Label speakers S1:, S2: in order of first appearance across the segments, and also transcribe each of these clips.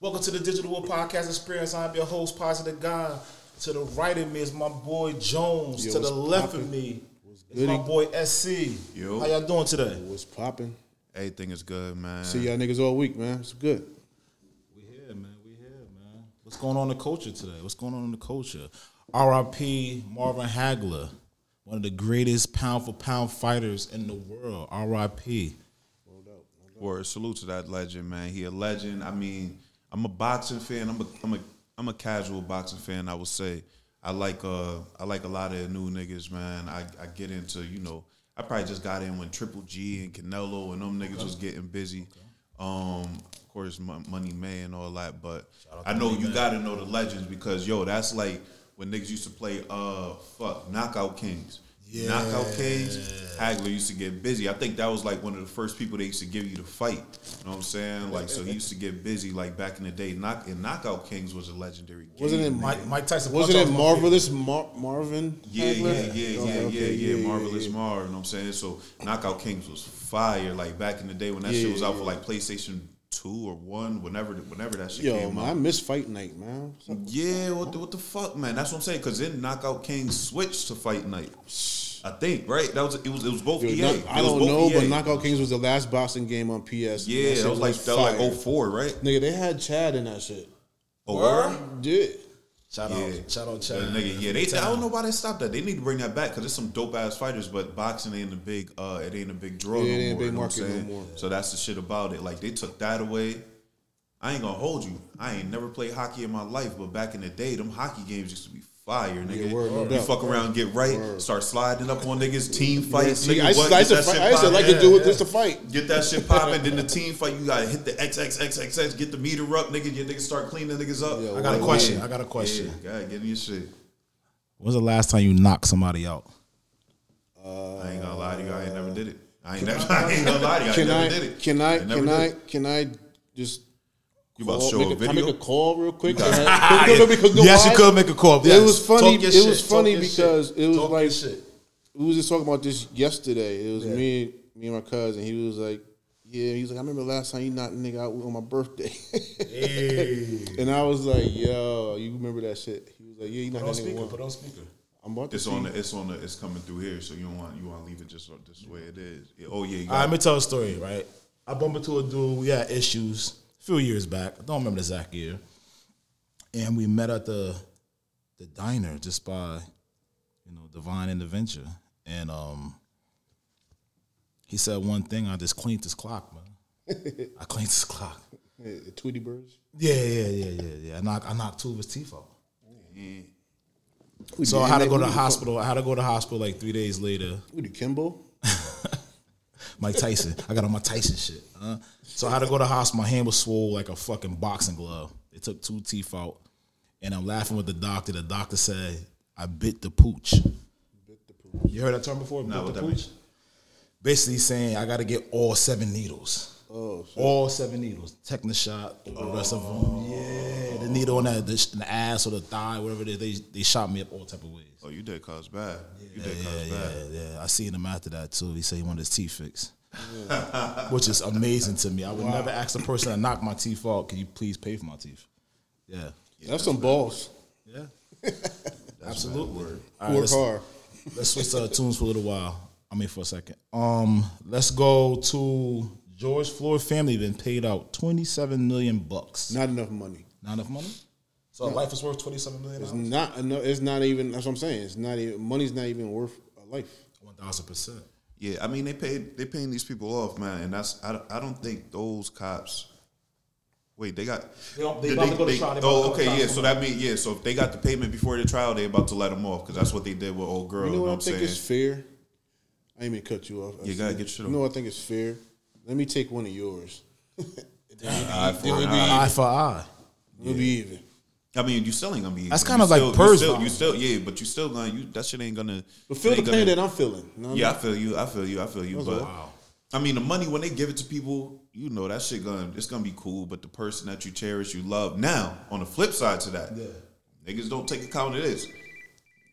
S1: Welcome to the Digital World Podcast Experience. I'm your host, Positive Guy. To the right of me is my boy Jones.
S2: Yo,
S1: to the
S2: what's
S1: left of
S2: poppin'?
S1: me
S2: What's
S1: is my
S2: goody?
S1: boy SC.
S3: Yo.
S1: How y'all doing today?
S2: What's popping?
S3: Everything is good, man.
S2: See y'all niggas all week, man. It's good.
S1: We here, man. We here, man. What's going on in the culture today? What's going on in the culture? RIP Marvin Hagler, one of the greatest pound for pound fighters in the world. RIP.
S3: Word. Salute to that legend, man. He a legend. I mean, I'm a boxing fan. I'm a I'm a I'm a casual boxing fan. I would say I like uh I like a lot of new niggas, man. I I get into you know I probably just got in when Triple G and Canelo and them niggas was getting busy. Um, of course, Mon- Money May and all that, but I know you got to know the legends because yo, that's like when niggas used to play uh fuck Knockout Kings. Knockout Kings, Hagler used to get busy. I think that was like one of the first people they used to give you to fight. You know what I'm saying? Like, so he used to get busy like back in the day. Knock and Knockout Kings was a legendary game.
S2: Wasn't it
S1: Mike, Mike Tyson.
S2: Wasn't it
S1: punch-outs.
S2: marvelous, Mar- Marvin?
S3: Yeah, yeah,
S2: Hagler?
S3: yeah, yeah,
S2: Okay,
S3: yeah,
S2: okay,
S3: yeah, Marvelous Marv. You know what I'm saying? So Knockout Kings was fire. Like back in the day when that shit was out for like PlayStation Two or One, whenever whenever that shit
S2: Yo,
S3: came
S2: man, I
S3: out. Oh,
S2: miss fight night, man.
S3: Yeah, what the, what the fuck, man? That's what I'm saying. Because then Knockout Kings switched to Fight Night. I think right. That was it. Was it was both
S2: Yo,
S3: EA?
S2: knock-
S3: It
S2: I
S3: was
S2: don't
S3: both
S2: know,
S3: EA.
S2: but Knockout Kings was the last boxing game on PS.
S3: Yeah,
S2: shit
S3: that was like that was
S2: fire.
S3: like 04, right?
S2: Nigga, they had Chad in that shit.
S3: Oh,
S1: Word?
S2: Yeah.
S1: Shout
S3: Yeah.
S1: out, shout out,
S3: Yeah,
S1: shout out.
S3: nigga, yeah, they. I don't know why they stopped that. They need to bring that back because there's some dope ass fighters, but boxing ain't a big. uh It ain't a big draw.
S2: Yeah, it
S3: no
S2: ain't a
S3: more,
S2: big
S3: you know
S2: market no
S3: what I'm saying?
S2: more.
S3: So that's the shit about it. Like they took that away. I ain't gonna hold you. I ain't never played hockey in my life, but back in the day, them hockey games used to be fire, nigga.
S2: word, no
S3: you
S2: doubt.
S3: fuck around, get right, start sliding up on niggas, team fights.
S2: Nigga,
S3: nigga,
S2: I used
S3: what?
S2: to, I used
S3: Get
S2: to
S3: that
S2: fight-
S3: shit
S2: I used to
S3: poppin'.
S2: like to do it just to fight.
S3: Get that shit popping. then the team fight, you gotta hit the XXXXX, get the meter up, nigga. Your niggas start cleaning niggas up.
S2: Yo,
S1: I got a
S2: Yeah.
S1: question. I got a question.
S3: Yeah, God, give me your shit.
S1: When's the last time you knocked somebody out?
S3: I ain't gonna lie to you. I ain't never did it. I ain't, never, I ain't gonna lie to you. I
S2: Can
S3: never
S2: I,
S3: did it.
S2: can I,
S3: never
S2: can
S3: did
S2: I,
S3: it.
S2: can I just
S3: You about to
S2: call-
S3: show
S2: make
S3: a
S2: Can I make a
S3: video?
S2: call real quick?
S1: Ah,
S2: No, no,
S1: yeah.
S2: because no,
S1: yes,
S2: why?
S1: you could make a call.
S2: It was funny.
S1: Talk your
S2: It
S1: shit.
S2: was
S1: Talk
S2: funny
S1: your
S2: because
S1: shit.
S2: it was
S1: Talk your
S2: like
S1: shit.
S2: we was just talking about this yesterday. It was me, me and my cousin. He was like, "Yeah," he was like, "I remember last time you knocked a nigga out on my birthday," and I was like, "Yo, you remember that shit?" He was like, "Yeah, you knocked
S1: Put on
S2: that nigga
S1: speaker.
S2: out."
S1: Put on speaker.
S2: I'm about to
S3: It's
S2: see.
S3: on the. It's on the. It's coming through here, so you don't want. You want to leave it just this way it is. Yeah, Oh yeah.
S1: All
S3: You
S1: right,
S3: got,
S1: let me tell a story, right? I bumped into a dude. We had issues a few years back. I don't remember the exact year. And we met at the the diner just by, you know, divine intervention. And um, he said one thing. I just cleaned this clock, man. I cleaned this clock.
S2: Yeah, the Tweety Birds.
S1: Yeah, yeah, yeah, yeah, yeah. I knocked, I knocked two of his teeth out. So
S2: Yeah,
S1: I had to
S2: like,
S1: go to
S2: who
S1: the
S2: the fuck-
S1: hospital. I had to go to the hospital like three days later.
S2: Who the Kimbo?
S1: Mike Tyson. I got on my Tyson shit. Huh? So I had to go to the hospital. My hand was swole like a fucking boxing glove. They took two teeth out, and I'm laughing with the doctor. The doctor said, "I bit the pooch." You heard that term before?
S3: Nah,
S1: bit
S3: what
S1: the
S3: that
S1: pooch. Basically saying I got to get all seven needles.
S2: Oh, shit.
S1: All seven needles, techno shot, the rest of them. Yeah, the needle in the, the, in the ass or the thigh, whatever it is, they they shot me up all type of ways.
S3: oh, you did cause bad. You did
S1: Yeah,
S3: cause
S1: yeah,
S3: bad.
S1: yeah. I seen him after that too. He said he wanted his teeth fixed, which is amazing to me. I would never ask a person to knock my teeth out. Can you please pay for my teeth? Yeah,
S2: that's some balls.
S1: yeah, absolutely. All right,
S2: Work
S1: let's,
S2: hard.
S1: let's switch uh, tunes for a little while. I mean, for a second. Um, let's go to George Floyd family. Been paid out twenty seven million bucks.
S2: Not enough money.
S1: Not enough money. So life is worth twenty seven million.
S2: It's not enough. It's not even. That's what I'm saying. It's not even. Money's not even worth a life.
S1: One thousand percent.
S3: Yeah, I mean they paid they paying these people off, man, and that's I, don't- I don't think those cops. Wait, they got.
S1: They don't- they
S3: did
S1: about to go to trial, they about to
S3: oh,
S1: go to
S3: okay,
S1: trial
S3: yeah. So that means yeah. So if they got the payment before the trial, they about to let them off because that's what they did with old girl.
S2: You
S3: You
S2: know what I
S3: I'm
S2: think
S3: saying?
S2: is fair? I ain't mean to cut you off.
S3: You gotta get shit
S2: You know what I think is fair? Let me take one of yours.
S3: Eye for an eye.
S1: Eye for eye.
S2: We'll be even.
S3: I mean, you still ain't gonna be.
S1: That's
S3: you
S1: kinda like
S3: still- you
S1: Purr's
S3: still-
S1: vibe.
S3: You still, yeah, but you still gonna. You that shit ain't gonna.
S2: But feel the
S3: ain't
S2: pain
S3: gonna-
S2: that I'm feeling. You know what I
S3: Yeah, I feel you. I feel you. I feel you. But
S1: Wow.
S3: I mean, the money when they give it to people, you know that shit gonna it's gonna be cool. But the person that you cherish, you love. Now, on the flip side to that, niggas don't take account of this.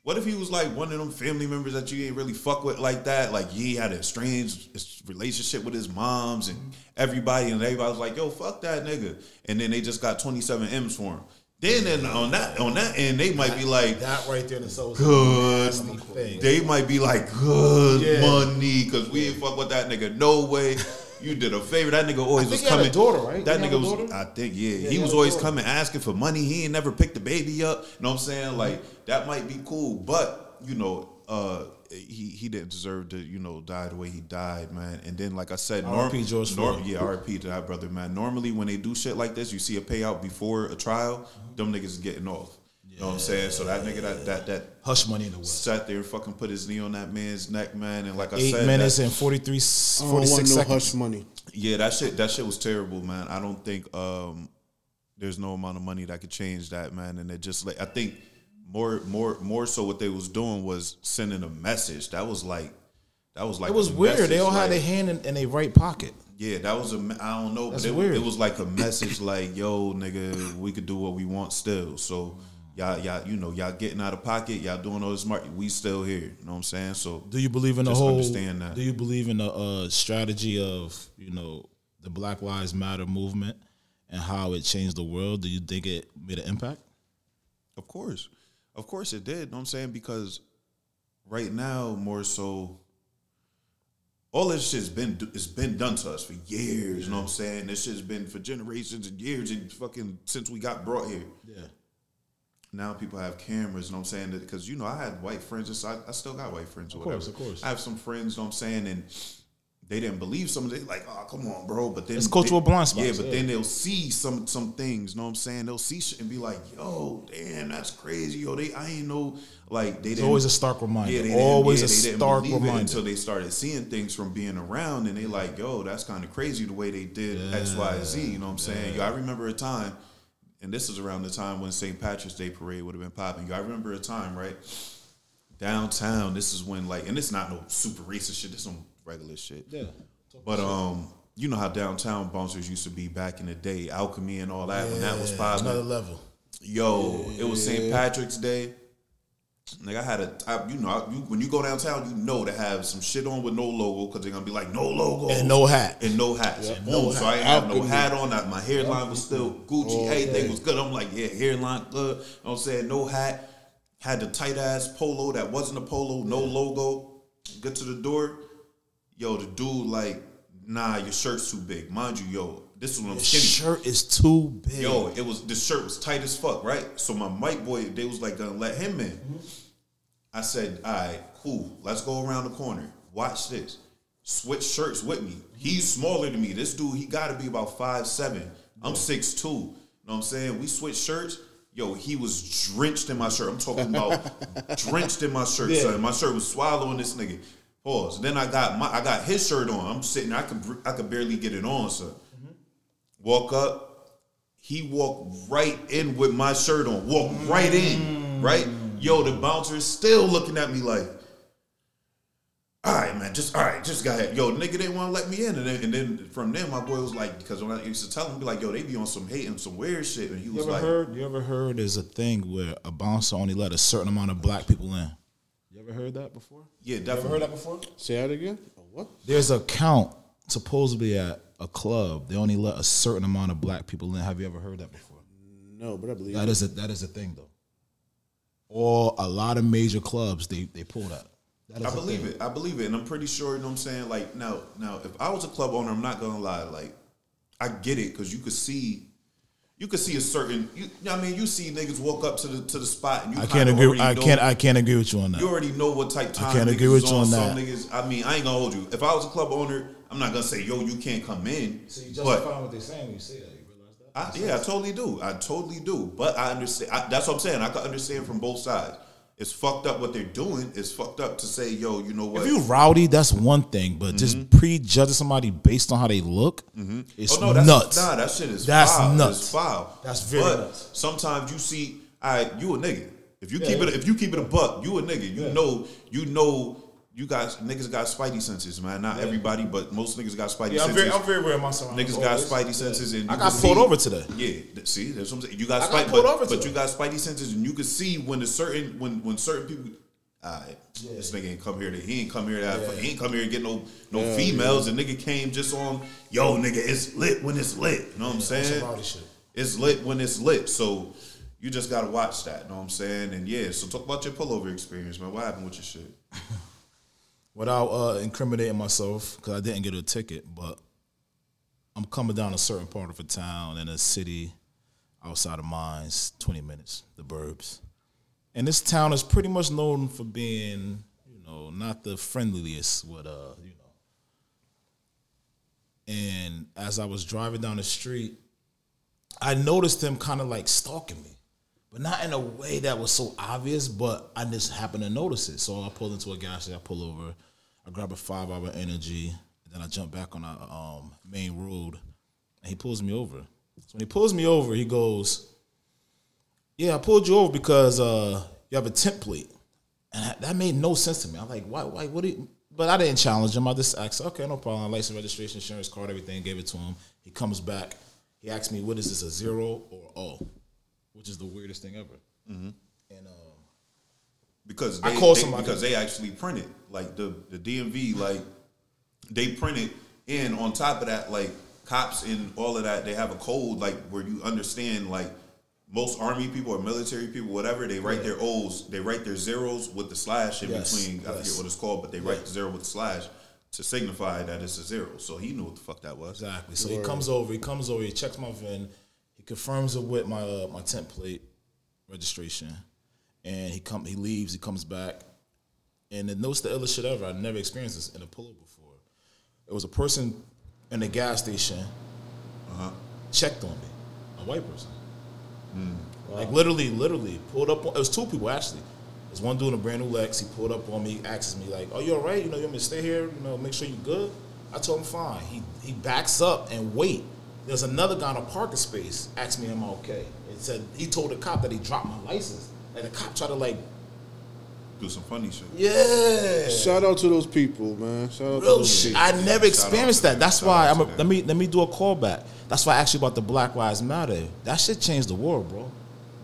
S3: what if he was like one of them family members that you ain't really fuck with like that? Like he had a strange relationship with his moms and everybody, and everybody was like, "Yo, fuck that nigga," and then they just got twenty seven M's for him. Then and on that on that end, they might be like,
S1: That right there in the soul.
S3: good.
S1: Thing.
S3: They might be like, good
S1: Yeah.
S3: money, because we ain't fuck with that nigga. No way. You did a favor. That nigga always
S1: think
S3: was
S1: he had a
S3: coming.
S1: daughter, right?
S3: That
S1: Didn't he
S3: nigga
S1: have a
S3: was, I
S1: daughter?
S3: think,
S1: he
S3: yeah. he
S1: had
S3: was
S1: a
S3: always
S1: daughter.
S3: coming asking for money. He ain't never picked the baby up. You know what I'm saying? Like that might be cool, but you know, uh, he he didn't deserve to you know die the way he died, man. And then, like I said,
S1: R.I.P. George Floyd.
S3: yeah, RP to that brother, man. Normally, when they do shit like this, you see a payout before a trial. Them niggas is getting off. You know what I'm saying? So that nigga that that that
S1: Hush money in the world.
S3: sat there and fucking put his knee on that man's neck, man. And like I
S1: Eight
S3: said,
S1: minutes
S3: that-
S1: and 43,
S2: I don't
S1: 46
S2: want no
S1: seconds.
S2: hush money.
S3: yeah, that shit, that shit was terrible, man. I don't think um, there's no amount of money that could change that, man. And it just like I think more, more, more so what they was doing was sending a message. That was like, that was like
S1: It was
S3: a
S1: weird.
S3: message,
S1: they all
S3: like-
S1: had their hand in, in their right pocket.
S3: yeah, that was a. me- I don't know,
S1: That's
S3: but it,
S1: weird.
S3: it was like a message, like yo, nigga, we could do what we want still. So y'all, y'all, you know, y'all getting out of pocket, y'all doing all this smart. We still here. You know what I'm saying? So
S1: Do you believe in the
S3: Just
S1: whole?
S3: understand that.
S1: Do you believe in the uh, strategy of you know the Black Lives Matter movement and how it changed the world? Do you think it made an impact?
S3: Of course. Of course it did. know what I'm saying? Because right now, more so, all this shit's been it's been done to us for years. You know what I'm saying? This shit's been for generations and years and fucking since we got brought here.
S1: Yeah.
S3: Now people have cameras, you know what I'm saying? Because, you know, I had white friends. Just, I, I still got white friends or
S1: Of
S3: whatever.
S1: course, of course.
S3: I have some friends, you know what I'm saying? And they didn't believe some of it. Like, oh, come on, bro. But then
S1: It's cultural
S3: they-
S1: blind spots,
S3: Yeah, but
S1: yeah.
S3: then they'll see some some things. Know what I'm saying? They'll see shit and be like, "Yo, damn, that's crazy. Yo, they I ain't know like they
S1: It's
S3: didn't,
S1: always a stark reminder.
S3: yeah, they didn't-
S1: always
S3: yeah,
S1: a
S3: they didn't
S1: stark
S3: believe it
S1: reminder.
S3: until they started seeing things from being around, and they like, yo, that's kind of crazy the way they did X, Y, Z. You know what I'm saying? Yo, I remember a time, and this is around the time when St. Patrick's Day parade would have been popping. Yo, I remember a time, right? Downtown, this is when like, and it's not no super recent shit. This is some regular shit.
S1: yeah.
S3: But um, you know how downtown bouncers used to be back in the day, alchemy and all that when that was
S1: Yeah, another
S3: popping.
S1: level.
S3: Yo, it was St. Patrick's Day. Like I had a, I, you know, I, you, when you go downtown, you know to have some shit on with no logo because they're gonna be like no logo
S1: And no hat.
S3: and no hats. Boom.
S1: no
S3: so
S1: hat.
S3: I ain't have no
S2: Alchemy.
S3: hat on. I, my hairline was still Gucci. Everything was good. I'm like, yeah, hairline good. You know what I'm saying no hat. Had the tight ass polo that wasn't a polo. No logo. Get to the door. Yo, the dude like, nah, your shirt's too big. Mind you, yo, this is when I'm skinny.
S1: Shirt is too big.
S3: Yo, it was the shirt was tight as fuck, right? So my mic boy, they was like gonna let him in. I said, all right, cool. Let's go around the corner. Watch this. Switch shirts with me. He's smaller than me. This dude, he gotta be about five seven. I'm six two. Know what I'm saying? We switched shirts. Yo, he was drenched in my shirt. I'm talking about drenched in my shirt, son. My shirt was swallowing this nigga. Pause. Then I got my I got his shirt on. I'm sitting. I could I could barely get it on, son. Walk up he walked right in with my shirt on. Walked right in, right? Yo, the bouncer is still looking at me like, all right, man, just all right, just go ahead. Yo, nigga didn't want to let me in, and then, and then from there, my boy was like, because when I used to tell him, be like, yo, they be on some hate and some weird shit, and he
S1: You
S3: was
S1: ever
S3: like,
S1: heard? You ever heard? There's a thing where a bouncer only let a certain amount of black people in. You ever heard that before?
S3: yeah, definitely.
S1: that before?
S2: Say that again. Oh, what?
S1: There's a count supposedly at a club. They only let a certain amount of black people in. Have you ever heard that before?
S2: No, but I believe
S1: That is a that is a thing though. Or a lot of major clubs they they pull that. that is
S3: I believe it. I believe it, and I'm pretty sure. You know what I'm saying? Like now, now, if I was a club owner, I'm not gonna lie. Like, I get it because you could see, you could see a certain. You, I mean, you see niggas walk up to the to the spot, and you
S1: I
S3: kinda
S1: can't agree.
S3: already
S1: I
S3: know-
S1: can't. I can't agree with you on that.
S3: You already know what type time.
S1: can't
S3: niggas
S1: agree with
S3: is
S1: you on
S3: Some
S1: that.
S3: niggas. I mean, I ain't gonna hold you. If I was a club owner, I'm not gonna say, yo, you can't come in. but
S1: what they're saying when you say that. You realize that?
S3: I, yeah, I totally do. I totally do. But I understand. I, that's what I'm saying. I can understand from both sides. It's fucked up what they're doing. It's fucked up to say, yo, you know what?
S1: If you rowdy, that's one thing, but just prejudging somebody based on how they look, it's
S3: Mm-hmm. oh no, that's
S1: nuts.
S3: Nah, that shit is
S1: That's
S3: foul.
S1: nuts.
S3: It's foul.
S1: That's very
S3: but
S1: nuts.
S3: Sometimes you see, I you a nigga. If you keep it, if you keep it a buck, you a nigga. You know, you know. you guys niggas got spidey senses, man. Not everybody, but most niggas got spidey
S4: Yeah, I'm
S3: senses.
S4: very, I'm very aware of my surroundings.
S3: Niggas got
S4: always.
S3: spidey senses, and
S1: Oh, I
S3: you
S1: got
S3: can
S1: pulled
S3: see-
S1: over today.
S3: Yeah, th- see, that's what I'm saying. You got,
S1: I got
S3: spidey,
S1: pulled
S3: but,
S1: over
S3: but
S1: today.
S3: you got spidey senses, and you can see when the certain when when certain people. All right, this nigga ain't come here. To, he ain't come here. To, He ain't come here to get no no females. The nigga came just on. Yo, nigga, it's lit when it's lit. You know what I'm saying?
S4: some rowdy shit.
S3: It's lit when it's lit. So you just gotta watch that. You know what I'm saying? And yeah, so talk about your pullover experience, man. What happened with your shit?
S1: without uh, incriminating myself because I didn't get a ticket, but I'm coming down a certain part of a town in a city outside of Mines, 20 minutes, the Burbs. And this town is pretty much known for being, you know, not the friendliest with, uh, you know. And as I was driving down the street, I noticed him kind of like stalking me, but not in a way that was so obvious. But I just happened to notice it, so I pulled into a gas station. I pull over, I grab a five hour energy, and then I jump back on a um, main road, and he pulls me over. So when he pulls me over, he goes, "Yeah, I pulled you over because uh, you have a template," and that- that made no sense to me. I'm like, "Why? Why? What?" Do you? But I didn't challenge him. I just asked, "Okay, no problem." License, registration, insurance card, everything. Gave it to him. He comes back. He asked me, "What is this? A zero or O?" Which is the weirdest thing ever. And um,
S3: because
S1: I
S3: they,
S1: called
S3: they-
S1: somebody.
S3: because they actually printed like the the DMV like they printed and on top of that like cops and all of that they have a code like where you understand like most army people or military people whatever they write their O's they write their zeros with the slash in
S1: Yes,
S3: between I
S1: yes.
S3: forget what it's called but they write the zero with the slash to signify that it's a zero so he knew what the fuck that was
S1: Exactly. So he comes over. He comes over. He checks my VIN. He confirms it with my uh, my template registration, and he come. He leaves. He comes back, and it notes the illest shit ever. I never experienced this in a pullover before. It was a person in a gas station checked on me, a white person. Like literally, literally pulled up. On, it was two people actually. There's one dude in a brand new Lex. He pulled up on me, he asks me like, "Oh, you all right? You know, you want me to stay here? You know, make sure you good." I told him fine. He he backs up and wait. There's another guy in a parking space. Asked me, "Am I okay?" It said he told the cop that he dropped my license, and the cop tried to like,
S3: do some funny shit
S1: "Yeah."
S2: Shout out to those people, man. Shout out to
S1: Real
S2: those
S1: shit.
S2: people.
S1: I never
S3: Oh, shout out
S1: experienced
S3: to
S1: that.
S3: them.
S1: That's
S3: Shout
S1: why
S3: out
S1: I'm. A,
S3: to them.
S1: let me let me do a callback. That's why I asked you about the Black Lives Matter. That shit changed the world, bro.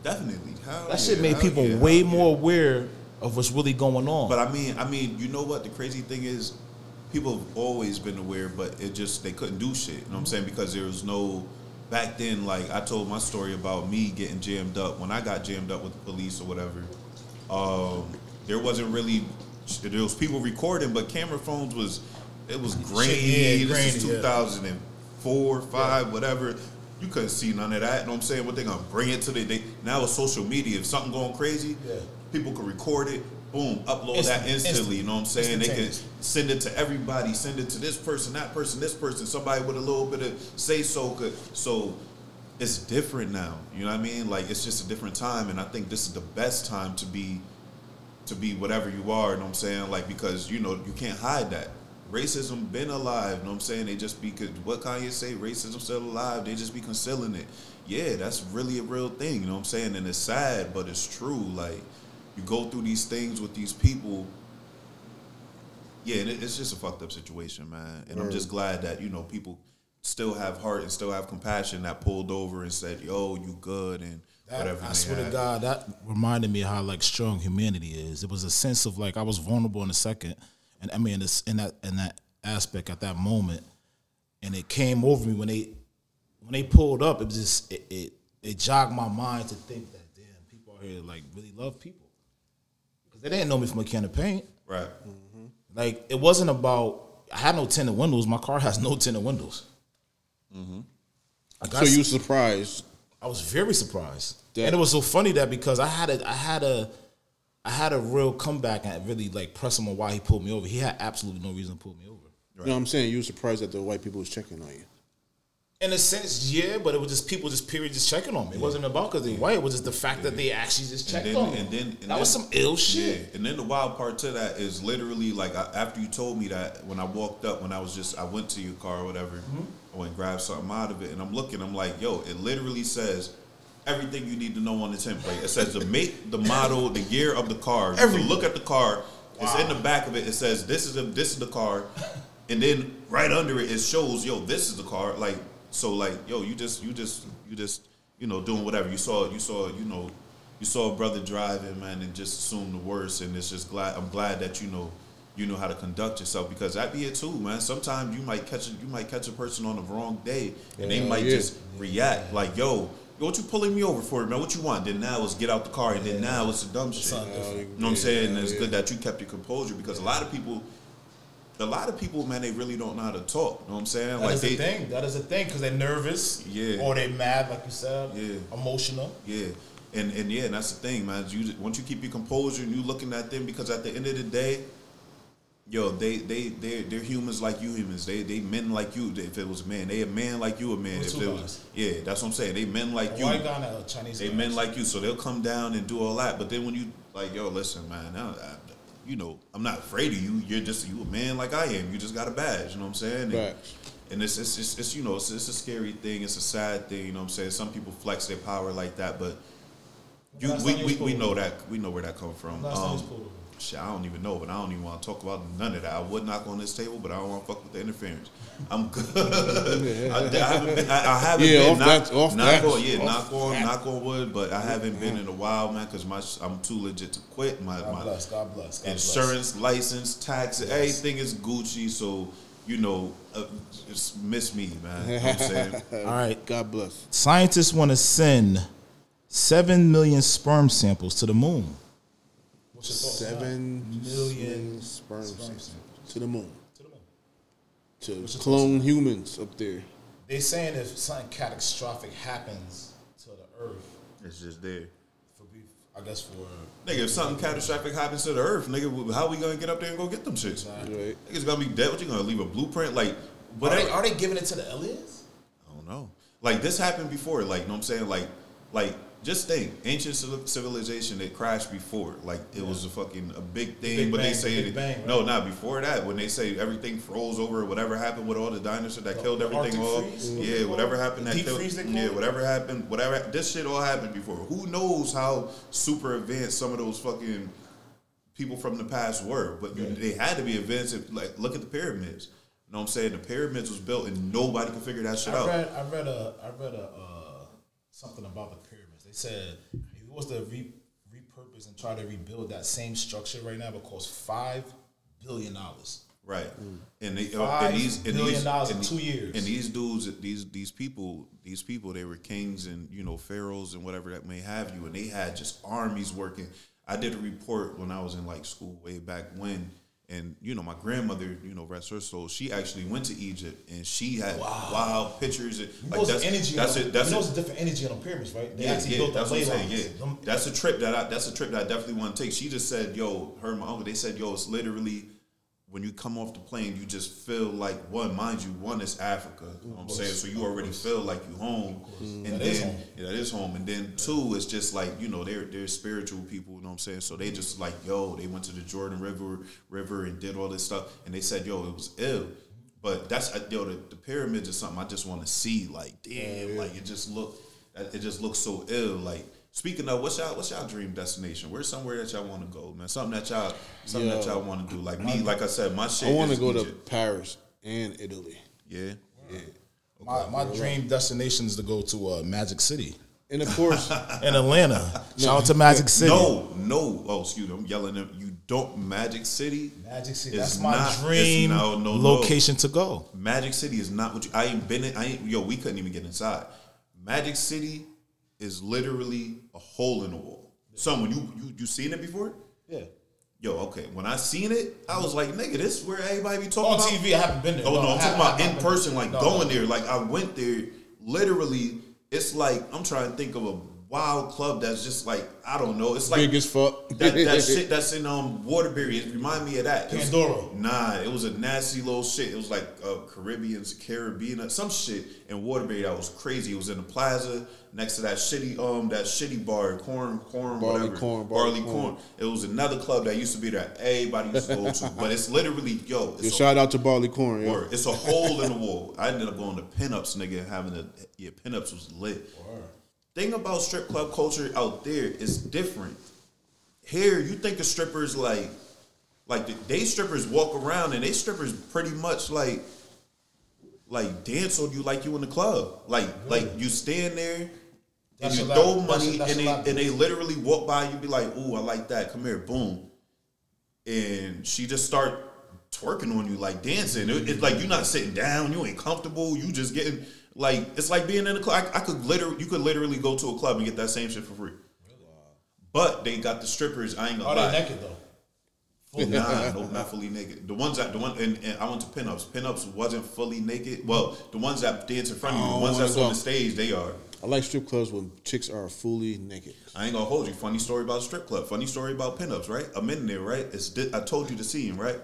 S3: definitely Hell
S1: That shit
S3: yeah,
S1: made
S3: hell
S1: people
S3: yeah,
S1: way
S3: hell yeah.
S1: more aware of what's really going on.
S3: But I mean, I mean, you know what? The crazy thing is, people have always been aware, but it just they couldn't do shit. You know what I'm saying? Because there was no back then. Like I told my story about me getting jammed up when I got jammed up with the police or whatever. Um, there wasn't really there was people recording, but camera phones was it was grainy.
S1: yeah,
S3: this is
S1: grainy, yeah.
S3: 2004, five, whatever. You couldn't see none of that. You know what I'm saying? What they gonna bring it to the they now with social media. If something going crazy,
S1: Yeah.
S3: people can record it. Boom, upload upload
S1: Instant-
S3: that instantly. You know what I'm saying? They can
S1: instantaneous.
S3: send it to everybody. Send it to this person, that person, this person. Somebody with a little bit of say so could. So it's different now. You know what I mean? Like it's just a different time, and I think this is the best time to be to be whatever you are. You know what I'm saying? Like because you know you can't hide that. Racism been alive. You know what I'm saying? They just be could- what Kanye say? Racism still alive. They just be concealing it. Yeah, that's really a real thing. You know what I'm saying? And it's sad, but it's true. Like you go through these things with these people. Yeah, and it, it's just a fucked up situation, man. And I'm just glad that you know people still have heart and still have compassion that pulled over and said, "Yo, you good?" and
S1: That-
S3: whatever.
S1: I
S3: they
S1: swear to
S3: had.
S1: God, that reminded me how like strong humanity is. It was a sense of like I was vulnerable in a second, and I mean, this in that in that aspect at that moment, and it came over me when they when they pulled up. It just it it, it jogged my mind to think that damn people out here like really love people because they didn't know me from a can of paint.
S3: right?
S1: Like it wasn't about I had no tinted windows. My car has no tinted windows. Like, I
S2: So you surprised?
S1: I was very surprised,
S2: That-
S1: and it was so funny that because I had a, I had a, I had a real comeback and really like press him on why he pulled me over. He had absolutely no reason to pull me over.
S2: You know what I'm saying? You were surprised that the white people was checking on you.
S1: In a sense, yeah, but it was just people just period just checking on me. It wasn't about because they white. It was just the fact that they actually just checked
S3: then-
S1: on me.
S3: and then- and
S1: that
S3: then-
S1: was some ill shit.
S3: Yeah, and then the wild part to that is literally like I, after you told me that when I walked up, when I was just I went to your car or whatever, I went and grabbed something out of it, and I'm looking, I'm like, yo, it literally says everything you need to know on the template. It says the make, the model, the year of the car. You can look at the car. It's in the back of it. It says this is a, this is the card, and then right under it it shows yo this is the card. Like so like yo you just you just you just you know doing whatever you saw you saw you know you saw a brother driving man and just assume the worst and it's just glad I'm glad that you know you know how to conduct yourself because that be it too man. Sometimes you might catch a, you might catch a person on the wrong day and they might
S2: yeah.
S3: just react like yo. What you pulling me over for, man? What you want? Then now it's get out the car, and then now it's the dumb shit. You
S1: something different.
S3: know what I'm saying? And it's good that you kept your composure because a lot of people, a lot of people, man, they really don't know how to talk. You know what I'm saying?
S1: That is
S3: they,
S1: a thing. That is a thing because they're nervous.
S3: Yeah.
S1: Or they're mad, like you said.
S3: Yeah.
S1: Emotional.
S3: Yeah, and and yeah, and that's the thing, man. You once you keep your composure and you looking at them because at the end of the day, yo, they they they they're humans like you humans. They they men like you. If it was a man, they a man like you a man.
S1: We're
S3: If
S1: two
S3: it
S1: guys.
S3: was, yeah, that's what I'm saying. They men like
S1: A
S3: you.
S1: white guy and a Chinese
S3: They
S1: guy.
S3: men like you, so they'll come down and do all that. But then when you like, yo, listen, man, I, I, you know, I'm not afraid of you. You're just you a man like I am. You just got a badge. You know what I'm saying? And,
S2: Facts.
S3: and it's, it's it's it's you know it's, it's a scary thing. It's a sad thing. You know what I'm saying? Some people flex their power like that, but you
S1: Last time
S3: we,
S1: you was
S3: we, we
S1: cool.
S3: know that we know where that come from.
S1: Last time you was
S3: Um,
S1: cool.
S3: Shit, I don't even know, but I don't even want to talk about none of that. I would knock on this table, but I don't want to fuck with the interference. I'm good. I, I haven't been. I, I haven't
S2: Yeah,
S3: been.
S2: off
S3: knock,
S2: that- off
S3: knock
S2: that.
S3: on, yeah,
S2: Off
S3: knock on,
S2: that.
S3: knock on wood. But I haven't been in a while, man, because my sh- I'm too legit to quit. My
S1: God
S3: my
S1: bless. God bless. God bless.
S3: insurance, license, tax, everything is Gucci. So you know, uh, just miss me, man. You know what I'm saying.
S1: All right.
S2: God bless.
S1: Scientists want to send seven million sperm samples to the moon. What's your thoughts?
S2: Seven
S1: Million
S2: sperm
S1: sperm
S2: cells to the moon
S1: To the moon.
S2: to
S1: What's your
S2: clone humans up there.
S1: They're saying if something catastrophic happens to the Earth,
S3: It's just there.
S1: for be, I guess for
S3: Nigga, if something catastrophic happens to the earth, nigga, how we gonna get up there and go get them shits?
S2: Right.
S3: Niggas gonna be dead. What you gonna leave a blueprint? Like
S1: are
S3: whatever.
S1: they, are they giving it to the aliens?
S3: I don't know. Like this happened before. Like, you know what I'm saying? Like, like just think, ancient civil- civilization it crashed before. Like it was a fucking a big thing,
S1: Big
S3: but they
S1: Bang,
S3: say
S1: Big
S3: it,
S1: Bang, right?
S3: no, not before that. When they say everything froze over, whatever happened with all the dinosaurs that
S1: The
S3: killed
S1: Arctic
S3: everything off,
S1: freeze?
S3: yeah, whatever happened
S1: The
S3: that
S1: deep
S3: killed,
S1: freeze they call
S3: yeah,
S1: it?
S3: whatever happened, whatever this shit all happened before. Who knows how super advanced some of those fucking people from the past were, but you, they had to be advanced. If, like, look at the pyramids. You know what I'm saying? The pyramids was built and nobody could figure that shit
S1: I
S3: out.
S1: read, I read a, I read a uh, something about the pyramids. They said if it was to re, repurpose and try to rebuild that same structure right now, it would cost five billion dollars.
S3: Right. And they
S1: Mm. Five
S3: and these and
S1: billion
S3: these,
S1: dollars in
S3: and
S1: two
S3: the-
S1: years.
S3: And these dudes, these these people, these people, they were kings and you know pharaohs and whatever that may have you, and they had just armies working. I did a report when I was in like school way back when, and you know my grandmother, you know rest her soul, she actually went to Egypt and she had wild pictures. And, like
S1: Those
S3: that's
S1: energy,
S3: that's it. That's
S1: you know, it's
S3: it.
S1: a different energy on the pyramids, right? They
S3: Yeah,
S1: actually
S3: yeah,
S1: built
S3: that's
S1: the
S3: what
S1: ley
S3: I'm saying.
S1: lines.
S3: Yeah,
S1: Them-
S3: that's a trip that I that's a trip that I definitely want to take. She just said, "Yo, her and my uncle." They said, "Yo, it's literally when you come off the plane, you just feel like one. Mind you, one is Africa. You know what I'm saying, so you already feel like you home, and
S1: That
S3: then
S1: is home.
S3: yeah, that is home. And then two, it's just like you know they're they're spiritual people. You know what I'm saying, so they just like yo, they went to the Jordan River River and did all this stuff, and they said, yo, it was ill. But that's uh, yo, the, the pyramids is something I just want to see. Like damn, like it just looked it just looks so ill. Like speaking of, what's y'all what's y'all dream destination? Where's somewhere that y'all want to go, man? Something that y'all something that
S2: Yo.
S3: y'all want to do. Like me, like I said, my shit.
S2: I want to
S3: is
S2: go to
S3: Egypt.
S2: Paris and Italy.
S3: yeah.
S1: My, my dream destination is to go to uh, Magic City
S2: And of course,
S1: in Atlanta. Shout out to Magic City.
S3: No, no. Oh, excuse me. I'm yelling at you. Don't Magic City.
S1: Magic City.
S3: is
S1: That's my
S3: not- it's
S1: dream
S3: no, no, no.
S1: location to go.
S3: Magic City is not what you. I ain't been in. I ain't. Yo, we couldn't even get inside. Magic City is literally a hole in the wall. Someone you you you seen it before?
S1: Yeah.
S3: Yo, okay. When I seen it, I was like, nigga, this is where everybody be talking
S1: On
S3: about.
S1: TV, I haven't been there.
S3: Oh no,
S1: I
S3: I'm
S1: have-
S3: talking
S1: I
S3: about
S1: have
S3: in
S1: been
S3: person,
S1: there.
S3: like
S1: No,
S3: going
S1: no.
S3: there. Like I went there, literally. It's like I'm trying to think of a wild club that's just like I don't know. It's like
S2: big as fuck.
S3: that, that shit that's in um Waterbury. It remind me of that. It was-
S1: Pandora.
S3: nah, it was a nasty little shit. It was like uh, Caribbean, Caribbean, uh, some shit in Waterbury that was crazy. It was in the plaza next to that shitty um that shitty bar, corn, corn,
S2: Barley
S3: whatever,
S2: Corn, Barley
S3: barley
S2: Corn.
S3: corn. It was another club that used to be there. Everybody used to go to, but it's literally yo.
S2: Yo,
S3: It's a
S2: shout out to Barley Corn. Yo.
S3: Word. It's a hole in the wall. I ended up going to pinups, nigga, and having a yeah, pinups was lit. Thing about strip club culture out there is different. Here, you think of strippers like Like the, they strippers walk around and they strippers pretty much like like dance on you like you in the club. Like like you stand there
S1: That's
S3: and
S1: a
S3: you throw
S1: lot. That's
S3: money
S1: a- that's a
S3: and they
S1: lot.
S3: and they literally walk by you be like, "Ooh, I like that. Come here, boom." And she just start twerking on you like dancing. It- it's like you're not sitting down. You ain't comfortable. You just getting like it's like being in a club. I, I could literally you could literally go to a club and get that same shit for free. But they got the strippers. I ain't gonna
S1: Are
S3: lie.
S1: Oh, they naked though?
S3: Nah, no, not fully naked. The ones that the one and, and I went to pinups. Pinups wasn't fully naked. Well, the ones that dance in front of you, the
S1: Oh,
S3: ones that's on the stage, they are.
S2: I like strip clubs when chicks are fully naked.
S3: I ain't gonna hold you. Funny story about strip club. Funny story about pinups. Right, I'm in there. Right, it's di- I told you to see him. Right,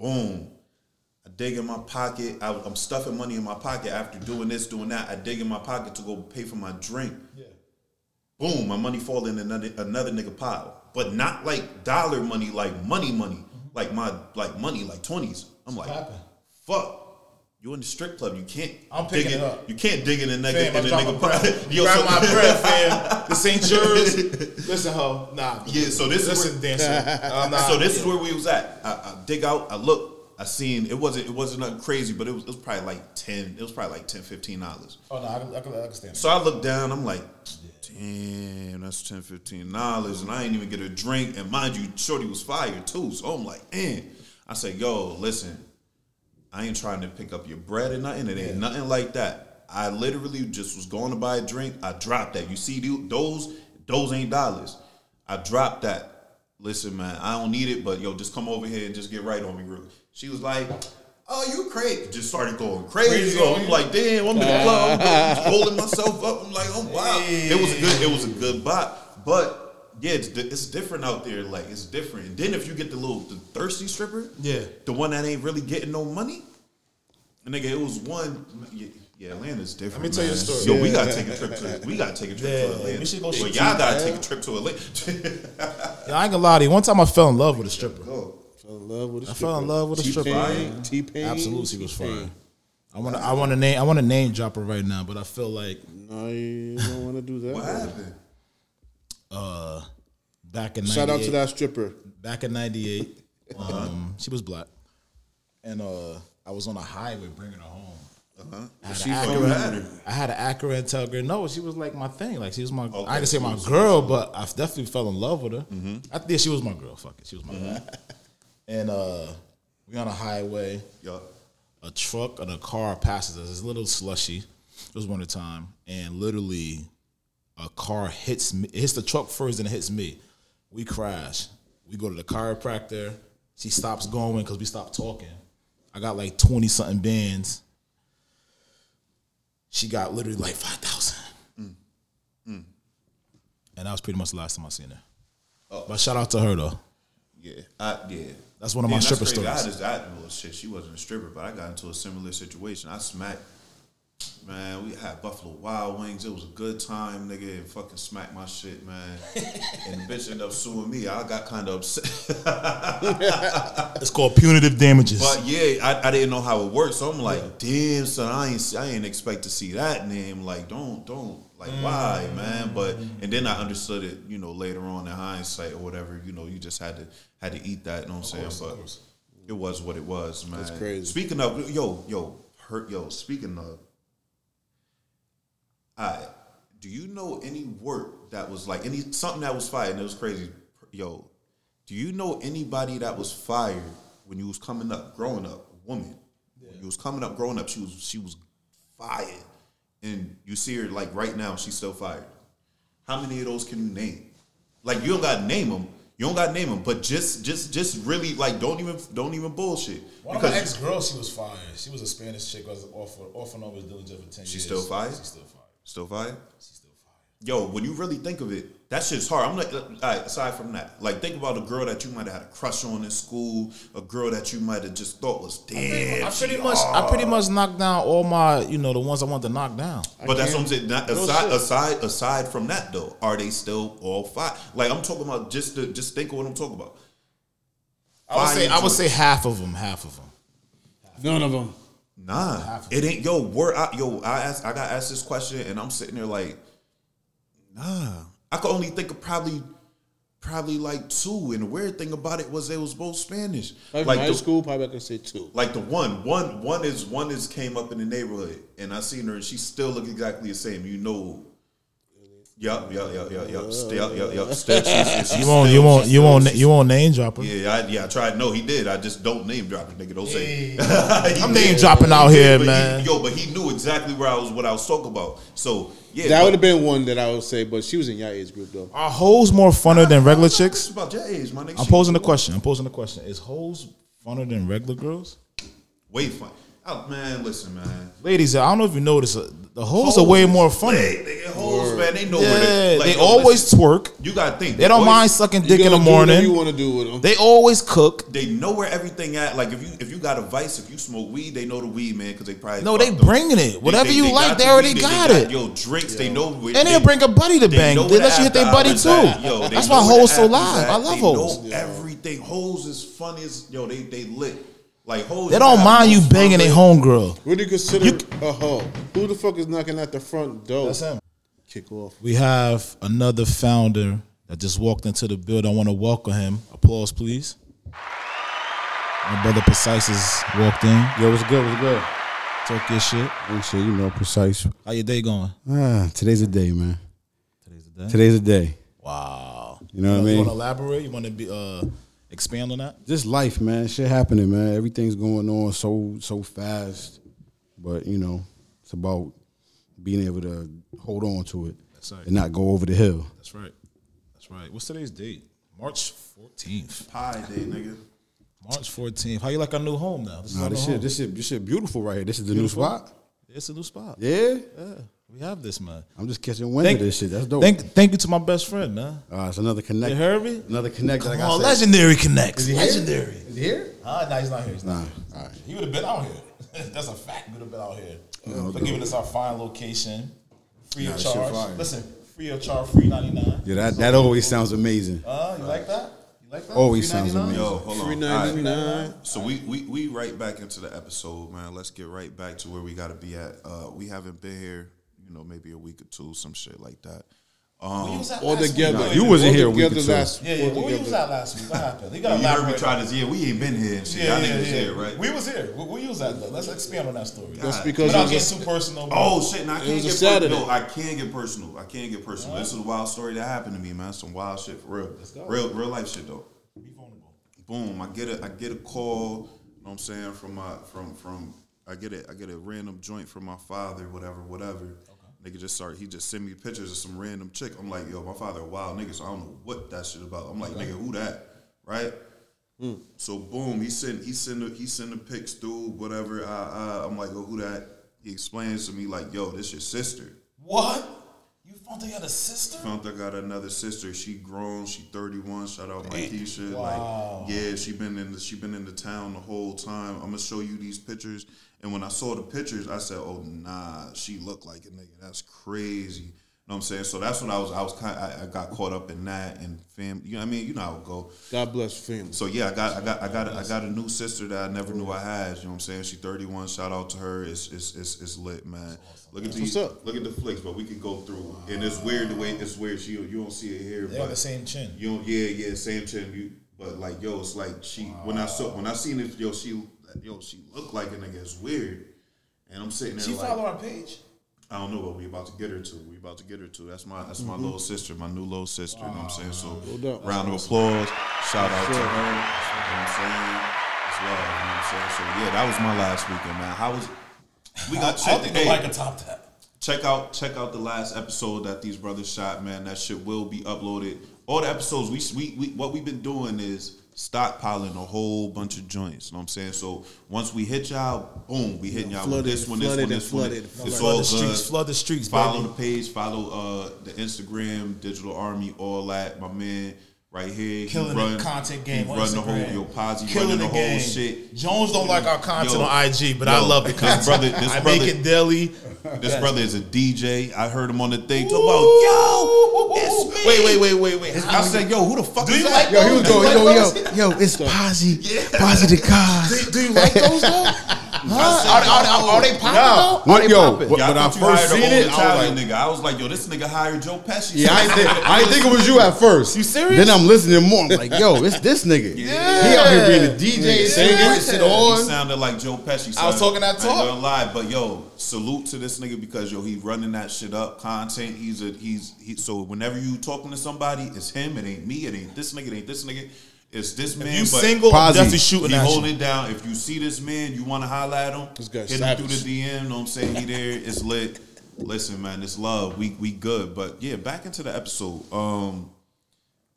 S1: Mm-hmm.
S3: boom. I dig in my pocket. I, I'm stuffing money in my pocket after doing this, doing that. I dig in my pocket to go pay for my drink.
S1: Yeah.
S3: boom, my money fall in another another nigga pile. But not like dollar money, like money money,
S1: Mm-hmm.
S3: like my like money, like twenties. I'm like,
S1: Popping.
S3: fuck. You in the strip club, you can't.
S1: I'm
S3: dig
S1: picking it up.
S3: You can't dig in a nigga
S1: Fam,
S3: in
S1: I'm
S3: a
S1: dropping
S3: nigga pile.
S1: breath.
S3: Yo,
S1: Grab
S3: so,
S1: my breath, fam. This ain't yours. Listen, ho. Nah.
S3: yeah, so this is where-
S1: Listen, Uh, dancer. I'm not-
S3: so this is where we was at. I, I dig out, I look, I seen it wasn't it wasn't nothing crazy, but it was it was probably like ten. It was probably like 10 dollars.
S1: Oh no, I can, I can, I can stand. it.
S3: So I look down, I'm like, damn, that's 10 dollars, and I ain't even get a drink. And mind you, Shorty was fired too. So I'm like, eh. I say, yo, listen, I ain't trying to pick up your bread or nothing. It ain't nothing like that. I literally just was going to buy a drink. I dropped that. You see the- those? Those ain't dollars. I dropped that. Listen, man, I don't need it, but yo, just come over here and just get right on me, real. She was like, "Oh, you crazy!" Just started going crazy.
S1: Crazy on
S3: So I'm
S1: you.
S3: like, "Damn, I'm in the club, I'm just rolling myself up." I'm like, "Oh wow, it was a good, it was a good bot." But yeah, it's, di- it's different out there. Like it's different. And then if you get the little the thirsty stripper,
S1: Yeah.
S3: the one that ain't really getting no money. And nigga, it was one. Yeah, yeah, Atlanta's different.
S1: Let me tell you a
S3: man.
S1: story.
S3: Yo, we gotta take a trip to. We gotta take a trip
S1: Yeah,
S3: to Atlanta.
S1: we should go
S3: Well,
S1: shoot
S3: y'all
S1: you,
S3: gotta
S1: man.
S3: take a trip to Atlanta.
S1: Yeah, I ain't gonna lie to you. One time I fell in love with a stripper.
S2: Fell in love with a
S1: I
S2: stripper.
S1: fell in love with a stripper.
S2: T-Pain, T-Pain.
S1: Absolutely, she was
S2: T-Pain.
S1: fine. I want to. I want to name. I want to name drop her right now, but I feel like
S2: No, you don't want to do that.
S3: what happened?
S1: uh, back in
S2: Shout out to
S1: 98
S2: that stripper.
S1: Back in '98, um, she was black, and uh, I was on a highway bringing her home. I had
S2: She
S1: an
S3: fucking
S1: Acura-
S3: had her.
S1: I had an Acura and tell her no. She was like my thing. Like she was my.
S3: Okay,
S1: I didn't say my girl, but I definitely fell in love with her. I think she was my girl. Fuck it, she was my. girl. Mm-hmm. And uh, we on a highway
S3: Yo,
S1: a truck and a car passes us. It's a little slushy. It was winter time, and literally, a car hits me. It hits the truck first, and it hits me. We crash. We go to the chiropractor. She stops going because we stopped talking. I got like twenty something bands. She got literally like five thousand, Mm, and that was pretty much the last time I seen her. But shout out to her though.
S3: yeah, I, yeah.
S1: That's one of my
S3: Damn,
S1: stripper
S3: that's crazy.
S1: stories.
S3: I just, I, well, shit, she wasn't a stripper, but I got into a similar situation. I smacked, man. We had Buffalo Wild Wings. It was a good time, nigga. And fucking smacked my shit, man. and the bitch ended up suing me. I got kind of upset.
S1: It's called punitive damages.
S3: But yeah, I, I didn't know how it worked, so I'm like, damn, son, I ain't I ain't expect to see that name. Like, don't don't like why, man? But and then I understood it, you know, later on in hindsight or whatever. You know, you just had to had to eat that. You know what I'm saying? But it was what it was, man. That's
S2: crazy.
S3: Speaking of yo yo hurt yo. Speaking of, I do you know any work that was like any something that was fired and it was crazy, yo? Do you know anybody that was fired when you was coming up, growing up, a woman? When you was coming up, growing up, she was she was fired, and you see her like right now, she's still fired. How many of those can you name? Like you don't got to name them. You don't got to name them, but just just just really like don't even don't even bullshit
S1: One of my ex girls, she was fired. She was a Spanish chick. Was off off and on was doing jail for ten years.
S3: She's still fired?
S1: She's still fired.
S3: still fired.
S1: She's still fired.
S3: yo, when you really think of it, that shit's hard. I'm like, uh, alright, aside from that, like think about a girl that you might have had a crush on in school, a girl that you might have just thought was damn.
S1: I pretty
S3: she
S1: much
S3: hard.
S1: I pretty much knocked down all my you know the ones I wanted to knock down.
S3: But that's what I'm saying. Not,
S2: Real
S3: aside,
S2: shit.
S3: aside, aside from that though, are they still all five? Like I'm talking about just to, just think of what I'm talking about.
S1: I would say
S3: Fired
S1: I would say half of them, half of them.
S2: None of them.
S3: Nah, it ain't. Yo, where I yo I asked I got asked this question and I'm sitting there like, nah, I could only think of probably probably like two. And the weird thing about it was they was both Spanish.
S2: Like,
S3: Like
S2: high
S3: the-
S2: school, probably I could say two.
S3: like the one, one, one is one is came up in the neighborhood, and I seen her, and she still look exactly the same. You know, yup, yup, yup, yup, yup, still, yup, yup, yup, still. She, she, she
S1: You won't, you
S3: still-
S1: won't,
S3: she
S1: you
S3: still-
S1: won't,
S3: she
S1: you won't name drop her.
S3: Yeah, I, yeah, I tried. No, he did. I just don't name drop the nigga. Don't say.
S1: I'm name dropping out here,
S3: but
S1: man.
S3: He, yo, but he knew exactly where I was, what I was talking about. So yeah,
S2: That
S3: but-
S2: would have been one that I would say, but she was in your age group though.
S1: Are hoes more funner than regular
S3: Nah, this
S1: chicks?
S3: is about your age, my nigga.
S1: I'm
S3: She-
S1: posing the question. I'm posing the question. Is hoes funner than regular girls?
S3: Way fun. Oh, man, listen, man.
S1: Ladies, I don't know if you notice, uh, the hoes are way
S3: Hoes is
S1: more funny.
S3: lit. They, hoes, man. They know
S1: Yeah,
S3: where
S1: they,
S3: to, like, yo,
S1: always
S3: listen,
S1: twerk.
S3: you gotta think.
S1: They don't
S3: boys-
S1: mind sucking dick
S2: You
S1: in the
S2: gonna do whatever You
S1: morning.
S2: want to do with them?
S1: They always cook.
S3: They know where everything at. Like if you if you got a vice, if you smoke weed, they know the weed, man, because they probably
S1: No, they
S3: fucked them.
S1: bringing it.
S3: They-
S1: Whatever
S3: they-
S1: you
S3: they
S1: like,
S3: got
S1: they
S3: the
S1: already
S3: weed,
S1: got
S3: they
S1: it.
S3: Yo, drinks, they know. where-
S1: And they'll bring a buddy to
S3: they
S1: bang.
S3: know
S1: They
S3: where
S1: let you hit
S3: after
S1: their buddy
S3: hours
S1: too.
S3: at. Yo, they
S1: That's
S3: know
S1: why
S3: where
S1: hoes
S3: the
S1: so
S3: after's
S1: live.
S3: at.
S1: I love
S3: They know
S1: hoes.
S3: Everything hoes is funny as yo. They they lit. Like hoes.
S1: They don't
S3: have
S1: mind
S3: the
S1: you
S3: most
S1: banging
S3: fun
S1: a
S3: lit-
S1: homegirl.
S2: What do you consider a hoe? Who the fuck is knocking at the front door? Kick off.
S1: We have another founder that just walked into the building. I want to welcome him. Applause, please. My brother Precise has walked in.
S4: Yo, what's good? What's good?
S1: Talk your shit.
S4: And shit, you know, precise.
S1: How your day going?
S4: Ah, today's a day, man.
S1: Today's the day.
S4: Today's a day.
S1: Wow.
S4: You know what I
S1: You want to
S4: mean?
S1: elaborate? You want to be uh, expand on that?
S4: Just life, man. Shit happening, man. Everything's going on so so fast, but you know, it's about being able to hold on to it
S1: That's right.
S4: and not go over the hill.
S1: That's right. That's right. What's today's date? March 14th.
S3: Pie day, nigga.
S1: March 14th. How you like our new home now? This is
S4: Nah,
S1: our new
S4: this
S1: home.
S4: shit, this shit, this shit, beautiful right here. This is the
S1: Beautiful.
S4: new spot.
S1: It's a new spot.
S4: Yeah,
S1: Yeah, we have this, man.
S4: I'm just catching wind
S1: Thank-
S4: of this shit. That's dope.
S1: Thank, thank you to my best friend, man.
S4: uh, it's another connect.
S1: You heard me?
S4: Another connect. that I
S1: oh,
S4: got saved.
S1: legendary connects.
S4: here?
S1: Legendary.
S4: Is he here?
S1: Ah, nah, he's not here. He's not
S4: Nah.
S1: here.
S4: All right.
S1: He would have been out here. That's a fact. He would have been out here for giving us our fine location, free
S4: Nah,
S1: of
S4: that shit
S1: charge.
S4: fire.
S1: Listen, free of charge, free ninety nine.
S4: Yeah, that, that always sounds amazing.
S1: Uh, you like that? You like that?
S4: Always sounds
S1: $3.99?
S4: amazing.
S3: Yo, hold on.
S2: Three
S3: All
S2: ninety
S3: right.
S2: nine.
S3: So we, we we right back into the episode, man. Let's get right back to where we gotta be at. Uh, we haven't been here, you know, maybe a week or two, some shit like that.
S1: Where you was at
S2: All
S1: last week?
S2: together.
S4: you wasn't here a week or
S2: Together
S4: two.
S2: last.
S1: Yeah, yeah.
S2: all
S1: Where we was
S2: together.
S1: at last week? What happened? You got
S3: You heard me
S1: elaborate.
S3: try this. Yeah, we ain't been here and shit.
S1: Yeah,
S3: Y'all
S1: yeah,
S3: niggas
S1: yeah.
S3: here, right?
S1: We was here. We, we was at though. Let's expand on that story.
S3: That's
S2: because
S1: without
S2: it was
S1: getting too personal.
S3: Oh shit! And I
S2: was
S3: can't
S2: a
S3: get personal.
S2: Saturday.
S3: No, I can't get personal. I can't get personal. This is a wild story that happened to me, man. Some wild shit for real.
S1: go.
S3: Real, real life shit though.
S1: be vulnerable.
S3: Boom! I get a I get a call. You know what I'm saying from my from from I get it I get a random joint from my father, whatever, whatever. Nigga just start. He just send me pictures of some random chick. I'm like, yo, my father a wild nigga, so I don't know what that shit about. I'm like, nigga, who that? Right? So boom, he send he send the, he send the pics through whatever. I, I I'm like, yo, who that? He explains to me like, yo, this your sister.
S1: What? You found out you had a sister?
S3: Found I got another sister. She grown. She thirty one. Shout out my Keisha. Like yeah, she been in the, she been in the town the whole time. I'm gonna show you these pictures. And when I saw the pictures, I said, "Oh nah, she looked like a nigga. That's crazy." You know what I'm saying? So that's when I was I was kind I, I got caught up in that and fam. You know what I mean? You know how it go.
S2: God bless family.
S3: So yeah, I got I got I got I got a new sister that I never knew I had. You know what I'm saying? She 31. Shout out to her. It's it's it's, it's lit, man. Look at these.
S2: what's up.
S3: Look at the flicks, but we can go through. And it's weird the way it's weird. She you don't see it here,
S1: They got the
S3: but
S1: same chin.
S3: you don't. Yeah, yeah, same chin. You but like yo, it's like she when I saw when I seen it, yo, she yo she looked like a nigga. It's weird. And I'm sitting there
S1: She
S3: like,
S1: follow our page?
S3: I don't know what we about to get her to. We about to get her to. That's my that's my little sister, my new little sister. You know what I'm saying? So
S2: Mm-hmm. doubt.
S3: round of applause. Shout out to her. You know what I'm saying? It's love. You know what I'm saying? So yeah, that was my last weekend, man. How was we got
S1: I
S3: check
S1: don't think
S3: hey,
S1: nobody can top that.
S3: check out check out the last episode that these brothers shot, man. That shit will be uploaded. All the episodes we we, we what we've been doing is stockpiling a whole bunch of joints. You know what I'm saying? So once we hit y'all, boom, we hitting y'all
S2: Flooded,
S3: with this one, this
S2: flooded,
S3: one, this one.
S2: flooded,
S3: It's
S2: flooded.
S3: all
S1: Flood the
S3: good.
S1: streets. Flood the streets,
S3: Follow
S1: baby.
S3: the page, follow uh the Instagram, Digital Army, all that. My man right here, he
S1: Killing
S3: run,
S1: the content
S3: he
S1: game on
S3: run the whole
S1: Instagram.
S3: yo Posse,
S1: Killing
S3: running the,
S1: the
S3: whole
S1: game.
S3: shit.
S1: Jones don't like our content
S3: Yo,
S1: on IG, but I
S3: yo,
S1: love the
S3: this
S1: content.
S3: brother- this
S1: I
S3: brother-
S1: make it daily.
S3: This brother is a DJ. I heard him on the thing talk about yo, it's me. Wait, wait, wait, wait, wait. I said, yo, who the fuck
S1: Do
S3: is
S1: you like
S3: that?
S4: Yo, he was
S1: Do you
S4: going,
S1: like
S4: yo,
S1: those?
S4: yo, yo, it's Posse, Posse the cars.
S1: Do you like those though?
S5: Are, are, are, are they popping though? Are
S4: What,
S5: they
S4: yo,
S5: popping?
S4: when when
S3: I
S4: I
S3: thought you
S4: first
S3: hired an old
S4: seen it, I was
S3: Italian
S4: like,
S3: nigga. I was like, yo, this nigga hired Joe Pesci.
S4: Yeah, I didn't, think, I didn't think it was you at first.
S1: You serious?
S4: Then I'm listening more. I'm like, yo, it's this nigga. He out here being a DJ,
S1: Nigga,
S4: singing,
S1: yeah.
S4: shit
S3: He
S4: on.
S3: sounded like Joe Pesci.
S1: I was talking that
S3: I
S1: talk.
S3: ain't gonna lie, but yo, salute to this nigga because yo, he running that shit up. Content. He's a he's he, so whenever you talking to somebody, it's him. It ain't me. It ain't this nigga. It ain't this nigga. It's this man.
S1: You
S3: but
S1: single,
S4: Posse.
S1: I'm definitely shooting
S3: He
S1: at
S3: holding
S1: you.
S3: it down. If you see this man, you want to holler at him.
S2: This guy's
S3: hit him
S2: savage.
S3: through the DM. Know what I'm saying he there. It's lit. Listen, man, it's love. We we good. But yeah, back into the episode. Um,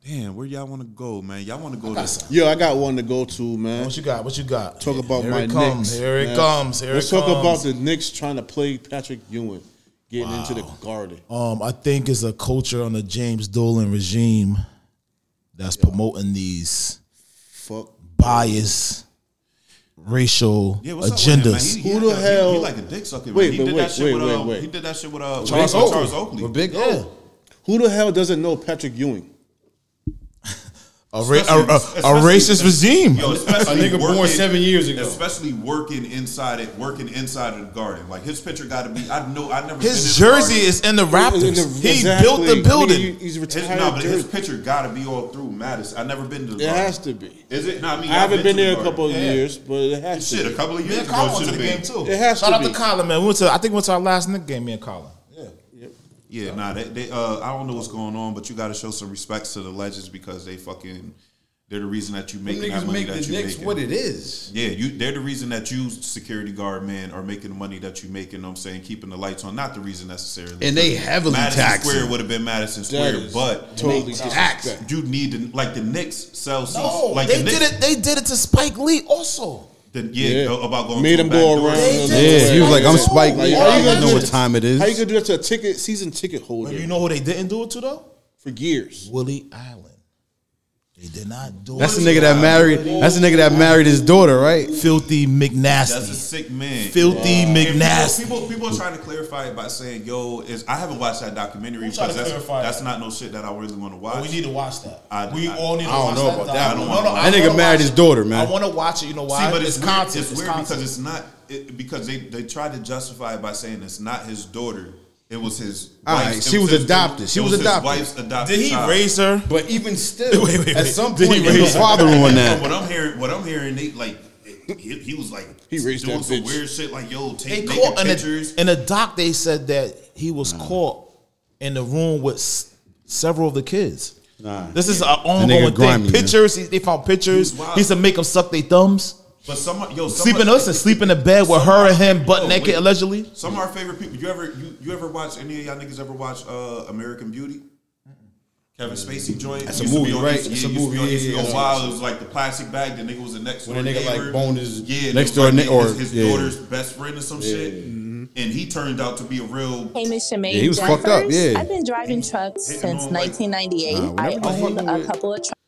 S3: damn, where y'all want to go, man? Y'all want to go to
S2: Yo, I got one to go to, man.
S1: What you got? What you got?
S2: Talk about
S1: here
S2: my
S1: it
S2: Knicks.
S1: comes. Here it
S2: man.
S1: comes. Here
S2: Let's
S1: it um,
S2: talk
S1: comes.
S2: about the Knicks trying to play Patrick Ewing, getting into the Garden.
S1: um, I think it's a culture on the James Dolan regime that's promoting these
S2: Fuck.
S1: bias, racial
S3: Yeah, what's up with
S1: agendas.
S3: him, man? He,
S2: Who
S3: he,
S2: the
S3: like- he-
S2: hell-
S3: He, like a dick sucker. man.
S2: Wait,
S3: he
S2: but
S3: did
S2: wait,
S3: that shit
S2: wait,
S3: with
S2: wait,
S3: um,
S2: wait.
S3: He did that shit with uh,
S1: Charles
S3: Charles, Oakley.
S1: Oakley.
S3: Charles Oakley.
S4: With Big oh,
S1: yeah.
S4: O.
S2: Who the hell doesn't know Patrick Ewing?
S1: A, ra- a, a,
S3: Especially-
S1: a
S3: especially-
S1: racist regime.
S3: Yo, especially
S4: nigga born seven years ago.
S3: Especially working inside it, working inside of the garden. Like his picture got to be. I know. I never. been in
S1: His
S3: the
S1: jersey
S3: Garden.
S1: is in the
S2: In
S1: Raptors.
S2: the-
S1: he
S2: exactly.
S1: built
S2: I mean,
S1: the building.
S2: he- he's
S3: His,
S2: retired.
S3: no, but his
S2: dirt.
S3: picture got to be all through Mattis. I never been to the.
S2: it
S3: Garden.
S2: has to be.
S3: Is it? No, I mean
S2: I haven't been
S3: to
S2: there a
S3: Garden.
S2: couple of
S1: Yeah.
S2: years, but it has to.
S3: Shit, a
S2: be.
S3: couple of
S1: me
S3: years
S1: and
S3: ago
S1: Colin went
S3: should
S1: to the
S3: have
S1: game
S3: been.
S1: too.
S2: It has
S1: Shout
S2: to
S1: out
S2: be.
S1: to Colin, man. We went to I think we went to our last Nick game, me and Colin. Yeah.
S3: Yeah, nah, they, they uh I don't know what's going on, but you gotta show some respects to the legends because they fucking they're the reason that you making that
S5: Niggas
S3: money
S5: make
S3: that
S5: the
S3: you
S5: Knicks
S3: making.
S5: what it is.
S3: Yeah, you they're the reason that you security guard man are making the money that you making, know what I'm saying, keeping the lights on. Not the reason necessarily.
S5: And they heavily
S3: Madison
S5: taxed.
S3: Square would have been Madison
S2: That
S3: Square,
S2: is
S3: but
S2: totally
S5: tax.
S2: disrespect.
S3: you need to like the Knicks sell seats.
S1: No,
S3: like
S1: they
S3: the Knicks,
S1: did it. They did it to Spike Lee also.
S3: the- yeah,
S2: Yeah.
S3: about going
S2: Made
S3: to a
S2: him
S3: back
S2: go
S3: door.
S2: around.
S1: They
S4: Yeah,
S1: did it to
S4: he was like, I'm
S1: Dolan.
S4: Spike
S2: Like,
S4: Lee. I
S2: how you
S4: don't
S2: gonna
S4: know
S2: do
S4: what
S2: this?
S4: time it is.
S2: How you gonna do that to a ticket season ticket holder
S1: You know who they didn't do it to though?
S2: for years?
S1: Willie Allen. They did not do
S4: That's
S1: it.
S4: the nigga that married. That's the nigga that married his daughter, right?
S1: filthy
S3: That's a
S1: McNasty.
S3: sick man.
S1: Filthy
S3: And
S1: McNasty.
S3: People, people, people are trying to clarify it by saying, "Yo, is I haven't watched that documentary
S1: Who tried
S3: because
S1: to
S3: that's
S1: clarify
S3: that's
S1: it?
S3: not no shit that I really want to watch."
S1: We need to watch that.
S3: I-
S1: we
S3: I-
S1: all need to
S4: I don't
S1: watch
S4: know
S1: that.
S4: about
S1: doc.
S4: that.
S3: I don't
S1: No,
S3: wanna
S1: no,
S3: watch
S1: I
S4: that. That nigga
S1: wanna
S4: married
S1: watch
S4: his
S1: it.
S4: daughter, man.
S1: I want to watch it. You know why?
S3: See, but it's, weird,
S1: content.
S3: it's weird
S1: content.
S3: because it's not it, because they they tried to justify it by saying it's not his daughter. It was his.
S4: All
S3: wife's-
S4: right,
S3: it
S4: she was
S3: his-
S4: adopted. She
S3: it
S4: was
S3: his
S4: adopted.
S3: wife's adopted.
S1: Did he
S3: child.
S1: raise her?
S4: But even still,
S1: Wait, wait, wait.
S4: at some
S1: Did
S4: point,
S1: he
S4: he was
S1: raise-
S4: father on
S3: But
S4: that.
S3: what I'm hearing, what I'm hearing, Nate, like he, he was like
S2: He raised
S3: doing
S2: that
S3: some
S2: bitch.
S3: weird shit, like yo,
S1: They
S3: take naked
S1: caught in
S3: pictures.
S1: a, in a doc. They said that he was caught in the room with s- several of the kids.
S4: Nah.
S1: This is an ongoing thing.
S4: grimy, man.
S1: pictures. He, they found pictures.
S3: He was wild.
S1: He used to make them suck their thumbs.
S3: but someone, yo, someone,
S1: Sleeping us and sleep in the bed with her and him, butt
S3: Yo,
S1: naked
S3: wait.
S1: allegedly.
S3: Some of our favorite people. You ever you, you ever watch any of y'all niggas ever watch uh, American Beauty? Kevin Spacey joint. That's
S4: a movie, right?
S3: Yeah,
S4: That's
S3: used
S4: a
S3: to be on
S4: movie,
S3: HBO
S4: yeah, yeah.
S3: Wild. It was like the plastic bag. The nigga was the next
S4: When
S3: door
S4: the nigga, like,
S3: neighbor.
S4: boned his
S3: yeah,
S4: next
S3: it was
S4: door
S3: like
S4: ne-
S3: his-
S4: or-
S3: his
S4: yeah. Mm-hmm.
S3: daughter's best friend or some shit. And he turned out to be a real.
S6: Hamish Shemaine
S4: Yeah, he was
S6: drivers.
S4: fucked up, yeah.
S6: I've been driving trucks
S3: Hitting
S6: since
S3: on, like-
S6: 1998.
S4: Nah,
S6: I
S4: whenever they
S6: owned
S4: hitting
S6: a
S4: with-
S6: couple of trucks.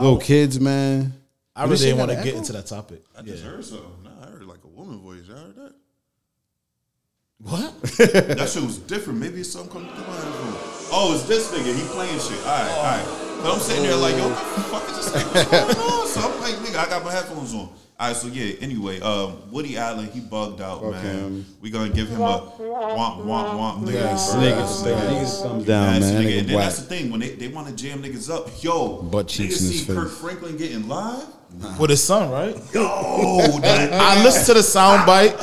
S4: Little kids, man.
S1: I really
S4: shit
S1: didn't
S4: got
S1: want to
S4: an
S1: get
S4: echo?
S1: into that topic.
S3: I just heard something. Nah, I heard like a woman voice. I heard that.
S1: What?
S3: that shit was different. Maybe it's something coming through my headphone. Oh, it's this nigga. He playing shit. All right, all right. But I'm sitting there like, yo, what the fuck is this nigga? What's going on? So I'm like, nigga, I got my headphones on. All right, so yeah. Anyway, um, Woody Allen, he bugged out, man.
S4: him.
S3: We gonna give him a womp womp womp, nigga.
S4: Niggas,
S3: first.
S4: niggas, niggas, thumbs down,
S3: That's
S4: man.
S3: nigga. And
S4: Nigga,
S3: then
S4: whack.
S3: that's the thing when they, they want to jam niggas up. Yo,
S4: Butt cheeks
S3: niggas
S4: in his
S3: see Kirk
S4: face.
S3: Franklin getting live.
S1: With his son, right?
S3: Yo, that,
S1: I listened to the soundbite.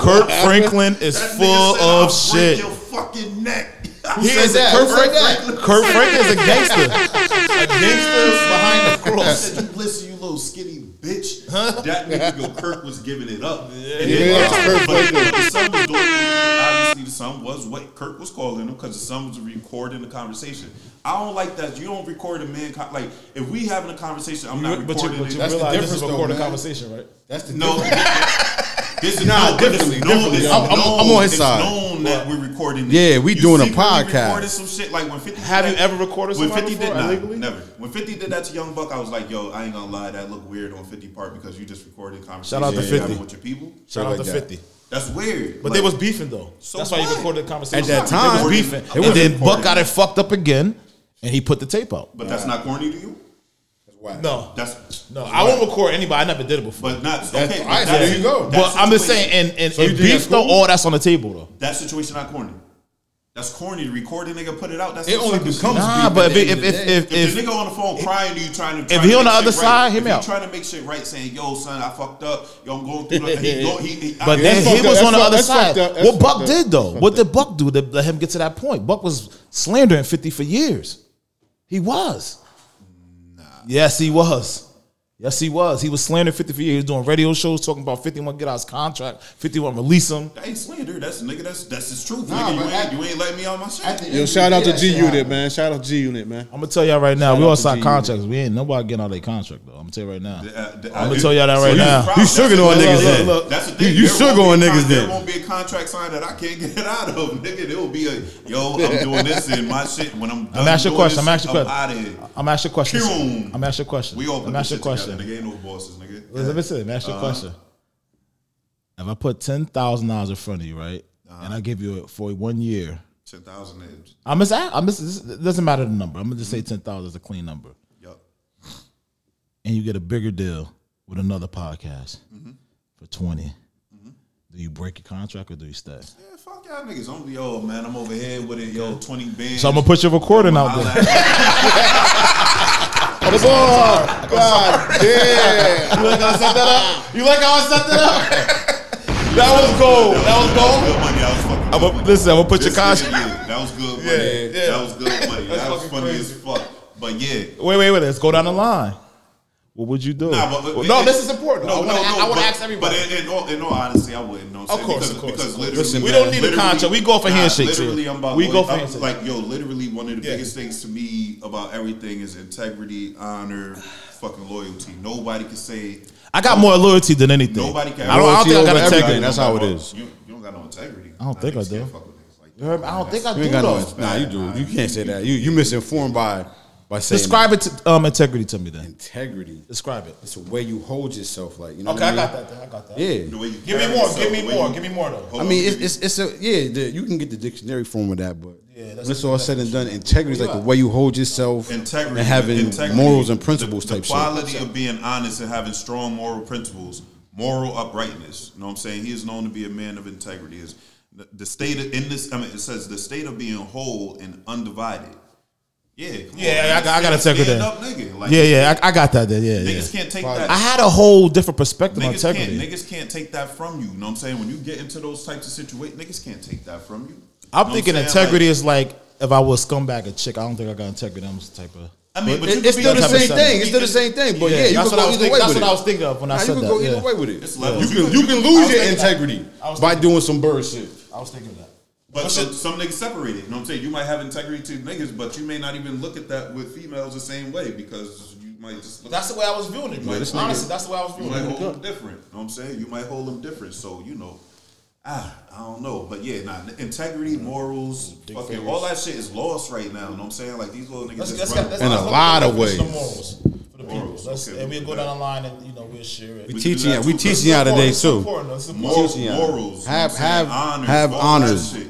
S1: Kirk Franklin is
S3: that nigga
S1: full
S3: said, I'll
S1: of shit.
S3: Break your fucking neck.
S1: He is a Kirk Franklin. Kirk Franklin is a gangster.
S3: behind the cross. said, you listen, you little skinny bitch. That nigga, yo, Kirk was giving it up. And then, uh, but the son was doing, obviously, the son was what Kirk was calling him because the son was recording the conversation. I don't like that. You don't record a man. Con- like, if we having a conversation, I'm not recording it.
S4: That's the difference, though, man.
S1: conversation, right?
S4: That's the
S3: No. This is
S4: Nah,
S3: no, but it's
S4: definitely,
S3: known-
S4: definitely.
S3: it's
S4: I'm- I'm-
S3: known-
S4: I'm on his
S3: it's
S4: side.
S3: known that we're recording. this.
S4: Yeah, we
S3: You
S4: doing a
S3: secretly
S4: podcast.
S3: Recorded some shit like when 50
S1: Have you ever recorded
S3: when
S1: somebody
S3: 50 did
S1: before
S3: nah,
S1: illegally?
S3: Never. When 50 did that to Young Buck, I was like, yo, I ain't gonna lie, that looked weird on 50 part because you just recorded
S1: Shout
S3: conversation
S1: out to
S3: you having
S1: 50.
S3: with your people.
S1: Shout out
S4: like
S1: to
S4: that.
S1: 50.
S3: That's weird.
S1: But
S3: Like,
S1: they was beefing though.
S3: So
S1: That's why
S3: what?
S1: you recorded the conversation.
S4: At that
S1: They
S4: time,
S1: was beefing.
S3: it
S1: And
S3: was
S1: then
S3: recorded.
S1: Buck got it fucked up again, and he put the tape out.
S3: But that's not corny to you.
S7: whack.
S1: No,
S3: That's
S1: no. I won't record anybody. I never did it before.
S3: but not okay.
S7: That's-
S3: but
S7: all right, so
S3: that-
S7: there you go.
S3: that
S7: But
S1: But I'm just
S3: situation-
S1: saying, and and,
S7: you
S1: and
S7: think that's
S1: beef though,
S7: cool?
S1: all that's on the table though.
S3: that situation not corny. That's corny. Recording nigga, put it out. That's
S7: It only
S3: fucking-
S7: becomes
S1: Nah,
S7: beef
S1: but
S7: at
S1: if
S7: the
S1: if
S7: end of the
S1: if,
S7: day.
S1: if,
S3: If,
S1: if,
S3: the nigga on the phone crying to you, trying to
S1: if
S3: trying
S1: he
S3: to
S1: on the
S3: make
S1: other
S3: shit right,
S1: side, him
S3: if he
S1: out.
S3: Trying to make shit right, saying yo son, I fucked up. Yo, I'm going through. The, he go, he, he,
S1: but
S3: I,
S1: then
S2: that's
S1: he
S2: fucked
S1: was
S2: up,
S1: on the
S2: that's
S1: other
S2: fucked
S1: side.
S2: up, that's
S1: What Buck
S2: fucked up,
S1: did though?
S2: that's
S1: What did Buck do to let him get to that point? Buck was slandering Fifty for years. He was. Yes, he was. Yes, he was. He was slandering 50 for years. He was doing radio shows talking about 51 get out his contract, 51 release him.
S3: that ain't slander. That's nigga. That's that's his truth.
S7: Nah,
S3: nigga, you
S7: but
S3: ain't
S7: at-
S3: you ain't letting me out my shit.
S7: At the end
S2: Yo,
S7: of
S2: shout
S7: the
S2: out
S7: day,
S2: to
S7: that
S2: G
S7: shit
S2: Unit,
S7: happened.
S2: man. Shout out to G Unit, man.
S1: I'm gonna tell y'all right now, we
S2: out
S1: all
S2: to
S1: signed
S2: G.
S1: contracts. We ain't nobody getting out of their contract though. I'm gonna tell you right now.
S3: I'm
S1: I'ma tell y'all that right now.
S7: You sugar on niggas then.
S3: That's the thing.
S7: You- you
S3: There
S7: sugar
S3: won't
S7: on
S3: be a
S7: niggas
S3: con- There
S7: then.
S3: won't be a contract signed that I can't get it out of, nigga. There will be a yo. I'm doing this and my shit when I'm done.
S1: I'm asking you a
S3: doing
S1: question.
S3: this,
S1: I'm asking you a
S3: I'm out of here.
S1: I'm asking questions.
S3: Pew.
S1: I'm asking question.
S3: We all put
S1: I'm
S3: this
S1: asking
S3: shit
S1: question.
S3: together. Nigga ain't no bosses, nigga.
S1: Listen, listen, I'm
S3: Uh-huh.
S1: asking question. If I put ten thousand dollars in front of you, right,
S3: Uh-huh.
S1: and I give you it for one year,
S3: Ten thousand is
S1: I'm just, I'm just, this- it doesn't matter the number. I'm gonna just
S3: Mm-hmm.
S1: say ten thousand is a clean number,
S3: yup.
S1: and you get a bigger deal with another podcast
S3: Mm-hmm.
S1: for 20 Do you break your contract or do you stay?
S3: Yeah, fuck y'all niggas. I'm yo man. I'm over here with it. Yo, twenty bands.
S1: So I'm gonna put your recording out there.
S2: God
S1: You
S2: damn.
S1: like how I set that up? You like how I set that up? that was gold. That was gold.
S3: Good money. That was fucking.
S1: I'm
S3: good
S1: a,
S3: money.
S1: listen, I'm gonna put your
S3: This nigga,
S1: contract.
S3: yeah, that was good money.
S1: Yeah, yeah.
S3: That was good money. that was
S1: fucking
S3: funny
S1: crazy.
S3: as fuck. But yeah.
S1: Wait, wait, wait. Let's go down the line. What would you do?
S3: Nah, but-
S1: Well, no,
S3: it-
S1: this is important.
S3: No,
S1: I wanna,
S3: no,
S1: I
S3: no,
S1: wanna
S3: but-
S1: ask everybody.
S3: But in, in, all, in all honesty, I wouldn't. Know
S1: Of course,
S3: because,
S1: of course.
S3: Because
S1: Listen,
S3: literally,
S1: we don't need a
S3: literally-
S1: contract. We go for handshakes here.
S3: Literally, I'm about.
S1: We
S3: like,
S1: go for
S3: I'm-
S1: handshakes.
S3: Like yo, literally, one of the
S1: Yeah.
S3: biggest things to me about everything is integrity, honor, fucking loyalty. Nobody can say.
S1: I got more loyalty than anything.
S3: Nobody can.
S1: I don't, I don't
S7: Loyalty
S1: think I got
S7: over
S1: integrity.
S7: everything. That's
S3: You don't
S7: how
S3: got
S7: it
S3: no-
S7: is.
S3: You, you don't got no integrity.
S1: I don't think I
S3: niggas
S1: do.
S3: can't fuck with niggas like that.
S1: You heard me? I don't think I
S7: You
S1: do
S7: ain't got
S1: though.
S7: no. Nah, you do. You can't say that. You you misinformed by by saying
S1: Describe it to, um, integrity to me then.
S7: integrity.
S1: Describe it.
S7: It's the way you hold yourself, like you know.
S1: Okay, I got that. Then. I got that.
S7: Yeah.
S3: The way you
S1: Give me
S3: carry
S1: more.
S3: yourself,
S1: Give me
S3: the way
S1: more.
S3: you-
S1: Give me more though.
S7: I mean, it's, it's it's a yeah. The, you can get the dictionary form of that, but
S1: Yeah, that's-
S7: when it's all said and done, integrity is like the way you hold yourself
S3: integrity
S7: and having
S3: integrity,
S7: morals and principles
S3: the,
S7: type
S3: the
S7: shit.
S3: quality of being honest and having strong moral principles moral uprightness you know what i'm saying he is known to be a man of integrity is the, the state of, in this i mean it says the state of being whole and undivided yeah come
S1: Yeah, I
S3: man.
S1: got- I got
S3: Stand-
S1: integrity.
S3: stand up, nigga. Like,
S1: Yeah, yeah. I, I got that then. Yeah,
S3: niggas
S1: yeah.
S3: can't take that
S1: I had a whole different perspective on
S3: Niggas can't,
S1: integrity.
S3: niggas can't take that from you. You know what I'm saying? When you get into those types of situations, niggas can't take that from you.
S1: I'm
S3: You know what
S1: thinking
S3: saying?
S1: integrity
S3: Like,
S1: is like if I was scumbag a chick, I don't think I got integrity. I'm just the type of.
S3: I mean, but you
S7: It-
S3: can
S7: it's
S3: be
S7: still
S3: that
S7: the
S3: type of
S7: same
S3: son.
S7: thing. It's still the same thing, but yeah, you
S1: that's
S7: can
S1: what I
S7: go
S1: was
S7: either
S1: thinking.
S7: way
S1: That's
S7: with
S1: what
S7: it.
S1: I was thinking of when I
S7: Nah,
S1: said
S7: you can
S1: that.
S7: go either
S1: yeah.
S7: way with it.
S3: It's levels.
S7: You
S3: You
S7: can
S3: can-
S7: you can
S1: I
S7: lose
S1: was
S7: your
S1: thinking that.
S7: integrity
S1: I was
S7: by
S1: thinking
S7: doing some bird shit.
S1: I was thinking that.
S3: But some, some niggas separated. You know what I'm saying? You might have integrity to niggas, but you may not even look at that with females the same way because you might just look
S1: That's the way I was viewing it.
S3: this
S1: Like,
S3: nigga-
S1: honestly, that's the way I was
S3: you
S1: viewing
S3: might
S1: it.
S3: hold them different. You know what I'm saying? You might hold them different. So, you know, ah, I don't know. But yeah, nah, integrity, morals, fucking all that shit is lost right now. You know what I'm saying? Like these little niggas
S1: Let's,
S3: just
S1: let's
S3: run-
S1: get, let's,
S7: In a
S1: let's
S7: lot of
S1: definition
S7: ways.
S1: morals for the people.
S3: Morals,
S1: Let's,
S3: okay,
S1: and
S3: we
S1: we'll
S3: can
S1: go
S3: do
S1: down the line and you know we'll share it.
S7: We
S3: We
S7: teaching
S3: do
S7: y'all.
S3: that
S7: We
S3: too,
S7: teaching y'all
S1: It's
S7: today
S1: important,
S7: too.
S1: it's important, it's important.
S3: morals,
S7: teaching y'all.
S3: morals. you know
S7: Have-
S3: what I'm saying?
S7: have-
S3: honors,
S7: have
S3: all that
S7: honors.
S3: shit.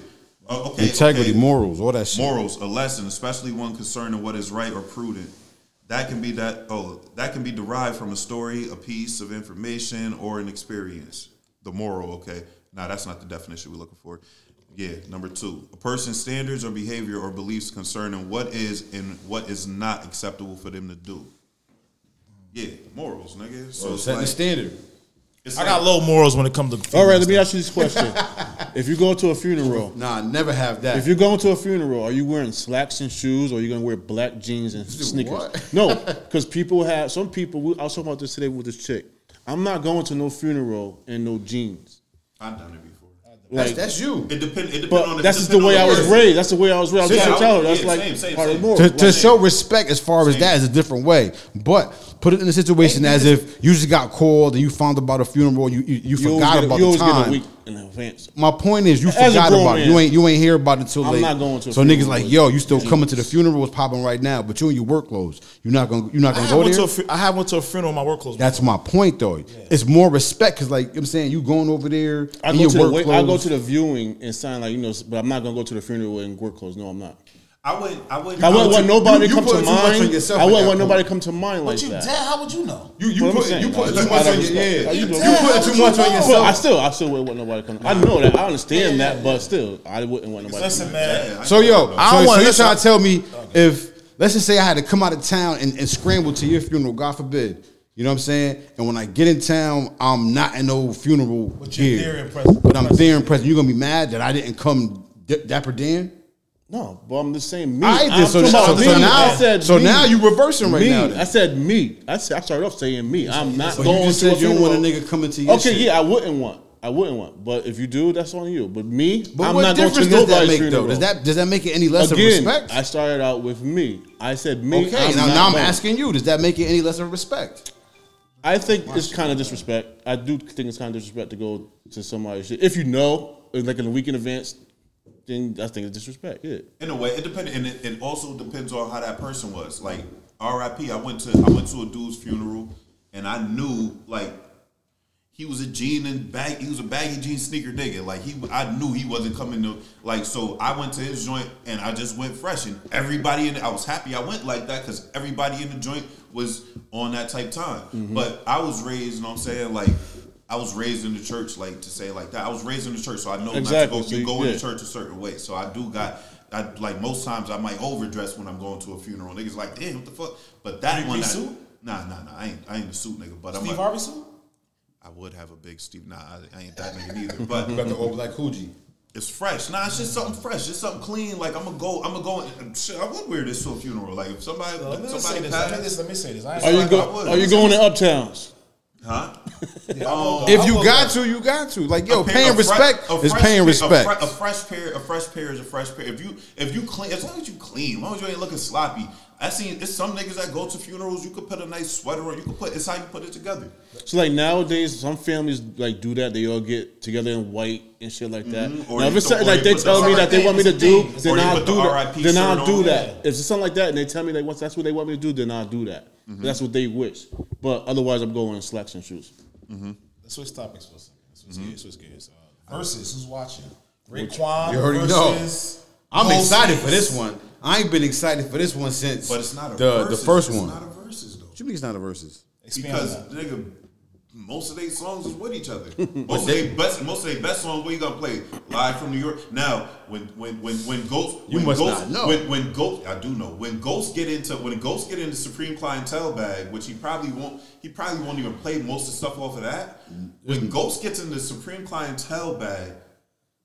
S3: Uh, okay,
S7: Integrity,
S3: okay.
S7: morals, all that shit.
S3: morals, a lesson, especially one concerning what is right or prudent. That can be that oh that can be derived from a story, a piece of information, or an experience. The moral, okay. Now that's not the definition we're looking for. Yeah, number two, a person's standards or behavior or beliefs concerning what is and what is not acceptable for them to do. Yeah, morals, nigga. So it's
S7: Setting
S3: like,
S7: the standard.
S3: it's
S1: I
S3: like-
S1: got low morals when it comes to.
S2: All right, let me ask you this question. if you go to a funeral,
S7: Nah, never have that.
S2: if you're going to a funeral, are you wearing slacks and shoes or are you going to wear black jeans and sneakers?
S7: what?
S2: No, because people have, some people, we, I was talking about this today with this chick. I'm not going to no funeral in no jeans.
S3: I've done it before.
S7: that's,
S2: Like,
S7: that's you.
S3: It depend. It depend on
S2: but
S3: the,
S2: that's
S3: it
S2: just the
S3: depend
S2: way
S3: on
S2: I was
S3: person.
S2: raised. That's the way I was raised. I'm
S3: Yeah,
S2: trying to
S3: I
S2: tell her. That's
S3: was- yeah,
S2: like
S3: same, same,
S2: part of
S3: same.
S2: the moral.
S7: To, to
S2: Like,
S7: show respect as far as that is a different way, but put it in a situation as if you just got called and you found about a funeral, you you, you,
S2: you always
S7: forgot
S2: get a-
S7: about
S2: you
S7: the
S2: always get a
S7: time.
S2: week in advance.
S7: My point is, you
S2: As a
S7: forgot
S2: grown
S7: about it. You
S2: man,
S7: ain't you ain't hear about it until
S2: I'm
S7: late.
S2: not going to a
S7: so
S2: funeral
S7: niggas like,
S2: with
S7: yo, you still coming to the
S2: Jesus.
S7: funeral is popping right now, but you and your work clothes. You're not gonna you're not
S1: I
S7: gonna
S1: had,
S7: go
S1: one to
S7: there.
S1: a, fu- I had one to a funeral in my work clothes.
S7: That's my point though. It's more respect because like you know what I'm saying you going over there
S2: I
S7: in
S2: go,
S7: your
S2: to the
S7: work
S2: way, I
S7: clothes.
S2: go to the viewing and sign like you know, but I'm not gonna go to the funeral in work clothes. No, I'm not.
S3: I wouldn't. I wouldn't.
S2: I wouldn't want nobody
S8: you
S2: to come
S8: put
S2: to
S8: too much on
S2: mind.
S8: yourself
S2: I
S8: at
S2: wouldn't
S8: that
S2: want
S8: point.
S2: nobody to come to mind like
S8: But you
S2: that.
S8: dead? How would you know?
S3: You you
S2: Well,
S3: put,
S2: I'm
S3: you
S2: saying,
S3: put
S2: like,
S3: too
S2: out
S3: much
S2: of
S3: on your
S2: respect.
S3: yeah.
S8: Like,
S3: You,
S8: you
S3: you
S8: dead,
S3: put
S8: how
S3: too
S8: would
S3: much
S8: you
S3: on
S8: know?
S2: Well, I
S3: yourself.
S2: still, I still wouldn't want nobody to come. I know that. I understand that, but still, I wouldn't want nobody.
S1: Listen,
S2: to come
S1: man.
S7: So
S1: I
S7: yo, I
S1: don't
S7: don't so,
S1: wanna
S7: so you
S1: listen.
S7: trying to tell me if let's just say I had to come out of town and, and scramble to your funeral, God forbid. You know what I'm saying? And when I get in town, I'm not in no funeral
S1: But you're
S7: gear.
S1: there in present-
S7: But I'm
S1: present.
S7: there in present. You're gonna be mad that I didn't come d- dapper Dan.
S2: No, but I'm just saying me.
S7: I
S2: I'm
S7: did. So,
S2: talking
S7: so,
S2: about
S7: so
S2: me. I
S7: now,
S2: said
S7: so
S2: me.
S7: now you reversing right
S2: me.
S7: now.
S2: I
S7: Then.
S2: said me. I said I started off saying me. I'm not
S7: But you
S2: going
S7: just
S2: to a
S7: said you don't
S2: funeral.
S7: want a nigga coming to your
S2: Okay,
S7: shit.
S2: yeah, I wouldn't want. I wouldn't want. But if you do, that's on you. But me,
S7: But
S2: I'm
S7: what
S2: not going
S7: difference
S2: to
S7: does that
S2: nobody's
S7: make
S2: funeral.
S7: though? Does that does that make it any less
S2: Again,
S7: of respect?
S2: I started out with me. I said me.
S7: okay,
S2: I'm
S7: now,
S2: not
S7: now I'm
S2: going.
S7: asking you, does that make it any less of respect?
S2: I think it's kind of disrespect. I do think it's kind of disrespect to go to somebody's shit. If you know, like in a week in advance, then I think it's disrespect. Yeah.
S3: In a way, it depends, and it, it also depends on how that person was. Like R.I.P. I went to I went to a dude's funeral, and I knew like he was a jean and bag. He was a baggy jean sneaker nigga. Like he, I knew he wasn't coming to like. So I went to his joint, and I just went fresh, and everybody in. I was happy I went like that because everybody in the joint was on that type time.
S2: Mm-hmm.
S3: But I was raised, you know what I'm saying? Like I was raised in the church, like to say it like that. I was raised in the church, so I know
S2: Exactly.
S3: not to go. You
S2: So
S3: go
S2: you-
S3: in the
S2: yeah.
S3: church church a certain way. So I do got I like most times I might overdress when I'm going to a funeral. Niggas like, damn, what the fuck? But that one,
S1: Three-piece
S3: I-
S1: suit?
S3: nah, nah, nah. I ain't, I ain't a suit nigga. But
S1: Steve
S3: I'm
S1: Harvey
S3: like,
S1: suit?
S3: I would have a big Steve. Nah, I, I ain't that nigga neither. But
S8: Got the old black hoogie.
S3: it's fresh. Nah, it's just something fresh. It's something clean. Like I'm gonna go. I'm gonna go. and- Shit, I would wear this to a funeral. Like if somebody,
S1: Let me
S3: if
S1: say
S3: somebody
S1: this. Let me,
S3: passed,
S1: this. Let me say this. I ain't
S2: Are you
S3: go-
S2: going?
S3: would.
S2: Are you going to uptowns?
S3: huh?
S7: If you
S1: will
S7: got to, you got to. Like yo,
S3: A pair-
S7: paying
S3: a fre-
S7: respect
S3: a
S7: is
S3: fresh
S7: paying
S3: pair-
S7: respect.
S3: A, fre- a fresh pair, a fresh pair is a fresh pair. If you if you clean, as long as you clean, as long as you ain't looking sloppy. I seen it's some niggas that go to funerals. You could put a nice sweater on. You could put. It's how you put it together.
S2: So like nowadays, some families like do that. They all get together in white and shit like that.
S3: Mhm. Or
S2: now,
S3: you
S2: if it's
S3: put-
S2: something
S3: or
S2: like
S3: you
S2: they
S3: put the
S2: tell me that they
S1: RIP
S2: want me to do,
S1: thing.
S2: then
S3: Or you
S2: I'll
S3: put the
S2: do that.
S3: RIP
S2: Then
S3: shirt
S2: I'll do
S3: on.
S2: that. If it's something like that, and they tell me like once that's what they want me to do, then I'll do that.
S3: Mm-hmm.
S2: That's what they wish. But otherwise, I'm going in slacks and shoes.
S1: Let's switch topics for a second. Let's Switch gears. Switch gears. Uh, versus who's watching? Raekwon
S7: You already know.
S1: versus.
S7: I'm
S1: Lil
S7: excited
S1: Sneaks.
S7: for this one. I ain't been excited for this one since
S3: But it's not a
S7: the
S3: versus.
S7: the first
S3: It's
S7: one.
S3: Not a
S7: What
S3: verses though.
S7: you mean it's not a versus?
S1: Expand on
S3: Because
S1: that.
S3: nigga, most of their songs is with each other. Most of their best, most of their best songs. Where you gonna play live from New York? Now, when when when when Ghost,
S7: You
S3: when
S7: must
S3: Ghost,
S7: not know.
S3: When, when Ghost, I do know. When Ghost get into when Ghost get into Supreme Clientele bag, which he probably won't. He probably won't even play most of the stuff off of that.
S7: Mm-hmm.
S3: When Ghost gets into Supreme Clientele bag,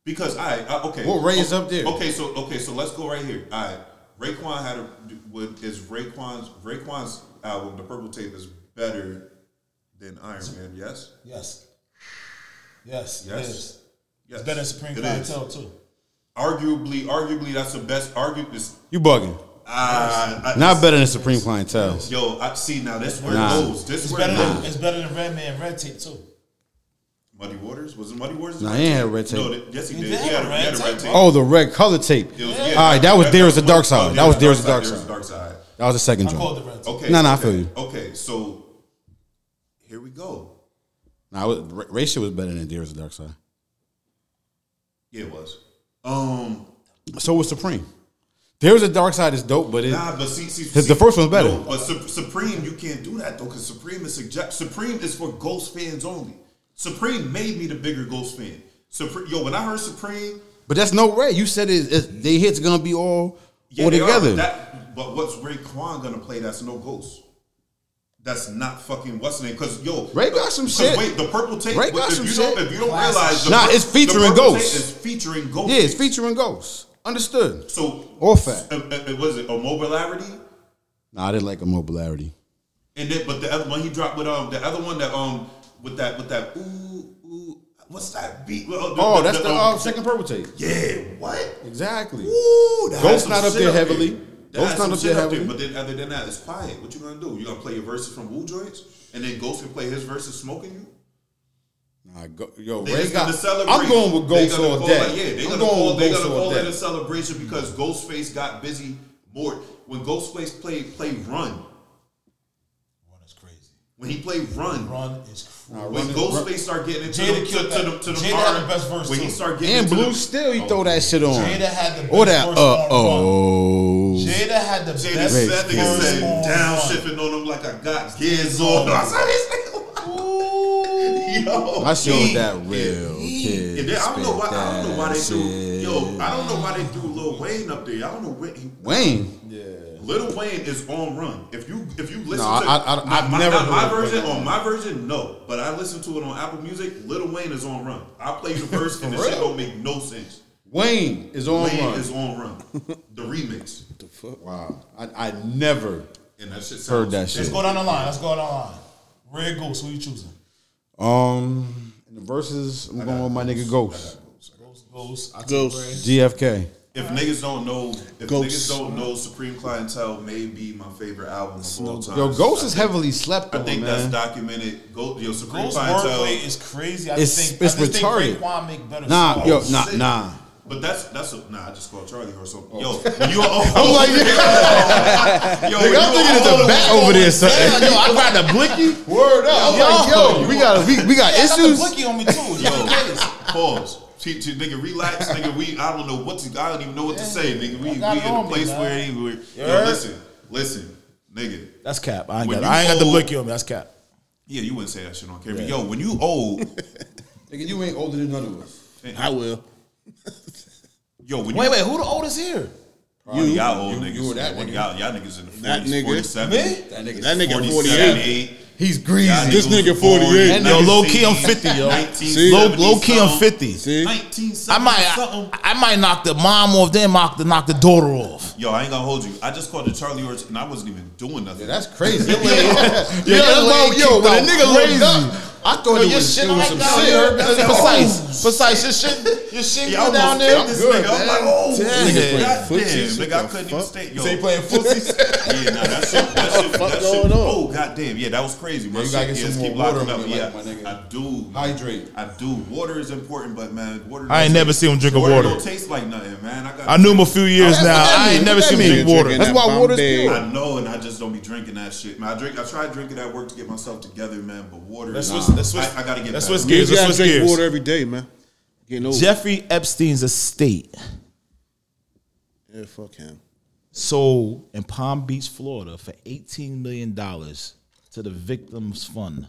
S3: because I okay,
S7: What Ray is up there?
S3: Okay, so okay, so let's go right here. All right, Raekwon had a with is Raekwon's Raekwon's album, The Purple Tape, is better than Iron Man. Yes,
S1: Yes. Yes. Yes.
S3: Yes.
S1: It is.
S3: yes,
S1: Better than Supreme
S3: It is.
S1: Clientele too.
S3: Arguably, arguably, that's the best. Arguably,
S7: You bugging?
S3: uh,
S7: Not better than Supreme Clientele.
S3: Yo, I see now. This where
S7: Nah.
S3: it goes. This
S1: It's
S3: where
S1: better.
S3: it
S1: Than,
S3: goes.
S1: it's better than Red Man Red Tape too.
S3: Muddy Waters was it Muddy Waters?
S7: Nah, he ain't had a red tape.
S3: No, that- yes, he
S1: He
S3: did.
S1: did
S3: He had a, he had a red tape.
S7: Oh, the red color tape.
S3: It was-
S7: All
S3: yeah,
S7: right, that was
S3: red-
S7: there is a dark
S3: Oh,
S7: side.
S3: yeah,
S7: That was there is a dark
S3: There is a
S7: side.
S3: dark side.
S7: That was the second
S1: I called the
S7: joint.
S1: Red Tape.
S3: Okay.
S7: Nah, nah, I
S3: okay,
S7: feel you.
S3: Okay, so here we go.
S7: Nah, it was- Ray shit was better than there is a dark side.
S3: Yeah, it was. Um,
S7: So was Supreme. There is a dark side is dope, but it,
S3: nah, but see, see,
S7: His-
S3: see-
S7: the first one's better.
S3: No, but Sup- Supreme, you can't do that though, because Supreme is subject. Supreme is for Ghost fans only. Supreme made me the bigger Ghost fan. Supreme, yo, when I heard Supreme,
S7: but that's no Ray. You said it, it, they hits gonna be all all
S3: they are,
S7: together.
S3: but that, but what's Ray Kwan gonna play? That's no Ghost. That's not fucking what's the name? Because yo,
S7: Ray got some
S3: 'cause
S7: shit.
S3: Wait, the purple tape.
S7: Ray
S3: if
S7: got
S3: you
S7: some
S3: don't-
S7: shit.
S3: If you don't
S1: Classic.
S3: realize, the
S7: Nah,
S3: pur-
S7: it's featuring
S3: the purple
S7: Ghost.
S3: Tape is featuring Ghost.
S7: yeah, it's featuring ghosts. Understood.
S3: So
S7: All fat.
S3: Uh, uh, uh, was it immobilarity?
S7: Nah, I didn't like immobility.
S3: And then, but the other one he dropped with um the other one that um with that with that ooh ooh what's that beat? Well, the-
S7: Oh, that's the
S3: um,
S7: uh, second purple tape.
S3: Yeah, what?
S7: Exactly.
S3: Ooh, that has
S7: Ghost not
S3: some
S7: up
S3: shit
S7: there heavily.
S3: That has
S7: Ghost not
S3: some
S7: up
S3: shit
S7: there
S3: up there,
S7: heavily.
S3: But then other than that, it's quiet. What you gonna do? You gonna play your verses from Woo joints, and then Ghost can play his verses smoking you.
S7: Nah, go, yo,
S3: They
S7: Ray
S3: just gonna
S7: got.
S3: celebrate.
S7: I'm going with
S3: They
S7: Ghost
S3: gonna
S7: all
S3: call
S7: day.
S3: it- yeah, they
S7: I'm
S3: gonna
S7: going
S3: call,
S7: with
S3: they
S7: Ghost
S3: gonna
S7: all
S3: call it
S7: day.
S3: a celebration because Ghostface got busy more when Ghostface played play Run
S1: Run is crazy.
S3: when he played
S1: Run is crazy.
S3: When Ghostface start getting into
S1: Jada
S3: them, to,
S1: killed
S3: to,
S1: that.
S3: the, to the
S1: Jada
S3: bar,
S1: had the best verse,
S3: when he
S1: too.
S3: start getting
S7: And
S3: into
S7: Blue
S3: the-
S7: still, he throw that shit on.
S1: Jada had the
S7: Or
S1: best
S7: that.
S1: verse
S7: Uh
S1: on Run.
S7: oh.
S1: had the best
S3: That nigga said
S1: corresponding-
S3: down shifting on him like I got gears on. I said this nigga. Yo,
S7: I showed
S3: he-
S7: that real kid.
S3: And then I don't know why I don't know why they
S7: spit
S3: do
S7: that
S3: yo, I don't know why they do Lil Wayne up there. I don't know where he,
S7: Wayne.
S3: Lil Wayne is on run. If you if you listen
S7: No,
S3: to
S7: I- I- I-
S3: my,
S7: I've
S3: my,
S7: never
S3: not my
S7: heard of
S3: version on my version, no. But I listen to it on Apple Music, Lil Wayne is on run. I play the verse and the shit don't make no sense.
S7: Wayne is on
S3: Wayne
S7: one.
S3: is on run. The remix.
S7: wow. I, I never
S3: And that shit sounds
S7: heard that
S1: Let's
S7: shit.
S1: go down the line. Let's go down the line. Red Goose, who you choosing?
S7: Um, in the verses, I'm going with my nigga Ghost.
S1: Ghost, Ghost. I took Red.
S2: Ghost.
S7: GFK.
S3: If niggas don't know, if
S2: Ghost.
S3: niggas don't know, Supreme Clientele may be my favorite album of all time.
S7: Yo, Ghost is
S3: I think-
S7: heavily slept
S3: I
S7: on,
S3: think that's
S7: man.
S3: documented. Go, yo, Supreme
S1: Ghost
S3: Clientele.
S1: wordplay is crazy. I
S7: It's-
S1: think
S7: it's
S1: I just
S7: retarded.
S1: Think Raekwon make better
S7: Nah,
S1: songs.
S7: yo, nah,
S3: sick.
S7: nah.
S3: But that's that's a, nah. I just called Charlie or something.
S7: Oh.
S3: Yo, when you I'm like, yo, when
S7: I'm
S3: you
S7: thinking it's a
S3: all-
S7: bat over there, son.
S6: yo, I grabbed the blicky.
S7: Word up. Yo, we got we, we got
S1: Yeah, I got the
S7: issues.
S1: blicky on me too.
S3: Yo, pause. T- t- nigga, relax, nigga. We, I don't know what to, I don't even know what to say, nigga. We, we in
S1: got it
S3: a
S1: on me,
S3: place
S1: man.
S3: where he, where, yo,
S1: heard?
S3: listen, listen, nigga.
S1: That's cap. I ain't,
S3: When
S1: got,
S3: you
S1: I ain't got the
S3: old-
S1: blicky on me. That's cap.
S3: Yeah, you wouldn't say that shit on camera. Yo, when you old,
S7: Nigga, you ain't older than none of us.
S2: I will.
S3: yo, when
S1: Wait,
S3: you
S1: wait, who the oldest here?
S3: Probably y'all old
S7: you
S3: niggas.
S7: were that
S3: When
S7: nigga.
S3: Y'all, y'all niggas in the 40s,
S2: That nigga.
S3: 47.
S2: That nigga
S3: 47,
S2: 48.
S3: 8.
S7: He's greasy.
S3: Y'all
S2: This
S3: niggas
S2: nigga
S3: was born
S2: 48.
S1: Yo, low key, I'm 50, yo.
S3: 1970
S1: Low, low key, I'm
S3: something.
S1: 50.
S2: See?
S3: 19
S1: I
S3: something.
S1: might,
S3: something.
S1: I, I might knock the mom off, then knock the knock the daughter off.
S3: Yo, I ain't gonna hold you. I just called the Charlie Orts and I wasn't even doing nothing.
S7: That's crazy. yo,
S1: your leg
S7: yo, when a
S1: kicked
S7: nigga
S1: out
S7: looked
S1: crazy.
S7: up, I thought he
S1: your
S7: was
S1: shit
S7: doing
S1: like
S7: some
S1: down
S7: shit.
S1: there.
S7: That's like, oh,
S1: Precise, precise. Your shit, your shit
S3: Yeah, I
S1: go down there.
S3: almost fit this
S7: good,
S3: nigga. I'm
S7: man.
S3: like, oh,
S1: Damn.
S3: shit. God damn,
S2: Footsies,
S3: nigga,
S2: what
S3: I
S2: the
S3: couldn't even
S2: fuck?
S3: stand. Yo,
S7: They playing footsie.
S3: yeah, nah, that shit, that shit, that shit,
S2: going on?
S3: oh, god damn, yeah, that was crazy. My
S7: you gotta
S3: shit
S7: get some
S3: is
S7: more
S3: keep
S7: water
S3: locking
S7: in
S3: up.
S7: your
S3: Yeah,
S7: life, my nigga.
S3: I do.
S7: Hydrate.
S3: I do. Water is important, but man, water.
S1: I ain't
S3: don't
S1: never
S3: taste-
S1: seen him drink a water.
S3: don't taste like nothing, man. I got.
S1: I knew him a few years now.
S7: that
S1: I
S7: mean?
S1: ain't never
S7: Oh, What that
S1: seen him
S7: mean?
S1: drink water.
S7: That's why water's pure.
S3: I know, and I just don't be drinking that shit. Man, I drink. I try drinking at work to get myself together, man. But water.
S1: Let's
S3: nah.
S1: switch- let's switch-
S3: I, I gotta get.
S1: let's
S3: better.
S1: switch
S2: You
S1: Gears, let's
S2: gotta
S1: switch
S2: drink
S1: gears.
S2: water every day, man. Getting old.
S1: Jeffrey Epstein's estate
S2: yeah, fuck him.
S1: sold in Palm Beach, Florida, for eighteen million dollars to the Victims Fund.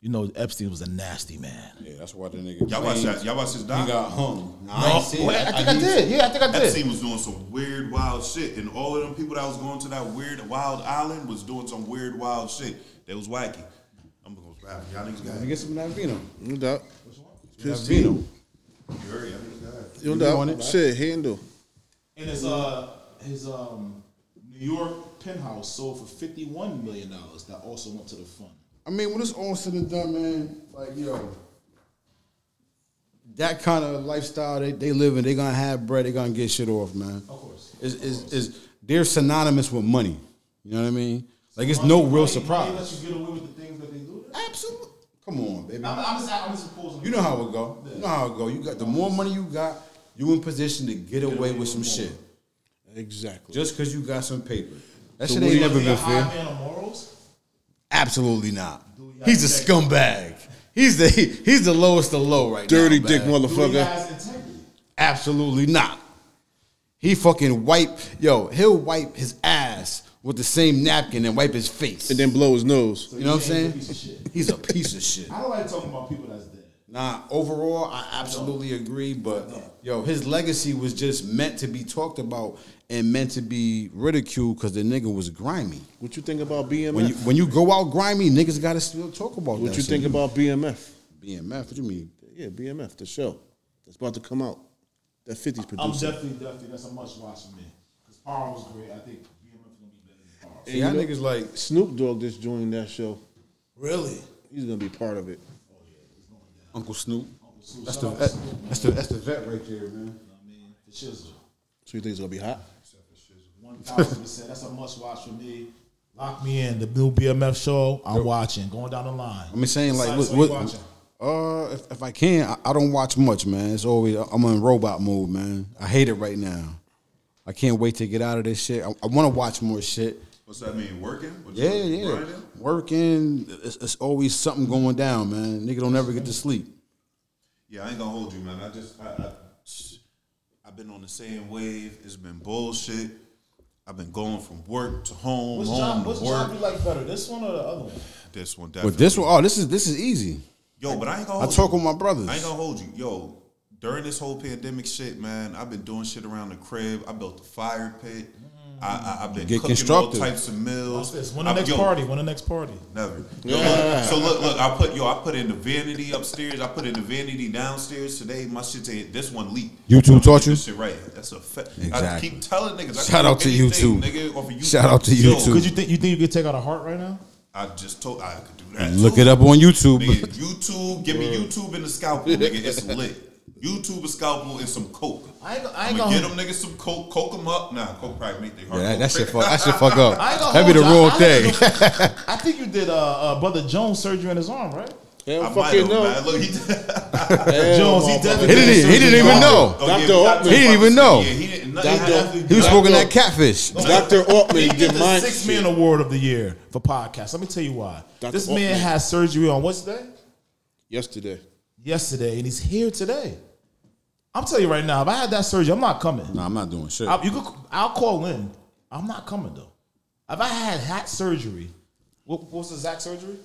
S1: You know, Epstein was a nasty man.
S7: Yeah, that's why the nigga.
S3: Y'all watch that. Y'all watch this
S7: He
S3: doc.
S7: got hung. Nah, I ain't seen
S1: Wait,
S7: that.
S1: I think I,
S7: need to-
S1: did. Yeah, I think I
S3: That
S1: did.
S3: scene was doing some weird, wild shit, and all of them people that was going to that weird, wild island was doing some weird, wild shit. They was wacky. I'm gonna rap. Y'all niggas got
S7: Let me
S3: it.
S7: get some of that vino.
S2: No doubt.
S7: That vino.
S3: You heard? Y'all niggas got it.
S2: No
S7: want
S2: doubt.
S7: it?
S2: Shit, handle.
S1: And his uh his um New York penthouse sold for fifty one million dollars. That also went to the fund.
S7: I mean, when it's all said and done, man, like yo, that kind of lifestyle they they living, they gonna have bread, they gonna get shit off, man. Of
S1: course.
S7: is is is they're synonymous with money. You know what I mean? Like it's no real surprise.
S1: let you get away with the things that they do.
S7: Absolutely. Come on, baby.
S1: I'm, I'm just I'm just supposing.
S7: You know how it go. You know how it go. You got the more money you got, you in position to get away with some shit
S2: Exactly.
S7: just because you got some paper. That
S2: So
S7: shit
S2: what do
S7: ain't
S2: you
S1: Be
S7: never
S1: a
S7: been
S1: high
S7: fair.
S1: man of morals.
S7: Absolutely not. He's a scumbag. He's the he- he's the lowest of low right now.
S2: Dirty dick
S7: man.
S1: Do he
S2: motherfucker.
S1: has integrity?
S7: Absolutely not. He fucking wipe yo. He'll wipe his ass with the same napkin and wipe his face.
S2: And then blow his nose.
S7: you know what I'm saying?
S1: He's a piece of shit.
S7: He's a piece of shit.
S1: I don't like talking about people that's dead.
S7: Nah, overall, I absolutely agree. But yo, his legacy was just meant to be talked about and meant to be ridiculed because the nigga was grimy.
S2: What you think about BMF?
S7: When you when you go out grimy, niggas gotta still talk about
S2: what
S7: that
S2: you
S7: shit.
S2: think about BMF?
S7: BMF? What you mean?
S2: Yeah, BMF, the show that's about to come out. That 50's
S1: I'm
S2: producer.
S1: definitely definitely that's a much watch for me because Power was great. I think BMF gonna be better than Power.
S7: See, y'all niggas like
S2: Snoop Dogg just joined that show.
S1: Really?
S2: He's gonna be part of it.
S7: Uncle Snoop. That's the that- that's the that's the vet right there, man.
S1: I mean, the chisel.
S2: So you think it's gonna be hot?
S1: One thousand percent. That's a must watch for me. Lock me in. The new BMF show. I'm watching. Going down the line.
S7: I'm just saying like
S1: Besides,
S7: what,
S1: what you
S7: what
S1: watching?
S7: uh if, if I can, I, I don't watch much, man. It's always I'm in robot mode, man. I hate it right now. I can't wait to get out of this shit. I, I want to watch more shit.
S3: What's that mean? Working? What you
S7: Yeah,
S3: doing?
S7: yeah.
S3: Grinding?
S7: Working, it's, it's always something going down, man. Nigga don't ever get to sleep.
S3: Yeah, I ain't gonna hold you, man. I just, I, I, I've been on the same wave. It's been bullshit. I've been going from work to home,
S1: Which
S3: home
S1: job?
S3: to
S1: Which
S3: work.
S1: job you like better? This one or the other one?
S3: This one definitely.
S7: But this one, oh, this is this is easy.
S3: Yo, but I ain't gonna.
S7: I
S3: Hold
S7: talk
S3: you.
S7: with my brothers.
S3: I ain't gonna hold you, yo. During this whole pandemic shit, man, I've been doing shit around the crib. I built a fire pit. I, I, I've been
S7: Get
S3: cooking
S7: constructive.
S3: all types of meals.
S1: What's this? When the
S3: I-
S1: next
S3: yo,
S1: party? When the next party?
S3: Never. Yo, look, so look, look. I put yo. I put in the vanity upstairs. I put in the vanity downstairs today. My shit's ain't This one leaked.
S7: YouTube
S3: Yo,
S7: taught
S3: this
S7: you?
S3: Shit right. That's a fact. I
S7: Exactly.
S3: keep telling niggas. I cook
S7: Shout out to
S3: anything,
S7: YouTube.
S3: Nigga, off of YouTube.
S7: Shout out to
S3: Yo,
S7: YouTube.
S1: Could you think you think you could take out a heart right now?
S3: I just told I could do that.
S7: Look
S3: too.
S7: it up on
S3: Nigga,
S7: YouTube.
S3: YouTube, give me YouTube and the scalpel, nigga. It's lit. YouTube, a scalpel, and some coke.
S1: I ain't, go- I
S3: I'm
S1: ain't
S3: gonna
S1: gonna.
S3: get them niggas some coke, coke them up. Nah, coke probably make their heart.
S7: Yeah,
S3: go
S7: that, that shit
S3: crazy.
S7: fuck. That shit fuck up.
S1: I ain't gonna
S7: That'd be the
S1: hold
S7: wrong
S1: you. I-
S7: thing.
S1: I think you did uh, uh brother Jones surgery on his arm, right?
S2: Hell
S3: I might
S2: fucking
S3: have,
S2: no.
S3: man. Look, he,
S1: Jones, he
S2: motherfucker.
S1: definitely
S7: He didn't. He didn't even know.
S3: Oh,
S2: Dr.
S3: yeah,
S2: Oatman.
S3: Dr.
S7: He didn't even
S3: Oatman,
S7: know.
S3: Yeah, he didn't. know.
S2: Doctor-
S7: He was
S2: Doctor-
S7: smoking that catfish.
S2: Dr.
S1: He
S2: Altman
S1: get
S2: did
S1: the
S2: mine.
S1: six man award of the year for podcast. Let me tell you why.
S2: Dr.
S1: This man
S2: Altman.
S1: had surgery on what's day?
S2: yesterday.
S1: Yesterday, and he's here today. I'm telling you right now, if I had that surgery, I'm not coming.
S7: Nah, I'm not doing shit.
S1: I, you could, I'll call in. I'm not coming though. If I had hat surgery, what, what was the exact surgery?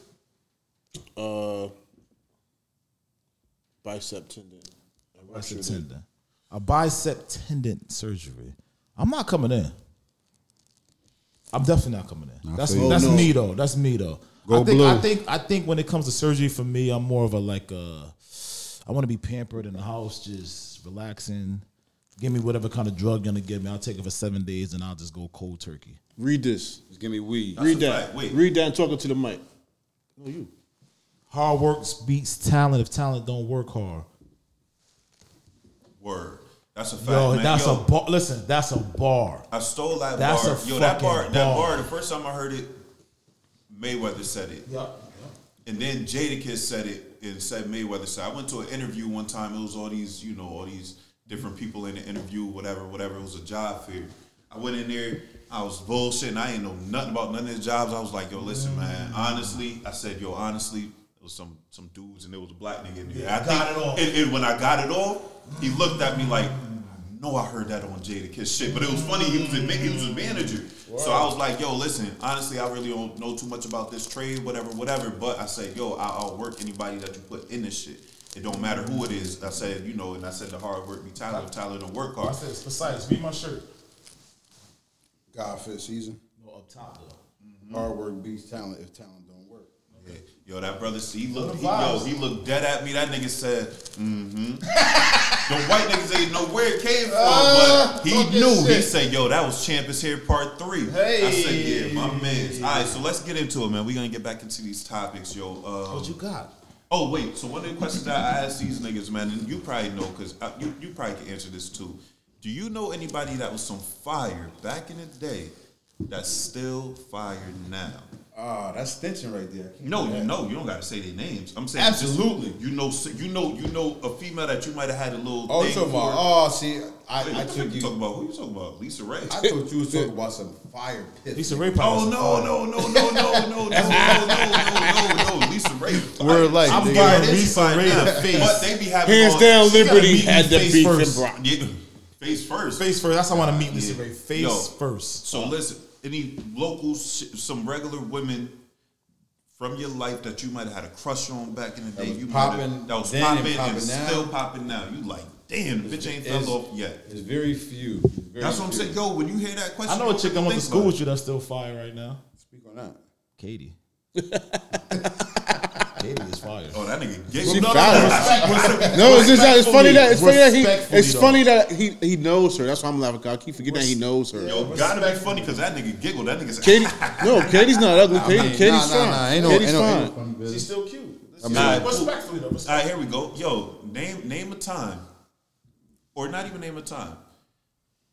S2: Uh, bicep tendon.
S1: Bicep tendon. A bicep tendon surgery. I'm not coming in. I'm definitely not coming in. that's
S7: feel you.
S1: that's
S2: Oh, no.
S1: me though. That's me though.
S7: Go
S1: I think I
S7: blue.
S1: think I think when it comes to surgery for me, I'm more of a like uh I want to be pampered in the house, just relaxing. Give me whatever kind of drug you're gonna give me. I'll take it for seven days and I'll just go cold turkey.
S2: Read this.
S7: Give me weed.
S2: Read
S3: a
S2: that.
S3: fact. Wait.
S2: Read that and talk into the mic. No, you.
S1: Hard work beats talent if talent don't work hard.
S3: Word. That's a fact,
S1: Yo,
S3: man.
S1: that's
S3: Yo,
S1: a bar. Listen, that's a bar.
S3: I stole that
S1: That's
S3: bar.
S1: a
S3: Yo, that
S1: fucking
S3: bar, that
S1: bar.
S3: bar. The first time I heard it, Mayweather said it. And then Jadakiss said it and said Mayweather said. I went to an interview one time. It was all these, you know, all these different people in the interview, whatever, whatever. It was a job fair. I went in there. I was bullshitting. I ain't know nothing about none of these jobs. I was like, yo, listen, man. Honestly, I said, yo, honestly, it was some some dudes and there was a black nigga in there. I
S1: got
S3: think-
S1: it off.
S3: And, and when I got it off, he looked at me like, no, I heard that on Jadakiss shit. But it was funny. He was a, ma- he was a manager. So I was like, yo, listen, honestly, I really don't know too much about this trade, whatever, whatever. But I said, yo, I, I'll work anybody that you put in this shit. It don't matter who it is. I said, you know, and I said the hard work be Tyler. Tyler don't work hard.
S1: said, besides, read my shirt.
S7: Godfish season.
S1: No, up top though.
S7: Hard work beats talent if talent don't work.
S3: Yo, that brother, see, he looked,
S1: the
S3: he, yo,
S1: vibes.
S3: he looked dead at me. That nigga said, mm-hmm. the white niggas ain't know where it came from,
S1: Uh,
S3: but he knew. He said, yo, that was Champions here part three. I said, yeah, my man's. All right, so let's get into it, man. We're going to get back into these topics, yo. Um,
S1: What you got?
S3: Oh wait, so one of the questions that I asked these niggas, man, and you probably know because you, you probably can answer this too. Do you know anybody that was some fire back in the day that's still fire now?
S1: Oh,
S7: Ah, that's tension right there.
S3: No, you know you don't got to say their names. I'm saying
S7: Absolutely.
S3: just, you know, so- you know, you know a female that you might have had a little.
S7: Oh, you
S3: thing
S7: talking about?
S3: for.
S7: Oh, see, I,
S3: Wait,
S7: I
S3: what the fuck
S7: took
S3: you
S7: you.
S3: talking about who you talking about? Lisa Ray.
S7: I thought you was talking about some fire piss.
S1: Lisa Ray
S3: Oh
S1: probably.
S3: no no no no no no no no no no no no Lisa Ray.
S7: Word life,
S3: I'm
S7: nigga.
S3: fired.
S1: Lisa
S3: Lisa Ray
S1: Ray the
S3: face.
S1: face.
S3: But they be having
S2: Hands
S3: on-
S2: down,
S1: she gotta
S2: Liberty
S1: meet
S2: had
S1: me
S2: to
S1: face
S2: beat the
S1: first.
S2: Bronx.
S3: Yeah, face first.
S1: Face first. That's how I want to meet Lisa
S3: Yeah.
S1: Ray. Face
S3: Yo.
S1: first.
S3: So listen, any local, sh- some regular women from your life that you might have had a crush on back in the day,
S7: was
S3: you might
S7: popping
S3: have- that was
S7: then and
S3: popping and,
S7: popping now.
S3: still popping now. You like, damn, bitch ain't fell
S7: It's-
S3: off yet.
S7: It's very few. Very
S3: That's what I'm
S7: few.
S3: saying. Yo, when you hear that question,
S1: I know a chick I went to
S3: think
S1: school
S3: about
S1: with you that's still fire right now.
S7: Speak on that.
S1: Katie. Katie is fire.
S3: it. Oh, that nigga gay.
S2: She
S3: No, no,
S2: foul. No, it's just that it's funny that it's funny that he
S1: Respectfully,
S2: it's
S1: though.
S2: funny that he he knows her. That's why I'm laughing. 'cause I keep forgetting that he knows her.
S3: Yo, gotta be funny because that nigga giggled. That nigga's
S2: Katie, no, Katie's not ugly. Katie,
S7: mean,
S2: Katie's
S7: nah, nah,
S2: fine.
S7: nah, ain't no-
S2: Katie's
S7: ain't no-
S2: fine.
S7: ain't no-
S1: She's still cute.
S3: Nah, cool.
S1: Respectfully though.
S3: All right, here we go. Yo, name name a time, or not even name a time.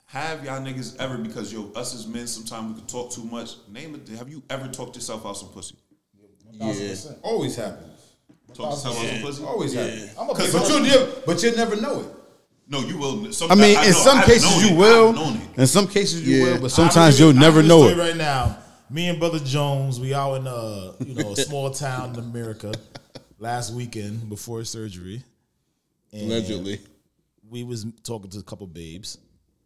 S3: Have y'all niggas ever? Because yo, us as men, sometimes we can talk too much. Name it. Have you ever talked yourself out some pussy?
S7: Yeah. Always happens.
S3: Talk yourself out some pussy?
S7: Always happens.
S1: I'm a big
S3: Cause but
S7: But you
S3: you-
S7: never, but you never know it.
S3: no, you will. Some,
S7: I mean, in
S3: know,
S7: some
S3: I've known
S7: cases you
S3: it.
S7: will.
S3: I've known it.
S7: In some cases you
S2: Yeah.
S7: will, but
S1: I'll
S7: sometimes
S1: give you-
S7: you'll
S1: I'll
S7: never
S1: give you a
S7: know
S1: story
S7: it.
S1: Right now, me and brother Jones, we out in a you know a small town in America last weekend before surgery. And
S2: Allegedly,
S1: we was talking to a couple babes,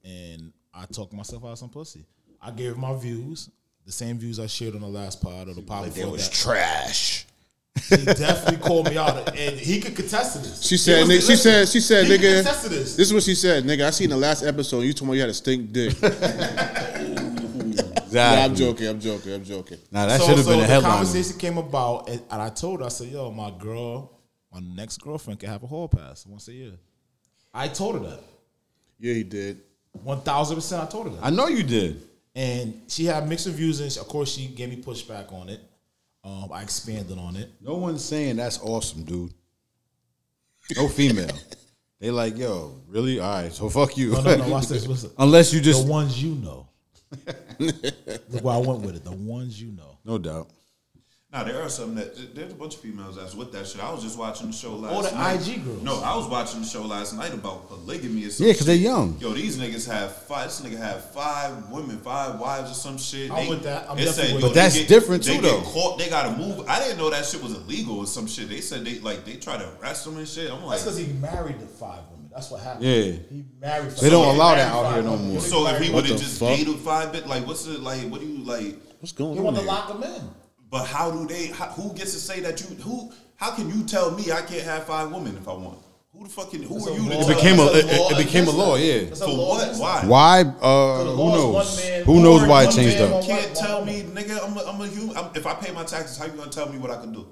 S1: and I talked myself out of some pussy. I gave my views, the same views I shared on the last pod or the pod before that.
S9: trash.
S1: he definitely called me out, and he could contest to this.
S2: She said,
S1: He was-
S2: nigga, she
S1: listen,
S2: said, she said,
S1: he could
S2: nigga.
S1: contest to
S2: This.
S1: this.
S2: is what she said, nigga. I seen the last episode. You told me you had a stink dick. nah, I'm joking. I'm joking. I'm joking.
S7: Now that should have been a
S1: the
S7: headline.
S1: conversation came about, and, and I told her, I said, "Yo, my girl, my next girlfriend can have a hall pass once a year." I told her that
S2: Yeah, he did.
S1: one thousand percent. I told her that,
S7: I know you did.
S1: and she had mixed reviews, and of course, she gave me pushback on it. Um, I expanded on it.
S7: No one's saying that's awesome, dude. No female. they like, yo, really? All right, so fuck you.
S1: No, no, no. Watch this. Listen,
S7: Unless you
S1: the
S7: just
S1: ones you know. Look where I went with it. The ones you know.
S7: no doubt.
S3: Now there are some that there's a bunch of females that's with that shit. I was just watching the show last.
S1: All the
S3: night.
S1: IG girls.
S3: No, I was watching the show last night about polygamy. Or some
S7: Yeah, because they're
S3: shit.
S7: young.
S3: Yo, these niggas have five. This nigga have five women, five wives, or some shit.
S1: I'm with that. I'm
S3: they
S1: definitely with
S3: yo,
S1: that.
S3: they
S7: That's
S3: get-
S7: different,
S3: they
S7: too,
S3: get
S7: though.
S3: Caught, they gotta move. I didn't know that shit was illegal or some shit. They said they like they try to arrest them and shit. I'm like,
S1: That's because he married the five women. That's what happened.
S7: Yeah.
S1: He married.
S7: They don't allow that out here no more.
S3: so if he would
S2: the
S3: have just
S2: fuck?
S3: dated five bit, like what's it like? What do you like?
S2: What's going
S1: They
S2: on?
S1: want to
S2: Here?
S1: lock him in.
S3: But how do they? How, who gets to say that you? Who? How can you tell me I can't have five women if I want? Who the fucking? Who
S1: That's
S3: are
S1: a
S3: you? To
S1: law.
S3: tell
S7: It became a
S3: me?
S7: it, it- it became a law, yeah.
S1: That's a
S3: for
S1: law
S3: what?
S1: against
S3: Why?
S7: Why? Uh, who
S1: law is
S7: knows?
S1: one man,
S7: Who knows
S1: one
S7: why it
S1: man,
S7: changed
S1: one
S7: up?
S1: man.
S3: You can't tell me, nigga. I'm a, I'm a human. I'm, if I pay my taxes, how you gonna tell me what I can do?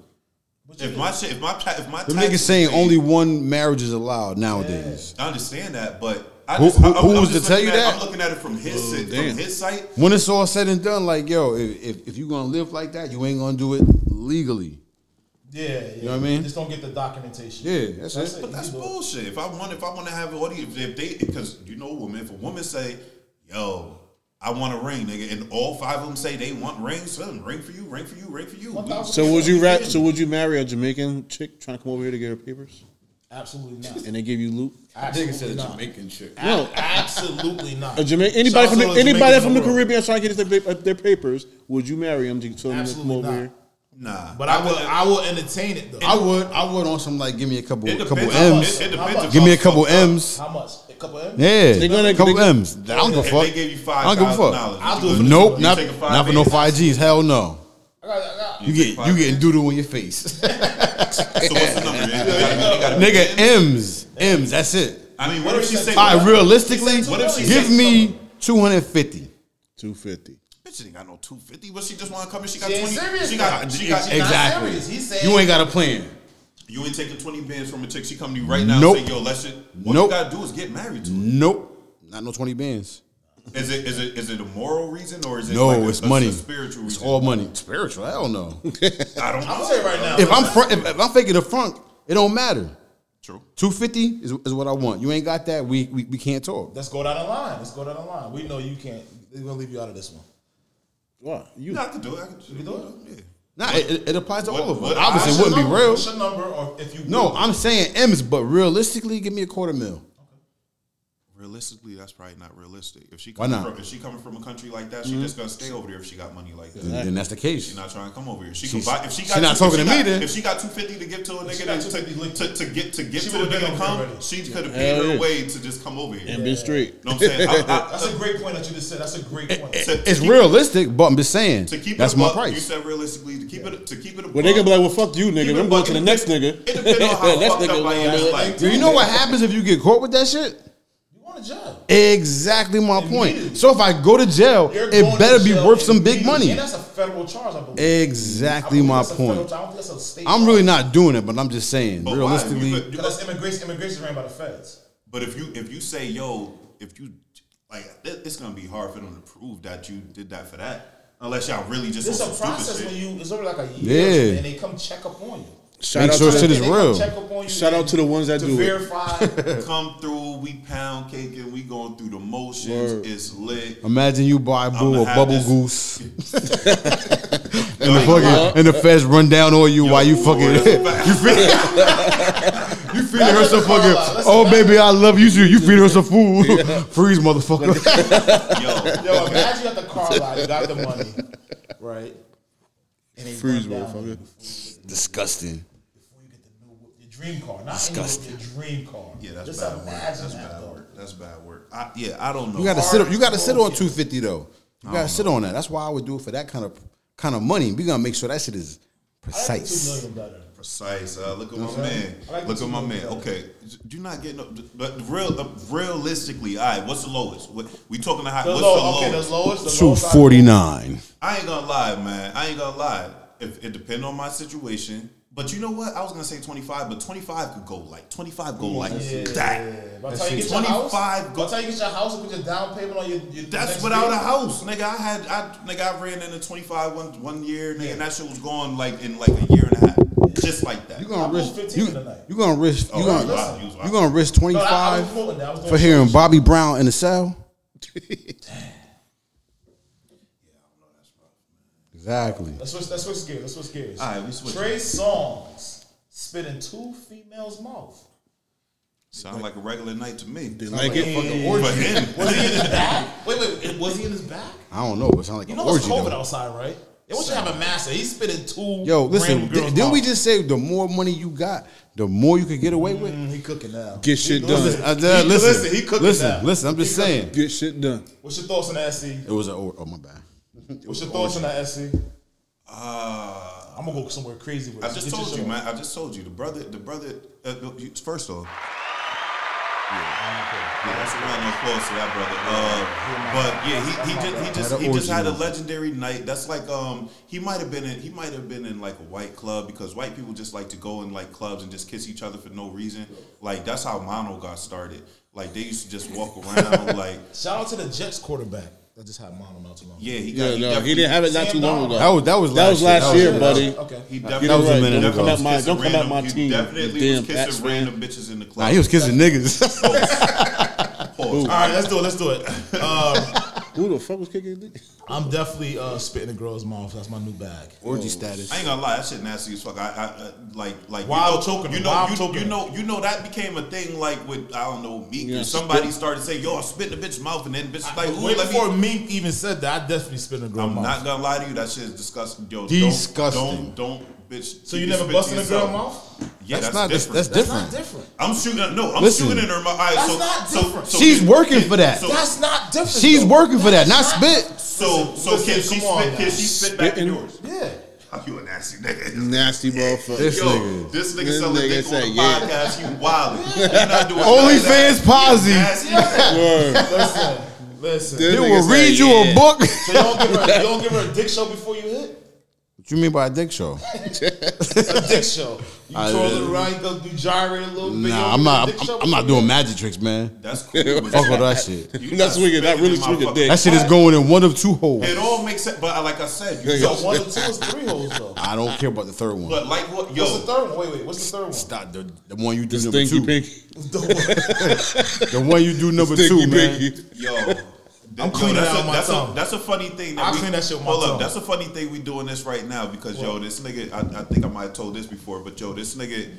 S3: If my shit, if my ta- if my
S7: Them niggas
S3: taxes
S7: saying
S3: paid,
S7: only one marriage is allowed nowadays.
S3: I understand that, but I
S7: Who-
S3: just,
S7: who-
S3: I, I'm,
S7: who
S3: I'm
S7: was
S3: just
S7: to tell
S3: looking
S7: you
S3: at-
S7: that?
S3: I'm looking at it from
S1: Oh,
S3: his sit-
S2: damn.
S3: from his site.
S7: When it's all said and done, like yo, if, if if you gonna live like that, you ain't gonna do it legally.
S1: Yeah, yeah. You
S7: know what I mean?
S1: Just don't get the documentation.
S7: Yeah, that's, it.
S3: But that's bullshit. If I want, if I want to have an audience, if they, because you know, women, if a woman say, "Yo, I want a ring, nigga," and all five of them say they want rings, so ring for you, ring for you, ring for you. We-
S2: So would you rap? So would you marry a Jamaican chick trying to come over here to get her papers,
S1: Absolutely not.
S2: and they give you loot?
S1: Absolutely not.
S7: shit.
S2: No.
S1: Absolutely not.
S2: A Jamaican, anybody
S1: Shout out
S2: from
S1: to
S2: the,
S1: all the
S2: anybody
S1: Jamaicans in
S2: from the
S1: world.
S2: Caribbean trying to get their, pa- their papers, would you marry them to tell them to come
S1: Absolutely
S2: over
S1: not.
S2: here?
S3: Nah,
S1: But I will.
S3: couldn't-
S1: I will entertain it though.
S7: I would, I would on some like, give me a couple,
S3: It
S7: couple
S3: depends. on-
S7: M's,
S3: It, it
S1: How
S3: depends.
S1: much?
S3: if
S7: give me
S3: I'm
S7: a couple
S3: fucked up.
S7: M's.
S1: How much? A couple of them?
S7: Yeah,
S2: They gonna-
S7: couple
S2: they-
S7: M's. I don't give a
S3: If
S7: fuck.
S3: they gave you
S7: I
S3: five
S7: don't give a
S3: thousand
S7: fuck.
S3: dollars,
S1: I'll
S3: would you
S1: do it.
S3: go-
S7: Nope,
S3: you
S7: not,
S3: taking five
S7: not for no
S3: Gs?
S7: five G's. Hell no.
S1: I got. I got.
S7: You get you getting doodle in your face,
S3: So what's the number? It gotta be- it gotta be-
S7: nigga. M's, M's. That's it.
S3: I mean, what if she say?
S7: All right, realistically,
S3: What if she
S7: give
S3: said
S7: me two hundred fifty.
S2: Two fifty.
S3: Bitch, ain't got no two fifty. What she just want to come in? She got
S1: She ain't
S3: twenty.
S1: serious
S3: She got. She got.
S1: Exact-
S7: Exactly.
S1: serious. He said-
S7: you ain't got a plan.
S3: You ain't taking twenty bands from a chick. She come to you right now
S7: Nope.
S3: and say, "Yo, let's shit." What
S7: Nope.
S3: you gotta do is get married to her.
S7: Nope, not no twenty bands.
S3: Is it is it is it a moral reason or is it
S7: No,
S3: like a,
S7: it's
S3: a-
S7: money.
S3: a spiritual
S7: It's
S3: reason?
S7: all money. Spiritual? Hell no.
S3: I don't.
S1: I'm
S3: know.
S1: saying right now.
S7: if I'm fr- if, if I'm faking the front, it don't matter.
S3: True.
S7: Two fifty is, is what I want. You ain't got that. We we, we can't talk.
S1: Let's go down the line. Let's go down the line. We know you can't. They're gonna leave you out of this one.
S2: What you?
S3: Yeah, I could do it. I could do it. Yeah.
S7: Nah, it, it- it applies to
S3: What-
S7: all of us.
S3: what-
S7: Obviously,
S3: I
S7: it
S3: should
S7: wouldn't be
S1: Number,
S7: real.
S1: What's your number, or if you
S7: No, I'm saying M's, but realistically, give me a quarter mil.
S3: Realistically, that's probably not realistic. If she
S7: Why
S3: coming
S7: not? Mm-hmm.
S3: From, if she coming from a country like that, she just gonna stay over there if she got money like that.
S7: Then that's the case.
S3: She's not trying to come over here. She
S7: She's-
S3: can buy if she
S7: she
S3: got.
S7: not
S3: if
S7: talking
S3: she
S7: to me
S3: got-
S7: then.
S3: If she got two fifty to give to a nigga
S1: got
S3: that, to, to, to get to give
S1: She
S3: to a
S1: would've
S3: nigga
S1: been over
S3: to come,
S1: there already.
S3: she could have paid
S2: Hell
S3: her
S2: yeah.
S3: way to just come over here.
S2: And be straight.
S3: know what I'm saying? I, I,
S1: That's a great point that you just said. That's a great point.
S3: to, to
S7: It's
S3: keep-
S7: realistic, but I'm just saying
S3: To keep
S7: that's
S3: it
S7: my
S3: above- You
S7: price.
S3: said realistically to keep it to keep it.
S2: Well, they gonna
S3: above-
S2: be like, well, fuck you,
S3: Keep
S2: nigga.
S3: it
S2: I'm going to the
S3: fucking-
S2: next nigga.
S3: It depends on how
S2: That's
S3: fucked
S2: nigga
S3: up my
S2: lying,
S3: ass
S2: man.
S3: like.
S7: Do you know what happens if you get caught with that shit?
S1: You want a job?
S7: Exactly my
S1: Immediately.
S7: point. So if I go to jail,
S1: You're going
S7: it
S1: to
S7: better be
S1: jail
S7: worth some big
S1: immediately.
S7: money.
S1: And that's a federal charge, I believe. I
S7: Exactly
S1: believe
S7: my
S1: that's a federal
S7: point.
S1: charge. I don't think that's a state
S7: I'm
S1: charge.
S7: really not doing it, but I'm just saying,
S3: But why? You
S7: realistically,
S3: could-
S1: Because that's immigration. Immigration is ran by the feds.
S3: But if you if you say yo, if you like, it- it's gonna be hard for them to prove that you did that for that, unless y'all really just
S1: It's a
S3: on some
S1: process
S3: stupid
S1: when
S3: shit.
S1: you. It's over like a year,
S7: Yeah.
S1: and they come check up on you.
S2: Shout
S7: Make
S2: out
S7: sure
S2: to
S7: shit
S2: the,
S7: is
S1: They come
S7: real.
S1: check up on you
S2: Shout out to the ones that
S1: to
S2: do it.
S1: verify.
S3: Come through, we pound cake and we going through the motions.
S2: Word.
S3: It's lit.
S7: imagine you buy boo
S3: I'ma
S7: a
S3: have
S7: bubble
S3: this-
S7: goose, and the
S3: Like,
S7: fucking and the feds run down on you while you fucking
S3: that's
S7: you feeding you feeding her
S1: That's
S7: some
S1: a call
S7: fucking.
S1: out. That's
S7: Oh baby, I love you too. You feeding her some food. Freeze, motherfucker.
S3: yo,
S1: Yo, imagine you at the car lot, you got the money, right? And they
S2: Freeze,
S1: run down
S2: motherfucker.
S1: on you Before
S7: Disgusting.
S1: you get the new whip, your dream car, not Disgusting. your dream car.
S3: yeah, that's
S1: Just
S3: bad work.
S1: imagine
S3: That's
S1: that,
S3: bad
S1: though.
S3: work. That's bad work. I, yeah, I don't know.
S7: You gotta sit. You gotta sit on two fifty though. You gotta sit on that. That's why I would do it for that kind of kind of money. We gotta make sure that shit is precise.
S3: Precise. Uh, look at my man. Look at my man. Okay, do not get no. But real, uh, realistically, all right. What's the lowest? What, we talking about? What's the lowest?
S1: lowest.
S7: Two forty nine.
S3: I ain't gonna lie, man. I ain't gonna lie. If it depend on my situation, but you know what? I was gonna say twenty five, but twenty five could go like twenty five go like that.
S1: By the time you get your house,
S3: 25
S1: by
S3: go.
S1: the time you get your house with your down payment on your, your
S3: That's
S1: next
S3: without a
S1: bill.
S3: house, nigga. I had, I nigga, I ran into twenty five one one year, nigga, and that shit was gone like in like a year and a half, just like that.
S7: You gonna
S1: moved
S7: risk
S1: 15
S7: you,
S1: tonight.
S7: you gonna risk you
S3: Oh,
S7: gonna
S3: wow, you was wild.
S7: you gonna risk twenty
S1: No, I- I was
S7: five
S1: quoting that. I was doing
S7: for hearing Bobby Brown in the cell? Exactly.
S1: Let's switch, let's switch gears. Let's switch gears.
S3: All right, we switch.
S1: Trey Songs spitting two females' mouth.
S3: Sound like a regular night to me.
S7: Like it fucking
S3: For him,
S1: Wait, wait, was he in his back?
S7: I don't know, but it sounds like
S1: You
S7: an
S1: know it's
S7: orgy.
S1: COVID
S7: though.
S1: outside, right? They want you to have a master. He's spitting two.
S7: Yo, listen,
S1: random girls'
S7: di- didn't we
S1: mouth.
S7: just say the more money you got, the more you could get away with?
S1: Mm, He cooking now.
S4: Get shit done.
S7: I- uh, listen,
S1: listen, he cooking
S7: listen,
S1: now.
S7: listen, I'm just saying.
S4: Get shit done.
S1: What's your thoughts on that, SC?
S7: It was a oh, oh my bad.
S1: What's your thoughts on that, SC?
S3: uh,
S1: I'm gonna Oh, go somewhere crazy with
S3: I
S1: this.
S3: just
S1: Get your
S3: told you,
S1: shit
S3: man. I just told you the brother. The brother. Uh, no, you- first off, yeah, yeah, that's a round of applause to that brother. Uh, but yeah, he he just he just he just had a legendary night. That's like um he might have been in he might have been in like a white club because white people just like to go in like clubs and just kiss each other for no reason. Like that's how mono got started. Like they used to just walk around
S1: on.
S3: like
S1: Shout out to the Jets quarterback that just had mono mouth to mouth.
S3: yeah he
S2: Yeah,
S3: got he
S2: no, he
S3: definitely-
S2: didn't have it not too long ago.
S7: That was that was
S2: That
S7: last
S2: was last
S7: year.
S2: year, buddy.
S1: Okay.
S3: He
S7: it was a
S3: definitely
S7: minute ago.
S3: was
S7: Don't come
S2: at my-
S3: kissing
S2: don't come at
S3: random-
S2: my team,
S3: He definitely
S2: you
S3: was
S2: damn Pats
S3: kissing
S2: fan.
S3: random bitches in the club.
S7: Nah, he was kissing niggas.
S1: All right, let's do it. Let's do it. Um,
S2: Who the fuck was kicking it?
S1: I'm definitely uh, spitting a girl's mouth. That's my new bag.
S7: Orgy status.
S3: I ain't gonna lie, that shit nasty as fuck. I, I uh, like like
S1: Wild
S3: you know,
S1: choking,
S3: You know,
S1: wild
S3: you,
S1: choking.
S3: you know, you know that became a thing. Like with I don't know, Meek.
S2: Yeah,
S3: or somebody started saying, "Yo, I spit in the bitch mouth," and then bitch was like, "Ooh,
S1: Way
S3: let
S1: before
S3: me."
S1: Mink even said that, I definitely spitting a girl's
S3: I'm
S1: mouth.
S3: not gonna lie to you, that shit is disgusting. Yo,
S7: Disgusting.
S3: Don't, don't, don't bitch.
S1: so you
S3: keep
S1: never
S3: your spit
S1: bust
S3: to
S1: in a
S3: yourself.
S1: girl mouth?
S3: Yeah, that's,
S7: That's not- that's-
S3: different.
S7: that's
S1: That's
S7: Different.
S1: not different.
S3: I'm shooting. No, I'm
S7: Listen.
S3: shooting in her mouth. All right,
S1: That's
S3: so,
S1: not
S3: so-
S1: different.
S3: so
S7: She's
S3: can-
S7: working
S3: can-
S7: for that.
S3: so-
S1: That's not different.
S7: She's
S1: though.
S7: working for that, not
S1: That's
S7: spit.
S3: So so
S1: Listen,
S3: can she
S1: come on
S3: spit?
S1: now.
S3: Can she spit back in yours?
S1: Yeah.
S3: Oh, you a nasty nigga.
S2: Nasty motherfucker.
S7: This
S3: Yo,
S7: nigga.
S3: this nigga
S2: This
S3: selling
S2: nigga
S3: dick on
S2: said,
S3: the
S2: yeah.
S3: podcast. You wildin'. You're not doing
S7: Only
S3: none of that.
S7: fans posy.
S3: You nasty.
S2: Word.
S1: Listen, listen.
S2: This
S7: They
S2: nigga
S7: will
S2: said,
S7: read you
S2: yeah.
S7: a book.
S1: So you don't give her, you don't give her a dick show before you hit
S7: what you mean by a dick show?
S1: a dick show. You twirl it around, you go do gyrate a little bit. you don't
S7: Nah,
S1: give her a
S7: I'm not.
S1: dick
S7: I'm,
S1: show
S7: I'm not
S1: before
S7: doing magic tricks, man.
S3: That's cool. but
S7: Fuck all that shit.
S3: you
S2: Not
S3: not
S2: swinging, not really
S3: spitting in my
S2: swinging
S3: fuck-
S2: dick.
S7: That shit is going in one of two holes.
S3: It all makes sense, but I- like I said, you
S1: you hit.
S3: don't
S1: So
S3: want.
S1: one or two is three holes though.
S7: I don't care about the third one.
S3: But like what?
S1: What's the
S3: Yo,
S1: third one? Wait, wait. What's the third one?
S7: Stop the, the one you do number
S2: Stinky
S7: two.
S2: pinky.
S7: The one you do number
S2: Stinky
S7: two, man.
S2: pinky.
S3: yo. I'm
S1: cleaning
S3: that's
S1: out
S3: a,
S1: my
S3: that's, a,
S1: tongue.
S3: that's a funny thing. That
S1: I
S3: we,
S1: clean that shit with my
S3: hold
S1: tongue.
S3: up, that's a funny thing we doing this right now because yo, this nigga. I, I think I might have told this before, but yo, this nigga,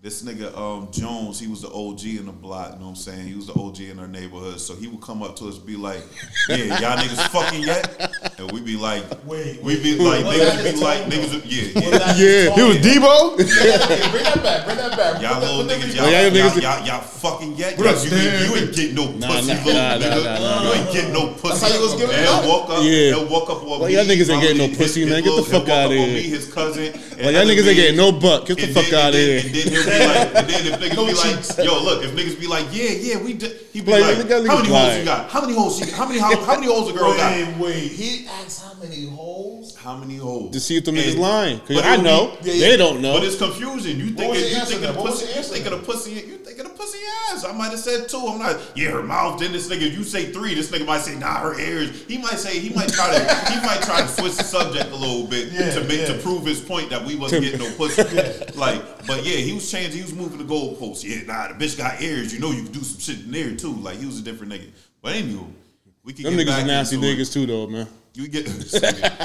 S3: this nigga um, Jones, he was the OG in the block. You know what I'm saying? He was the OG in our neighborhood, so he would come up to us, be like, "Yeah, y'all niggas fucking yet?" And we be like,
S1: Wait,
S3: we be like,
S1: What
S3: niggas
S1: that
S3: would be
S1: is
S3: like,
S1: tongue,
S3: niggas, would- yeah, yeah."
S1: That
S2: Yeah,
S1: is
S7: He was
S1: tongue.
S7: Debo.
S1: Yeah, Bring that back. Bring that back.
S3: Y'all
S1: Put the-
S3: little
S1: put the
S3: niggas,
S1: beat
S3: y'all,
S2: Well, y'all
S3: y'all, y'all,
S2: niggas-
S3: y'all, fucking yet. Bro, you, ain't- you ain't get no
S2: Nah,
S3: pussy,
S2: nah,
S3: little
S2: nah,
S3: nigga.
S2: nah, nah,
S3: You ain't get no pussy.
S1: how you was giving it
S3: They'll
S1: up.
S3: walk up.
S2: Yeah.
S3: They'll walk up on
S2: Well,
S3: me.
S2: y'all niggas ain't getting no
S3: His-
S2: pussy,
S3: his
S2: man. Get the
S3: little-
S2: fuck
S3: he'll walk
S2: outta
S3: up on
S2: here.
S3: Me, his cousin.
S2: Well, y'all niggas ain't getting no buck. Get the
S3: and
S2: fuck
S3: then-
S2: outta
S3: and
S2: here.
S3: then- And then he'll be like, and then if niggas be like, yo, look, if niggas be like, yeah, yeah, we did. He be
S2: Like,
S3: like,
S2: nigga, niggas
S3: how many holes
S2: lying.
S3: you got? How many holes? you- How many how, how many holes a girl got?
S1: Wait, wait. He asked how many holes?
S3: How many holes?
S2: To see if them
S3: And-
S2: niggas lying. Cause
S3: but
S2: I
S3: it'll be-
S2: know.
S1: yeah, yeah.
S2: They don't know.
S3: But it's confusion. You think
S1: was
S3: you
S1: your answer
S3: think
S1: then?
S3: of the
S1: What was
S3: pussy.
S1: your
S3: You
S1: answer
S3: think of the pussy. You think of the pussy ass. I might have said two. I'm not. Yeah, her mouth. Then this nigga. If you say three, this nigga might say nah. Her ears. He might say. He might try to. he might try to switch the subject a little bit to make to prove his point that we wasn't getting no pussy. Like, but yeah, he was changing. He was moving the goalposts. Yeah, nah. The bitch got ears. You know, you can do some shit in there too. Like he was a different nigga. But anyway, we can
S2: them
S3: get
S2: niggas
S3: back
S2: is nasty
S3: into it.
S2: niggas too though, man.
S3: You get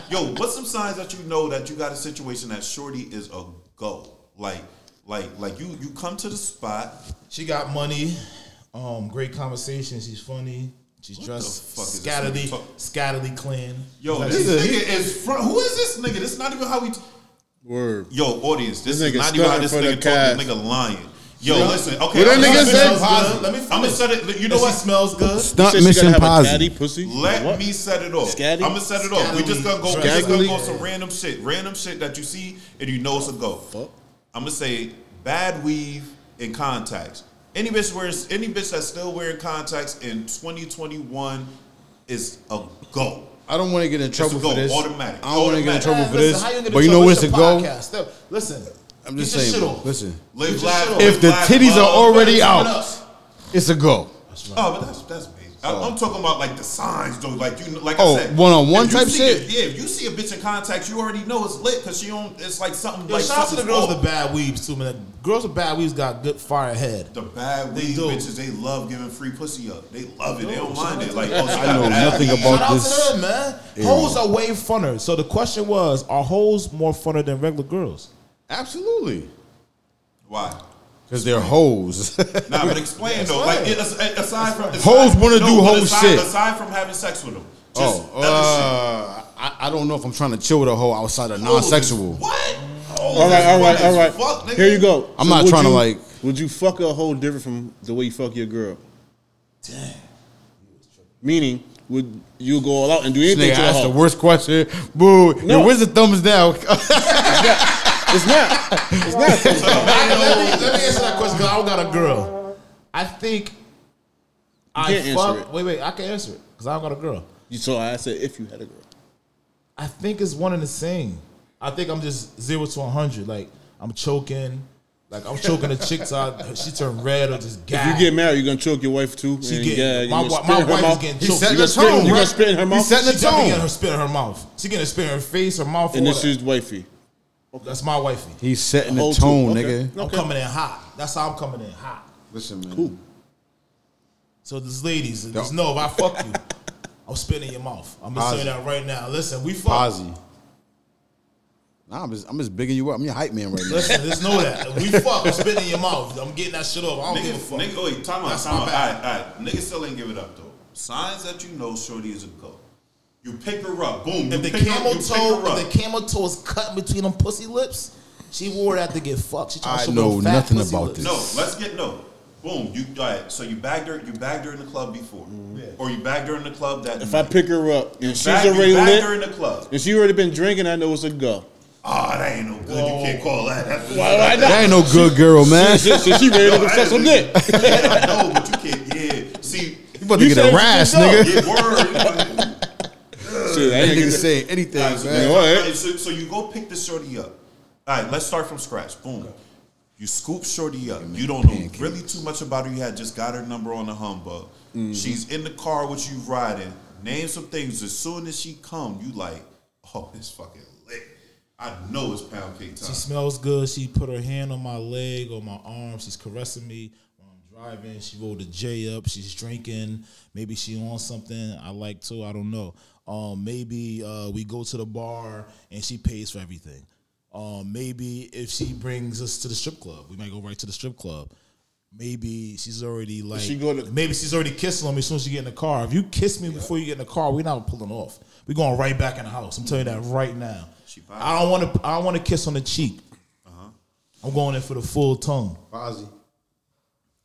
S3: yo. What's some signs that you know that you got a situation that shorty is a go? Like, like, like you you come to the spot.
S1: She got money. Um, great conversation. She's funny. She's dressed
S3: the fuck is this
S1: scattily,
S3: nigga talk-
S1: scattily clean.
S3: Yo,
S1: Like,
S3: this nigga is front. Who is this nigga? This is not even how we. T-
S2: Word.
S3: yo, audience. This,
S2: This
S3: is
S2: nigga
S3: not even how
S2: stunting
S3: this
S2: for the
S3: nigga talk.
S2: cast.
S3: This nigga lying. Yo, listen. Okay,
S10: What that
S3: I'm gonna
S10: nigga
S3: set it
S10: say?
S3: up.
S1: Let me
S3: I'm gonna
S1: finish.
S3: set it. You know what smells good?
S7: Stunt
S2: Said she
S7: Mission
S2: gotta have a
S7: Posse.
S2: catty pussy.
S3: Let
S2: What?
S3: me set it off.
S2: Scatty?
S3: I'm gonna set it off. We just gonna go. We just gonna
S2: Scatty?
S3: go some random shit. Random shit that you see and you know it's a go. I'm gonna say bad weave and contacts. Any bitch wears any bitch that's still wearing contacts in 2021 is a go.
S7: I don't want to get in trouble
S3: go,
S7: for this.
S3: automatic,
S7: I don't want to get in
S3: automatic.
S7: trouble
S1: Man,
S7: for
S1: listen,
S7: this.
S1: how gonna
S7: But you
S1: tell
S7: know
S1: me
S7: where's
S1: it's
S7: the
S1: a
S7: go?
S1: podcast? Though, Listen,
S7: I'm just
S1: get your
S7: saying.
S1: shit off.
S7: Listen,
S3: Live
S1: your shit
S3: black.
S1: off.
S7: if the
S3: black
S7: titties are
S3: love,
S7: already
S3: black
S7: out,
S3: love.
S7: it's a
S3: Oh,
S7: go.
S3: but that's that's basic. I, I'm talking about like the signs though. Like you, like
S7: Oh,
S3: I said,
S7: one-on-one
S3: if you
S7: type
S3: see
S7: shit?
S3: A, yeah, if you see a bitch in contacts, you already know it's lit because she on. It's like something.
S1: Yo,
S3: like
S1: shout out to the
S3: something's
S1: girls with
S3: off.
S1: the bad weaves too, man. Girls with bad weaves got good fire head.
S3: The bad weed
S1: do.
S3: bitches, they love giving free pussy up. They love it. They don't mind it. Like, oh, she
S7: I know
S3: got bad
S7: nothing
S3: weed.
S7: about
S1: Shout out
S7: this-
S1: to them, man. Hoes are way funner. So the question was, are hoes more funner than regular girls?
S7: Absolutely,
S3: Why?
S7: because they're hoes.
S3: Nah, but explain though. Like, it- as- aside from aside,
S7: Hoes wanna do
S3: but
S7: hoe
S3: aside,
S7: shit.
S3: Aside from having sex with them, just
S7: oh,
S3: other shit.
S7: uh, I, I don't know if I'm trying to chill with a hoe outside of
S3: Hoes is-
S7: non-sexual.
S3: What?
S2: All right, all right, all right. Here you go.
S7: I'm not
S2: would
S7: trying to,
S2: you-
S7: like-
S2: Would you fuck a whole different from the way you fuck your girl? Damn. Meaning, would you go all out and do anything
S7: Nigga
S2: to a
S7: asked the
S2: hoe?
S7: worst question. Boo!
S2: No.
S7: Yo, where's the thumbs down?
S2: It's not. It's not. a thing.
S1: let, me, let me answer that question because I got a girl. I think I
S2: can't
S1: fuck.
S2: answer it.
S1: Wait, wait, I can answer it because I don't got a girl.
S2: You saw. I said if you had a girl.
S1: I think it's one and the same. I think I'm just zero to 100. Like, I'm choking. Like, I'm choking the chick's out. She turned red or just
S2: If you
S1: gag.
S2: get married, you're gonna choke your wife too.
S1: She
S2: and
S1: get-
S2: gag,
S1: my
S2: you're
S1: wi- my
S2: gonna spit in her
S1: wife is
S2: mouth.
S1: getting
S2: You
S1: choked.
S2: gonna
S1: You're
S2: spit-
S7: tone,
S2: You gonna
S7: right?
S2: spit in her
S7: He's
S2: mouth,
S7: setting the
S1: she definitely getting
S7: tone.
S1: her spit in her mouth. She getting a spit in her face, her mouth.
S2: and
S1: all
S2: this
S1: that.
S2: is wifey.
S1: That's my wifey.
S7: He's setting the
S2: Hold
S7: tone,
S2: to-
S7: nigga.
S2: okay.
S1: I'm coming in hot. That's how I'm coming in hot.
S7: Listen, man.
S1: So these ladies, just know if I fuck you, I'm spitting in your mouth. I'm just saying that right now. Listen, we fuck.
S7: Ozzy. Nah, I'm just, I'm just bigging you up. I'm your hype man right now.
S1: Listen, just know that if we fuck. I'm spitting in your mouth. I'm getting that shit off. I don't give a
S3: Nigga,
S1: fuck.
S3: nigga, wait, time out,
S1: That's
S3: time
S1: my
S3: out. All right,
S1: bad.
S3: all right. Nigga still ain't give it up though. Signs that you know, shorty is a go. You pick her up,
S1: If
S3: boom. you
S1: the
S3: pick her,
S1: camel
S3: you pick
S1: toe,
S3: her up.
S1: if the camel toe is cut between them pussy lips, she wore that to get fucked. She trying to
S7: I
S1: show
S7: know
S1: them fat
S7: nothing
S1: pussy
S7: about
S1: lips.
S7: this.
S3: No, let's get no. Boom, you all right, so you bagged her. You bagged her in the club before, or you bagged her in the club that.
S2: If I
S3: night.
S2: pick her up and she's
S3: Bagged- you
S2: already
S3: bagged her in
S2: lit,
S3: the club.
S2: and she already been drinking, I know it's a go.
S3: Ah, that ain't no good. You can't call that. That's
S2: All right, now.
S7: That ain't no good girl, man.
S2: She, she, she ready to go suck some dick.
S3: no, but you can't. Yeah, see,
S7: You about to
S2: You
S7: get
S2: said
S7: a
S2: it was
S7: rash,
S2: a good
S3: get
S7: nigga.
S3: word.
S2: Shit, I
S7: That
S2: ain't
S7: nigga
S2: get
S7: say anything,
S3: All right, so,
S7: man.
S2: all right.
S3: so, so you go pick this shorty up. All right, let's start from scratch. Boom. You scoop shorty up. You don't know really too much about her. You had just got her number on the humbug.
S1: Mm-hmm.
S3: She's in the car with you riding. Name some things. As soon as she come, you like, oh, it's fucking lit. I know it's pound cake time.
S1: She smells good. She put her hand on my leg, on my arm. She's caressing me while I'm driving. She rolled a J up. She's drinking. Maybe she on something I like too. I don't know. Um, maybe uh, we go to the bar and she pays for everything. Um, maybe if she brings us to the strip club, we might go right to the strip club. Maybe she's already like.
S2: she go to-
S1: maybe she's already kissing on me as soon as she get in the car. If you kiss me before you get in the car, we're not pulling off. We're going right back in the house. I'm telling you that right now. I don't want to. I don't want to kiss on the cheek.
S3: Uh-huh.
S1: I'm going in for the full tongue,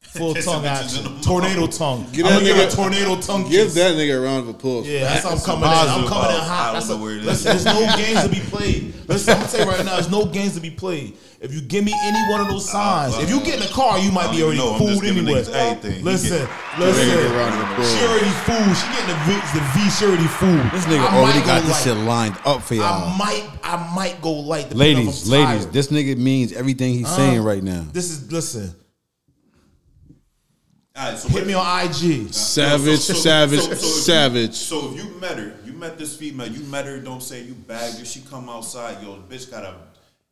S1: full
S3: Kissing
S1: tongue
S3: bitches in the
S1: action,
S3: mouth.
S1: tornado tongue.
S2: Give
S1: I'm
S2: that
S1: gonna give a
S2: nigga-
S1: tornado tongue
S2: Give
S1: kiss.
S2: that nigga a round of applause.
S1: yeah, that's how I'm
S3: That's
S1: coming in. I'm
S3: impossible.
S1: coming in
S3: I
S1: hot.
S3: don't
S1: That's
S3: know
S1: a-
S3: where it is.
S1: listen, there's no games to be played. Listen, I'm gonna tell you right now, there's no games to be played. If you give me any one of those signs, if you get in the car, you might
S3: Uh, I
S1: be already
S3: don't even know. I'm just
S1: fooled
S3: giving
S1: anyway.
S3: niggas everything. You
S1: Listen,
S3: get-
S1: listen,
S3: Give niggas
S1: she already fooled. She getting the V, the v she already fooled.
S7: This nigga
S1: I
S7: already
S1: might
S7: got
S1: go
S7: this
S1: light.
S7: shit lined up for
S1: I
S7: y'all.
S1: might, I might go light. depending on if
S7: Ladies,
S1: I'm
S7: ladies,
S1: tired. Uh,
S7: this nigga means everything he's saying right now.
S1: This is listen.
S3: All right, so
S1: Hit me on IG.
S2: Savage, savage, savage.
S3: So if you met her, you met this female, you met her, don't say you bagged her, she come outside, yo, the bitch got a.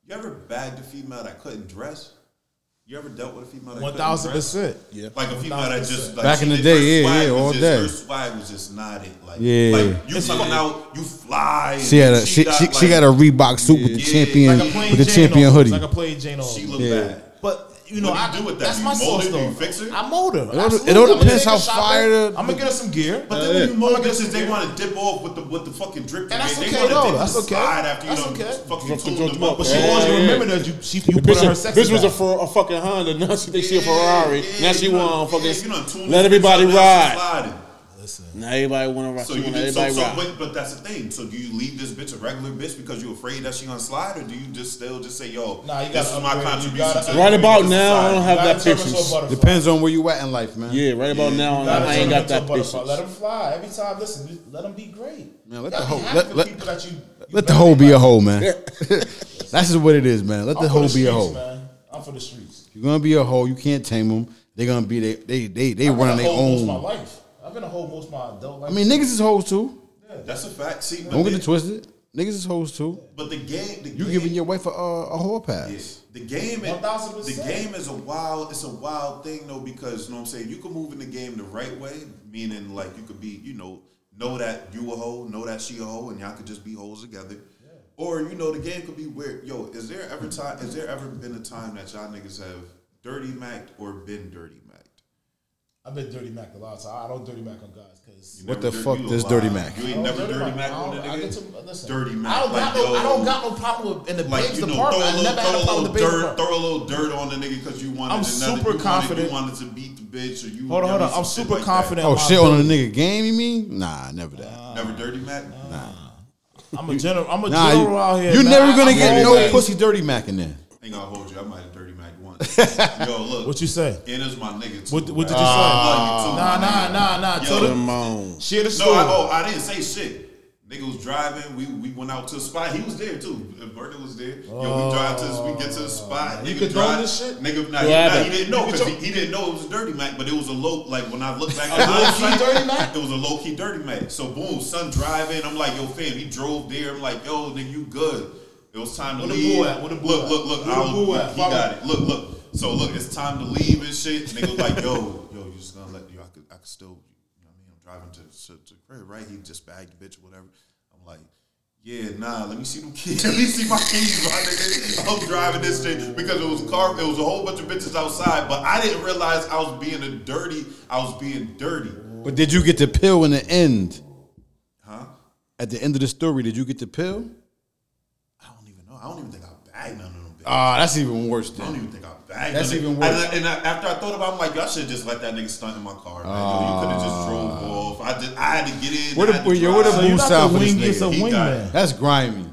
S3: You ever bagged a female that couldn't dress? You ever dealt with a female that
S1: One
S3: couldn't
S1: thousand
S3: dress?
S1: percent.
S3: Like a female that just like
S7: Back
S3: she
S7: in the
S3: did-
S7: day,
S3: her
S7: yeah,
S3: swag
S7: yeah,
S3: was
S7: all
S3: just,
S7: day.
S3: Her swag was just not it. Like,
S7: Yeah.
S3: like you coming out, you fly.
S7: She had a she
S3: got,
S7: she,
S3: like,
S1: you know,
S3: What
S1: I
S3: do you do with that?
S1: That's
S3: You
S1: my
S3: mold
S1: sauce,
S3: it, you
S1: though.
S3: fix it?
S1: I mold her. It
S7: all- it all depends how fired the-
S1: I'm gonna get her some gear.
S3: But then when you mold this, is they want to dip off with the with the fucking drip.
S1: And that's
S3: they
S1: okay,
S3: wanna
S1: though.
S3: dip the
S1: That's okay.
S3: Slide after you
S1: That's
S3: done
S1: okay.
S3: fucking
S2: Drop the-
S3: tuned
S2: drop
S3: them
S2: the-
S1: but
S3: up. But
S1: she
S2: Yeah,
S1: always
S2: yeah.
S1: remember that you she you put
S2: Bitch,
S1: her
S2: a,
S1: sex.
S2: bitch was a, for, a fucking Honda. Now she thinks she a Ferrari. now she want a fucking.
S3: you done tuned
S2: let
S3: this bitch
S2: everybody
S3: up, now she
S2: ride.
S3: sliding.
S2: Now everybody want to ride.
S3: So
S2: she
S3: you
S2: want
S3: did, so,
S2: everybody
S3: so
S2: ride.
S3: but, but that's the thing. So do you leave this bitch a regular bitch because you afraid that she gonna slide, or do you just still just say, yo,
S1: Nah, you
S3: this
S1: gotta
S3: is my
S1: upgrade. You
S3: contribution
S1: gotta-
S3: to
S2: Right about
S3: to
S2: now, I don't
S3: society?
S2: have that pictures.
S7: Depends on where you at in life, man.
S2: Yeah, right about now, I ain't got that
S1: Let
S2: pictures.
S1: him fly every time. Listen, you- let him be great.
S7: Man, let
S1: Y'all
S7: the hoe
S1: be happy
S7: let,
S1: for
S7: let,
S1: people that you, you
S7: let the
S1: know
S7: hoe
S1: they
S7: be a
S1: like.
S7: hoe, man. That's just what it is, man. Let
S1: I'm
S7: the
S1: for
S7: hoe be a
S1: streets,
S7: hoe.
S1: man. I'm for the streets.
S7: You're gonna be a hoe. You can't tame them. They're gonna be they they they they
S1: I've been
S7: running
S1: a
S7: their
S1: hoe most of
S7: own.
S1: My life. I've been a hoe most of my adult life.
S7: I mean, niggas is hoes too.
S3: That's a fact. See, but
S7: Don't get
S3: the-
S7: it twisted. Niggas is hoes too.
S3: But the game, the
S7: You
S3: game,
S7: giving your wife a uh, a whore pass.
S3: Yeah. The game, is-
S1: 1000%.
S3: the game is a wild. It's a wild thing though because you know what I'm saying. You can move in the game the right way, meaning like you could be, you know, know that you a hoe, know that she a hoe, and y'all could just be hoes together. Or you know, the game could be weird. Yo, is there ever time? Is there ever been a time that y'all niggas have dirty macked or been dirty macked?
S1: I've been dirty mac a lot, so I don't dirty mac on guys because.
S3: You
S7: What
S3: never
S7: the
S3: dirty-
S7: fuck
S3: you a
S7: does dirty
S3: lie.
S7: mac?
S3: You ain't never dirty, mac
S1: Oh, I
S3: on a
S1: don't- I get to,
S3: nigga.
S1: listen,
S3: dirty mac.
S1: I don't,
S3: like,
S1: got no, I don't
S3: yo,
S1: got no problem with in the
S3: like
S1: babes
S3: you know,
S1: department.
S3: throw a
S1: I
S3: little,
S1: never had
S3: throw
S1: a
S3: a
S1: problem with
S3: little
S1: the babes
S3: dirt,
S1: department.
S3: throw a little dirt on the nigga because you wanted.
S1: I'm
S3: another-
S1: super
S3: you
S1: confident.
S3: Wanted, you wanted to beat the bitch, or you.
S1: Hold on, hold
S3: you
S1: on.
S3: know,
S1: I'm
S3: some
S1: super
S3: shit
S1: confident.
S7: Oh
S1: in my
S7: shit on a nigga game, you mean? Nah, never that.
S3: Like that. Never dirty Mac.
S1: I'm a general. I'm a
S7: nah, you,
S1: general out here.
S7: you
S1: man.
S7: never
S1: I-
S7: gonna
S1: I'm
S7: get
S1: old,
S7: no
S1: man.
S7: pussy dirty mac in there.
S3: Ain't gonna hold you. I might have dirty Mac once. Yo, look.
S1: What you say?
S3: And it's my nigga. Too,
S1: What, what did you
S3: man. I
S1: say?
S7: Ah.
S3: love you too,
S1: Nah,
S3: my
S1: nah,
S3: nigga.
S1: nah, nah.
S3: Yo,
S1: Tell the
S2: Come on.
S1: share the
S3: No,
S1: story.
S3: I, oh, I didn't say shit. Nigga was driving. We we went out to a spot. He was there too. Uh, Bertha was there. Yo, we drive to this, we get to the spot. Nigga
S1: could
S3: drive.
S1: know Oh, this shit?
S3: Nigga, nah, he,
S2: Yeah,
S3: nah,
S2: I
S3: he didn't know because he, he didn't know it was a dirty mac. But it was a low. Like when I look back,
S1: low-key
S3: hindsight,
S1: dirty Mac?
S3: It was a low key dirty mac. So boom, son driving. I'm like, yo, fam, he drove there. I'm like, yo, nigga, you good? It was time to
S1: Where the
S3: leave.
S1: boo at? Where the boo
S3: look,
S1: at?
S3: look, look,
S1: Where the
S3: I
S1: boo
S3: was,
S1: at?
S3: He got it. Look, look. So look, it's time to leave and shit. Nigga was like, yo, yo, you just gonna let yo, I could, I could still, you know what I mean? I'm driving to to, to crib, right? He just bagged the bitch or whatever. I'm like, yeah, nah, let me see them keys. let me see my keys, my nigga. I'm driving this shit because it was car, it was a whole bunch of bitches outside, but I didn't realize I was being a dirty, I was being dirty,
S7: But did you get the pill in the end?
S3: huh?
S7: At the end of the story, did you get the pill?
S3: I don't even know. I don't even think I bagged none of them. bitches.
S7: Ah, that's even worse.
S3: I
S7: Then.
S3: don't even think I bagged.
S7: That's
S3: nothing.
S7: even
S3: And,
S7: worse.
S3: I- and I, after I thought about, it, I'm like, y'all should just let that nigga stunt in my car. Man. yo, you could have
S7: Ah.
S3: just drove off. I just, I had to get in.
S7: Where
S3: I
S7: the
S3: had to
S7: where, yo, where the
S3: drive.
S1: you
S7: boo
S1: not
S7: sound
S1: the
S7: for this
S1: wing, it's a
S7: nigga?
S3: He got
S1: wingman.
S7: That's grimy.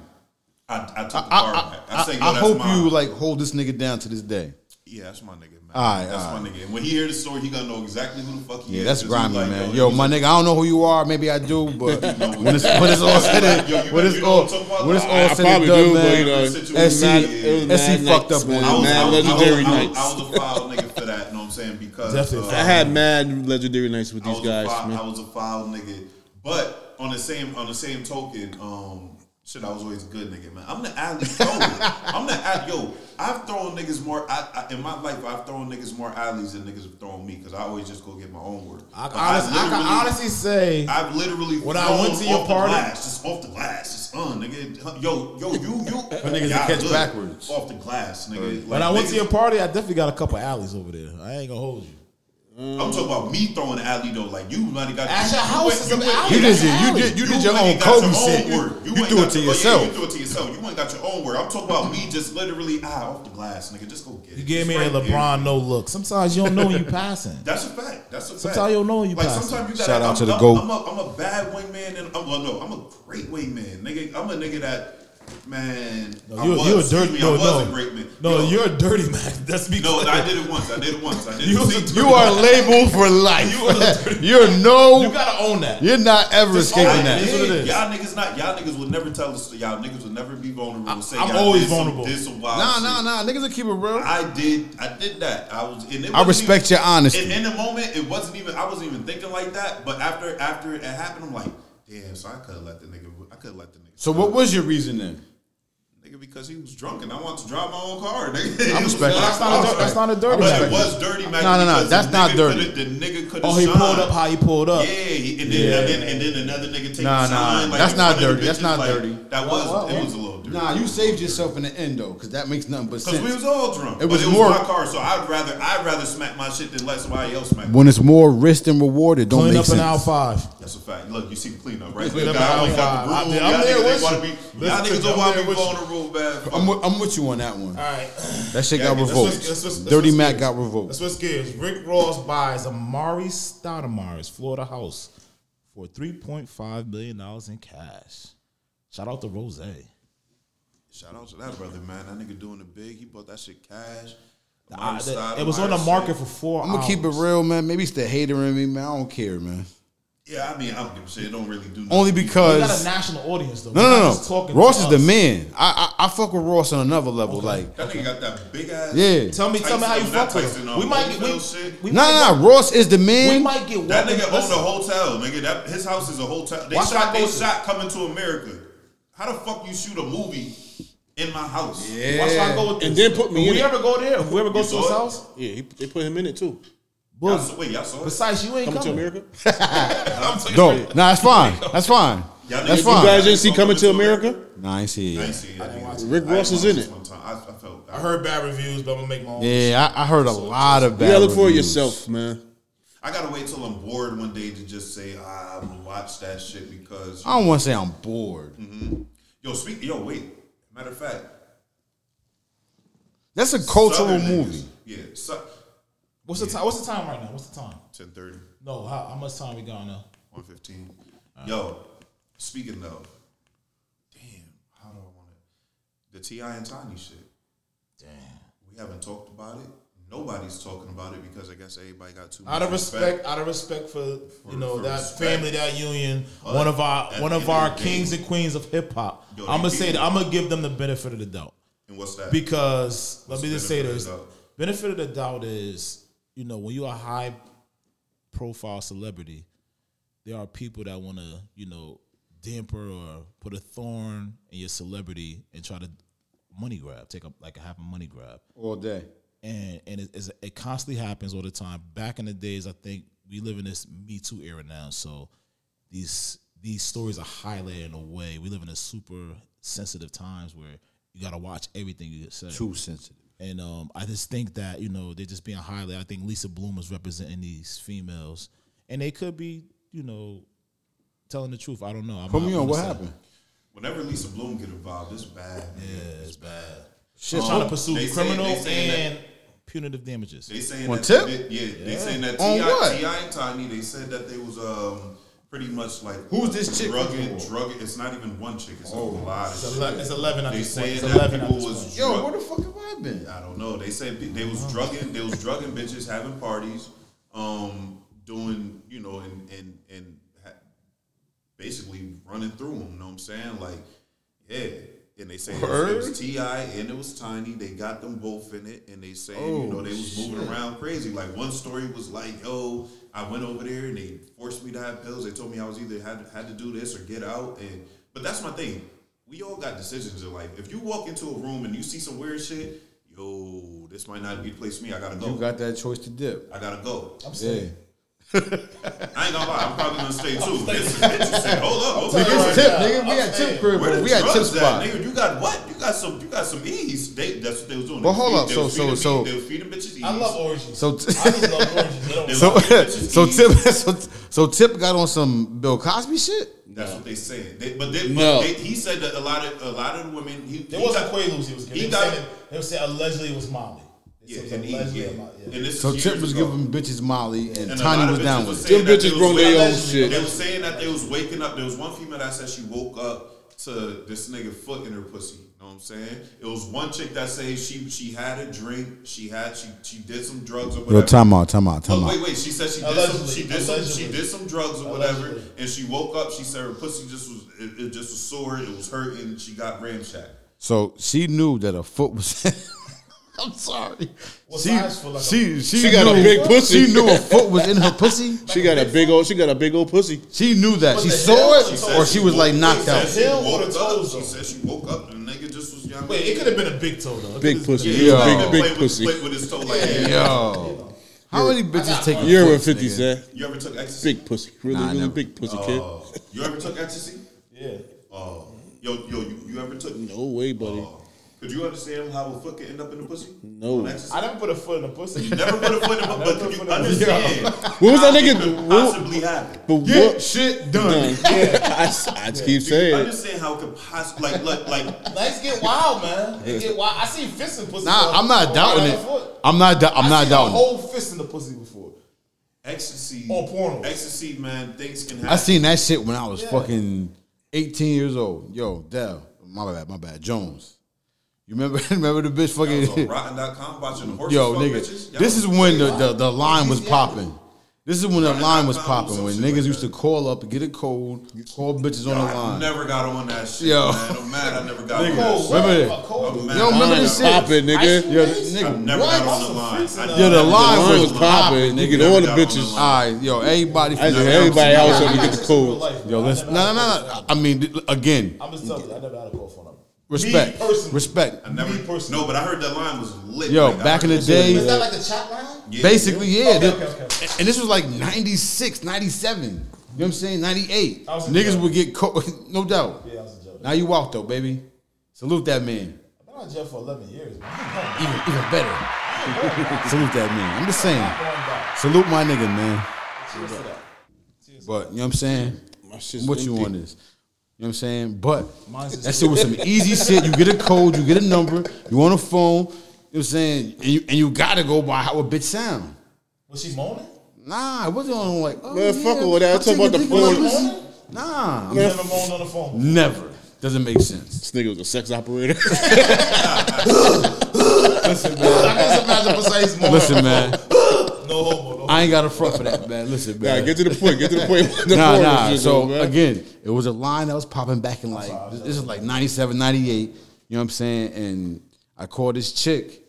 S3: I, I took the car
S7: I, I,
S3: back. I,
S7: I,
S3: said, yo,
S7: I
S3: that's
S7: hope
S3: mine.
S7: you like hold this nigga down to this day.
S3: Yeah, that's my nigga, man.
S7: Alright,
S3: that's my nigga. And when he hear the story, he gonna know exactly who the fuck he
S7: Yeah,
S3: is.
S7: that's
S3: 'Cause he
S7: grimy,
S3: like,
S7: man.
S3: you
S7: Yo, my nigga, I don't know who you are. Maybe I do, but when it's when it's all said
S3: Yo,
S7: and
S3: you
S7: when
S3: know-
S7: it's
S3: you know
S7: all
S3: what I'm talking about?
S7: when it's
S3: I-
S7: all
S2: I
S7: said and
S2: probably
S7: done,
S2: do, but, you know,
S7: man.
S2: it
S3: was mad- it
S7: SC
S3: was
S7: SC
S2: mad
S7: fucked up
S2: nights, man.
S7: on
S3: I
S7: you,
S3: was, I
S7: man.
S2: Mad
S3: was, I was, I
S2: legendary
S3: was,
S2: nights.
S3: I was a foul nigga for that. You know what I'm saying? Because
S1: Definitely
S3: uh,
S2: I had mad legendary nights with
S3: I
S2: these
S3: was a
S2: guys,
S3: foul, I
S2: man.
S3: was a foul nigga. But on the same on the same token, um, shit, I was always a good nigga, man. I'm the alley thrower. I'm the alley, yo. I've thrown niggas more I, I, in my life. I've thrown niggas more alleys than niggas have thrown me because I always just go get my own work.
S1: I, can honestly, I can honestly say
S3: I've literally
S1: When I went to
S3: thrown
S1: your
S3: off
S1: party-
S3: the glass, just off the glass, just uh, nigga, yo, yo, you, you,
S7: niggas
S3: Y'all
S7: catch
S3: good.
S7: backwards.
S3: off the glass, nigga.
S1: when
S3: Like,
S1: I went
S3: niggas-
S1: to your party, I definitely got a couple alleys over there. I ain't gonna hold you.
S3: I'm talking about me throwing the alley though. Like you might have got
S1: At
S3: you
S1: your house
S3: went-
S1: is
S3: you
S1: an
S3: went-
S1: alley.
S7: You did your- you
S1: Alley.
S7: did you did your
S3: went
S7: own
S3: and got
S7: Kobe shit.
S3: own work.
S7: You
S3: went
S7: do it
S3: and got your- oh,
S7: to
S3: yeah,
S7: yourself.
S3: You do it to yourself. You ain't got your own work. I'm talking about me just literally ah off the glass, nigga. Just go get it.
S1: You gave
S3: It's
S1: me a
S3: right here.
S1: LeBron no look. Sometimes you don't know when you passing.
S3: That's a fact. That's a fact.
S1: Sometimes you don't know you
S3: Like
S1: passing.
S3: sometimes you got
S7: Shout out
S3: I'm,
S7: to the
S3: I'm,
S7: GOAT.
S3: I'm a, I'm a bad wingman, and I'm well, no, I'm a great wingman, nigga. I'm a nigga that man. I
S1: you,
S3: was,
S1: you're a
S3: excuse
S1: dirty.
S3: me,
S1: No,
S3: I was
S1: no,
S3: a great man.
S1: no,
S3: Yo,
S1: you're a dirty man. That's me.
S3: no. I did it once. I did it once. I did
S1: You
S3: it.
S1: was a
S3: See,
S1: dirty
S7: You are labeled for life.
S1: You are the-
S7: You're
S1: You
S7: no.
S1: gotta own that.
S7: You're not ever escaping
S1: all
S7: that.
S1: it is.
S3: Y'all niggas not. Y'all niggas will never tell us. Y'all niggas will never be vulnerable. and say
S1: I'm
S3: y'all
S1: always
S3: did some-
S1: vulnerable.
S3: Did some wild
S7: Nah,
S3: shit.
S7: nah, nah. Niggas will keep it real.
S3: I did. I did that. I was. And it
S7: I
S3: wasn't
S7: respect
S3: even-
S7: your honesty.
S3: In, in the moment, it wasn't even. I wasn't even thinking like that. But after after it happened, I'm like, damn. So I could have let the nigga. I could have let the nigga.
S7: So what was your reason then?
S3: Nigga, because because he was drunk and I wanted to drive my own car. nigga.
S1: I'm respecting-
S3: That's not a
S1: I'm
S3: dir-
S1: respecting-
S3: But
S1: I'm
S3: it was dirty, Mac.
S1: No, no, no,
S3: because the
S1: that's not
S3: nigga
S1: dirty.
S3: coulda- The nigga could have.
S1: Oh, he pulled up how he pulled up.
S3: Yeah, he- and then, and then and then another nigga take
S1: Nah,
S3: the sign.
S1: nah,
S3: like,
S1: that's
S3: in
S1: not
S3: front of the
S1: dirty, that's
S3: bitches,
S1: not
S3: like,
S1: dirty.
S3: That was it was a little dirty.
S7: Nah, you saved yourself in the end though, because that makes nothing but
S3: Cause
S7: sense.
S3: we was all drunk.
S7: It
S3: It was,
S7: was
S3: but it
S7: more-
S3: was my car, so I'd rather I'd rather smack my shit than let somebody else smack.
S7: when it's more risk than reward, it don't
S6: Clean
S7: make
S6: up
S7: sense.
S6: an hour five.
S3: That's a fact. Look, you see the cleanup, right?
S1: Clean up
S3: Y'all
S1: an hour
S3: ain't got the
S1: five.
S3: room.
S1: I'm there- I'm
S3: Y'all
S1: there
S3: niggas
S1: with
S3: ain't wanna
S1: you.
S3: be- Y'all
S1: Listen to
S3: niggas
S1: you.
S3: don't want to
S1: I'm
S3: be
S1: there
S3: going to rule bad.
S7: I'm with, I'm with you on that one.
S1: All right.
S7: That shit
S3: Yeah,
S7: got
S3: that's
S7: revoked.
S1: what's- that's what's- that's
S7: Dirty
S1: what's
S7: Mac
S1: good.
S7: got revoked.
S1: That's what scares. Rick Ross buys Amari Stoudemire's Florida house for three point five million dollars in cash. Shout out to Rose.
S3: Shout out to that brother, man. That nigga doing it big. He bought that shit cash.
S1: I-
S3: Amari Stoudemire
S1: it was on the
S3: shit.
S1: market for four.
S7: I'm gonna keep it
S1: hours.
S7: real, man. Maybe it's the hater in me, man. I don't care, man.
S3: Yeah, I mean, I don't give a shit. It don't really do.
S7: Only
S3: nothing.
S6: We got a
S7: because
S6: national audience though.
S7: no,
S6: We're not
S7: no,
S6: just
S7: no.
S6: talking
S7: Ross
S6: to
S7: is the
S6: us.
S7: man. I, I I fuck with Ross on another level. Like,
S3: that nigga got that big ass.
S7: yeah,
S6: Tell me, tell me how you
S3: Tyson,
S6: fuck
S3: not
S6: with
S3: Tyson,
S6: him.
S3: um,
S6: We might get
S3: Holyfield shit.
S6: we, we, might,
S7: nah, nah. Ross is the
S6: we
S7: man.
S6: might get
S3: That
S6: one-
S3: nigga owned
S6: listen,
S3: a hotel, nigga. That his house is a hotel. They
S6: Why should I
S3: shot.
S6: go
S3: They
S6: to-
S3: shot coming to America. How the fuck you shoot a movie in my house? Yeah.
S6: Why should I go with this?
S2: And then put me
S6: If
S2: in
S6: we
S2: it.
S6: ever go there, if we ever go
S3: You
S6: to his
S3: saw it?
S6: house,
S2: Yeah, he, they put him in it too.
S3: Y'all, saw- wait, y'all saw it?
S6: besides you ain't
S2: Coming to
S6: coming.
S2: America.
S3: I'm telling
S7: No,
S3: you.
S7: nah, that's fine. That's fine.
S3: Y'all
S7: That's
S3: niggas-
S7: fine.
S2: You guys didn't see Coming to America?
S7: Nah, I ain't see
S3: I ain't
S7: it.
S3: seen it. I didn't watch it.
S2: Rick Ross is in it.
S3: One time. I, I felt.
S1: I heard bad reviews, but I'm gonna make my own.
S7: Yeah, I, I heard a lot of bad.
S2: You gotta look for it
S7: reviews.
S2: yourself, man.
S3: I gotta wait till I'm bored one day to just say ah, I'm gonna watch that shit because
S7: I don't want to say I'm bored.
S3: yo speak yo wait matter of fact
S7: That's a cultural
S3: Southern niggas-
S7: movie.
S3: yeah su-
S6: What's the time? What's the time right now? What's the time?
S3: 1030
S6: No, how, how much time we got now?
S3: 115 yo speaking though damn how do I want it the Ti and Tiny shit damn we haven't talked about it nobody's talking about it because I guess everybody got too much
S1: Out of respect, out of respect for you know
S3: for
S1: that
S3: respect.
S1: family, that union, one of our
S3: at
S1: one
S3: the
S1: of
S3: end of
S1: our
S3: the day-
S1: kings and queens of hip hop.
S3: Yo,
S1: I'm
S3: they
S1: gonna say
S3: beat
S1: that I'm gonna give them the benefit of the doubt.
S3: and what's that
S1: because let me
S3: the
S1: just say
S3: benefit of
S1: this:
S3: the doubt?
S1: benefit of the doubt is you know when you're a high profile celebrity, there are people that want to you know damper or put a thorn in your celebrity and try to money grab, take up like a half a money grab,
S7: All day.
S1: and and it, it's, it constantly happens all the time. Back in the days, I think we live in this Me Too era now, so these these stories are highlighted in a way. We live in a super sensitive times where you got to watch everything you say.
S7: Too sensitive.
S1: And um, I just think that you know they're just being highlighted. I think Lisa Bloom is representing these females, and they could be you know telling the truth. I don't know. I'm
S7: Put
S1: not
S7: me on. What
S1: 100%.
S7: happened?
S3: whenever Lisa Bloom get involved it's bad man.
S1: Yeah, it's bad.
S7: Shit,
S1: Trying to pursue
S3: they say-
S1: criminal
S3: they saying that-
S1: and punitive damages.
S3: They saying
S7: On
S3: that
S7: tip?
S3: They, yeah, they saying that
S7: On
S3: Ti
S7: what?
S3: Ti and Tiny. They said that they was um pretty much like
S7: Who's this chick
S3: Drugging,
S7: before?
S3: drugging. It's not even one chick. It's a lot of
S1: Oh, It's
S3: shit.
S1: ele- it's eleven. At
S3: They
S1: this point.
S3: saying
S1: It's
S3: that
S1: eleven. At
S3: people
S1: this point.
S3: was
S7: Yo,
S3: drug-
S7: where the fuck have I been?
S3: I don't know. They said pe- they was drugging. They was drugging bitches, having parties, um, doing you know, and and and ha- basically running through them. You know what I'm saying? Like, yeah. And they say it was, it was Ti and it was Tiny. They got them both in it, and they say you know they was
S7: Oh,
S3: moving around crazy. Like one story was like, "Yo, I went over there and they forced me to have pills. They told me I was either had had to do this or get out." And but that's my thing. We all got decisions in life. If you walk into a room and you see some weird shit, yo, this might not be the place for me. I gotta go.
S7: You got that choice to dip.
S3: I gotta go.
S7: Yeah.
S3: I ain't gonna lie. I'm probably gonna stay too. This is interesting. Hold up. Hold up.
S7: Niggas tip, nigga. We at tip crib,
S3: Where
S7: but
S3: the
S7: we at tip
S3: drugs at,
S7: spot.
S3: nigga? You got what? You got some. You got some ease. They, that's what they was doing.
S7: Well,
S3: They
S7: hold
S3: feed-
S7: up.
S3: they
S7: So-
S3: was
S7: so-
S3: feeding bitches-
S7: so-
S3: They was feeding bitches ease.
S6: I love orgies.
S7: So, t-
S6: I just love orgies. They don't-
S3: They
S7: so,
S3: love bitches
S7: so
S3: ease.
S7: tip, so, so tip got on some Bill Cosby shit.
S3: That's what they said. They, but they,
S2: No.
S3: but they, he said that a lot of a lot of women. He,
S6: There
S3: he
S6: wasn't
S3: got-
S6: Quaaludes he was giving.
S3: He
S6: They
S3: got
S6: said, they said allegedly it was Molly.
S3: Yeah,
S6: They said it was
S3: and he,
S6: allegedly
S3: yeah.
S6: a Molly, yeah.
S3: And this
S7: So
S3: is
S7: tip
S3: years
S7: was
S3: ago.
S7: giving bitches Molly, and,
S3: And a lot
S7: Tiny
S3: of
S7: was
S3: bitches
S7: down
S3: was
S7: with it.
S2: Them
S3: saying that they
S2: bitches
S3: was
S2: grown their own
S3: waking- They
S2: shit.
S3: was saying that they was waking up. There was one female that said she woke up to this nigga foot in her pussy. You know what I'm saying? It was one chick that said she she had a drink. She had she she did some drugs or whatever.
S7: Yo, time out, time out, time
S3: Oh,
S7: out.
S3: wait, wait. She said she did some.
S6: Allegedly.
S3: She did some. She
S6: Allegedly.
S3: did some drugs or whatever,
S6: Allegedly.
S3: and she woke up. She said her pussy just was. It, it just was sore. It was hurting. She got ramshacked.
S7: So she knew that her foot was. I'm sorry.
S6: What's
S7: she,
S6: eyes for like a-
S7: she, she,
S2: She got a
S7: knew-
S2: big pussy.
S7: She knew her foot was in her pussy.
S2: She got a big old. She got a big old pussy.
S7: She knew that.
S6: What
S7: she
S6: the
S7: saw
S6: hell?
S7: it,
S6: She
S3: said
S7: or she was
S3: woke-
S7: like knocked
S3: she said
S7: out.
S3: She
S6: Hell or
S3: woke
S6: the
S3: up.
S6: toes,
S3: She
S6: though.
S3: said she woke up and the nigga just just was young.
S6: Wait, it could have been a big toe though.
S11: Big
S6: It could've
S11: pussy.
S6: been-
S11: It was
S3: Yo.
S11: big, big
S3: Played with-
S11: pussy.
S3: played with his toe like that.
S7: Yo. How many bitches take
S11: You ever
S7: flicks,
S11: 50
S7: nigga?
S11: Cent?
S3: You ever took ecstasy? Uh,
S11: Big pussy. Really,
S7: Nah, I
S11: really
S7: never. Oh.
S11: big pussy, kid.
S3: You ever took ecstasy? Yeah. Oh, yo, yo, you, you ever took?
S11: No way, buddy.
S3: Oh. Could you understand how a foot can end up in the pussy?
S11: No.
S3: On ecstasy?
S6: I never put a foot in a pussy.
S3: You never put a foot in the but could you understand?
S11: What was that
S3: how it
S11: nigga-
S3: Could
S11: what-
S3: possibly happen.
S11: But what?
S7: Shit done.
S11: Yeah. I, s- I just keep
S3: Do you
S11: saying. it.
S3: understand how it could possibly like like like
S6: Let's get wild, man. It get wild. I seen fists in pussy.
S7: Nah,
S6: before.
S7: I'm not
S6: Oh,
S7: doubting
S6: right
S7: it.
S6: on the foot.
S7: I'm not. dou- I'm
S6: I
S7: not
S6: seen A
S7: doubting. it.
S6: whole fist in the pussy before.
S3: ecstasy
S6: On pornos.
S3: Ecstasy, man, things can happen.
S7: I seen that shit when I was fucking 18 years old. Yo, Dell. My bad. My bad. Jones. You remember? Remember the bitch
S3: was on
S7: fucking.
S3: Rotten.com watching the horses
S7: Yo,
S3: fuck
S7: nigga,
S3: bitches. Y'all
S7: this is
S3: was-
S7: when the, the, the line was popping. This is when the
S3: Right,
S7: line
S3: I
S7: was
S3: found
S7: popping.
S3: some
S7: When
S3: shit like
S7: niggas used to
S3: that.
S7: call up, get a cold, call bitches on the
S3: I
S7: line.
S3: never got on that shit.
S7: Yo.
S3: man. I'm mad. I never got on that
S6: Cold,
S3: shit.
S7: Remember
S6: wet,
S7: that?
S6: but cold.
S3: I'm
S7: You
S3: mad.
S7: don't remember
S11: Line
S7: this shit?
S11: popping, nigga.
S7: Yo,
S3: I
S7: nigga.
S3: never got on the line. I
S7: Yo, the
S3: never-
S7: line,
S11: line
S7: was
S11: was
S7: popping.
S11: popping. You
S7: Nigga,
S11: get all the
S3: Got on the
S11: bitches.
S7: All right, yo, everybody.
S11: I
S7: from-
S11: said everybody else up to get the
S6: Real
S11: cold.
S6: life,
S7: Yo,
S6: man.
S7: listen. No, no, no, no. I mean, th- again,
S6: I'm just telling you, I never had a cold phone number.
S7: respect,
S6: Me personally.
S7: respect.
S3: I never. No, but I heard that line was lit.
S7: Yo,
S3: Like, I
S7: back in
S3: heard
S7: the
S3: that shit.
S7: day,
S6: Is that like the chat line?
S3: Yeah.
S7: basically, yeah.
S6: Okay,
S7: the-
S6: okay, okay, okay.
S7: And this was like 96, 97. You know what I'm saying? 98.
S6: I was in
S7: Niggas
S6: jail.
S7: would get caught, no doubt.
S6: Yeah, I was in jail.
S7: Now you out though, baby. Salute that man.
S6: I've been out of jail for 11 years, man.
S7: Even, even better. Salute that man. I'm just saying.
S6: Going back.
S7: Salute my nigga, man.
S6: Cheers to that.
S7: But you know what I'm saying?
S2: My shit's
S7: what you
S2: empty.
S7: on this? You know what I'm saying? But
S6: Mine's
S7: that shit was some easy shit. You get a code, you get a number, you on a phone, you know what I'm saying? And you, and you gotta go by how a bitch sound.
S6: Was she moaning?
S7: Nah, I wasn't on like, oh,
S2: Man,
S7: yeah,
S2: fuck all that. I'm
S7: I'll
S2: talking
S7: take
S2: about
S7: a
S2: the
S7: dick in my
S2: phone.
S7: pussy. Nah, I'm
S6: Never moaned on the phone.
S7: Never. Doesn't make
S2: This
S7: sense.
S2: nigga was a sex operator.
S7: Listen, man.
S6: No homo. No.
S7: I ain't got a front for that, man. Listen,
S2: nah,
S7: man.
S2: get to the point. Get to the point. The
S7: nah,
S2: porn
S7: nah.
S2: is just
S7: So
S2: over, man.
S7: again, it was a line that was popping back in like this is like 97, 98. You know what I'm saying? And I called this chick.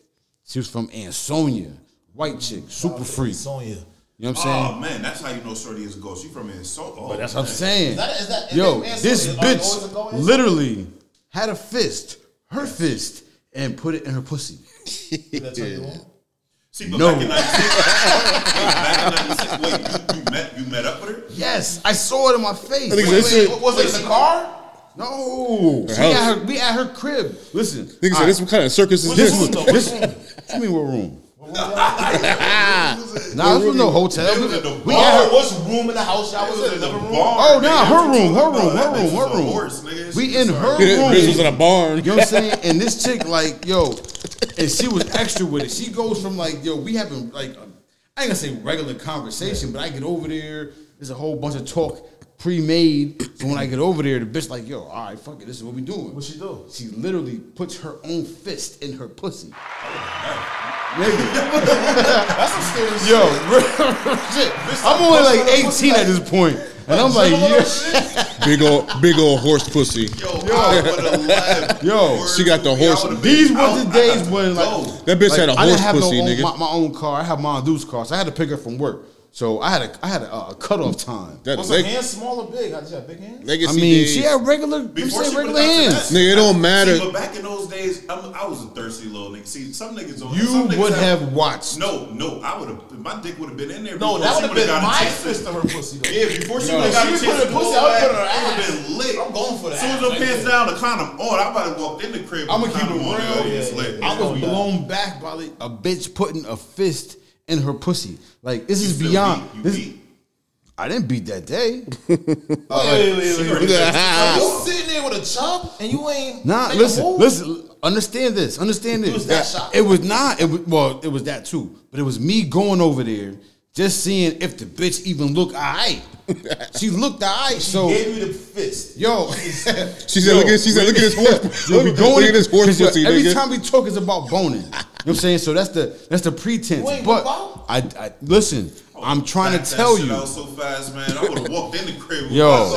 S7: She was from Ansonia. White chick, super free. You
S6: Sonya.
S7: know what I'm saying?
S3: Oh man, that's how you know Shorty is a ghost. She from Minnesota. Oh,
S7: But that's what I'm saying.
S6: that- is that- is
S7: Yo,
S6: that Ansonia?
S7: this
S6: Are the boys that go
S7: bitch
S6: Ansonia?
S7: literally had a fist, her fist, and put it in her pussy.
S6: Did that turn you on?
S3: See, but
S7: No.
S3: back in '96, back in '96, wait, you, you met you met up with her?
S7: Yes, I saw it in my face.
S2: I think
S7: Wait,
S2: they
S7: wait,
S2: said,
S6: What was it in the car?
S7: No, we
S2: house.
S7: at, her, we at her crib. Listen,
S2: nigga said,
S7: I-
S2: this what kind of circus is
S6: What's
S2: this?
S6: wrong though? What's wrong?
S7: What you mean what room? nah, this was no hotel.
S3: was in the
S7: We
S3: bar.
S7: at her.
S6: What's room in the house? Y'all was in the living room.
S7: Oh, nah, her room, her room, her
S3: That bitch was
S7: room, her
S3: a
S7: room.
S3: horse, nigga.
S7: We
S3: She
S7: in
S3: was
S7: her
S3: like-
S7: room.
S2: Bitch was in a barn.
S7: You know what I'm saying? And this chick, like, yo, and she was extra with it. She goes from like, yo, we having like, a, I ain't gonna say regular conversation, but I get over there. There's a whole bunch of talk pre-made. So when I get over there, the bitch like, yo, all right, fuck it, this is what we doing.
S6: What she do?
S7: She literally puts her own fist in her pussy. Nigga.
S6: That's some scary shit.
S7: Yo, real shit. I'm only like 18 at this point, and I'm like, yeah.
S2: big old, big old horse pussy.
S3: Yo, I would've left.
S7: Yo,
S3: Word
S2: she got the
S3: to me, I
S2: horse.
S3: would've been
S7: These were the
S3: out.
S7: days when like
S3: Yo.
S2: That bitch
S7: like,
S2: had a
S7: I
S2: horse
S7: didn't have
S2: pussy,
S7: no own,
S2: nigga.
S7: My, my own car. I had my own dude's car. So I had to pick her from work. So I had a I had a, uh, cutoff time.
S2: That
S6: Was her
S2: leg,
S6: hand small or big? I just had big hands.
S2: legacy
S7: I mean,
S2: days.
S7: she had regular. I'm
S3: Before
S7: saying
S3: she
S7: regular
S3: went out to
S7: hands.
S3: that-
S2: Nigga, it don't matter.
S3: See, but back in those days, I'm, I was a thirsty little nigga. See, some niggas don't.
S7: You
S3: some niggas
S7: would have watched.
S3: No, no, I would have. My dick would have been in there.
S6: No,
S3: before
S6: that
S3: she
S6: would have
S3: would've
S6: been
S3: got a
S6: my
S3: chance to-
S6: fist in her pussy. Though.
S3: Yeah, before she would have got a chance
S6: If she put
S3: to
S6: her
S3: go
S6: pussy, I would've
S3: back,
S6: put her
S3: it
S6: ass.
S3: would have been lit.
S6: I'm going for that.
S3: As soon as her pants down, the condom on. I about to walk in the crib.
S7: I'ma
S3: with the
S7: keep
S3: condom
S7: it
S3: on.
S7: real.
S3: Yeah, it's lit.
S7: I was
S6: Oh, yeah.
S7: blown back by like, a bitch putting a fist in her pussy. Like this is
S3: Still
S7: beyond.
S3: beat, You
S7: this,
S3: beat.
S7: I didn't beat that day.
S6: Wait, wait, wait, wait.
S2: Yeah.
S6: You sitting there with a chub and you ain't.
S7: Nah,
S6: making
S7: listen,
S6: moves?
S7: listen. Understand this. Understand this.
S6: was that shot.
S7: It was not. It was well. It was that too. But it was me going over there, just seeing if the bitch even looked alright. she looked alright. So
S6: Gave me the fist.
S7: yo,
S2: She said, look at, she said, look at this horse.
S7: yo, we
S2: Look, look
S7: going
S2: at this horse
S7: 'cause, yo,
S2: pussy,
S7: Every
S2: nigga.
S7: time we talk, it's about boning. You know what I'm saying? So that's the that's the pretense.
S6: You ain't
S7: But
S6: gonna
S7: I, I listen. I'm trying
S3: Back
S7: to
S3: that
S7: tell
S3: shit
S7: you.
S3: out so fast, man. I would have walked in the crib. with
S7: Yo.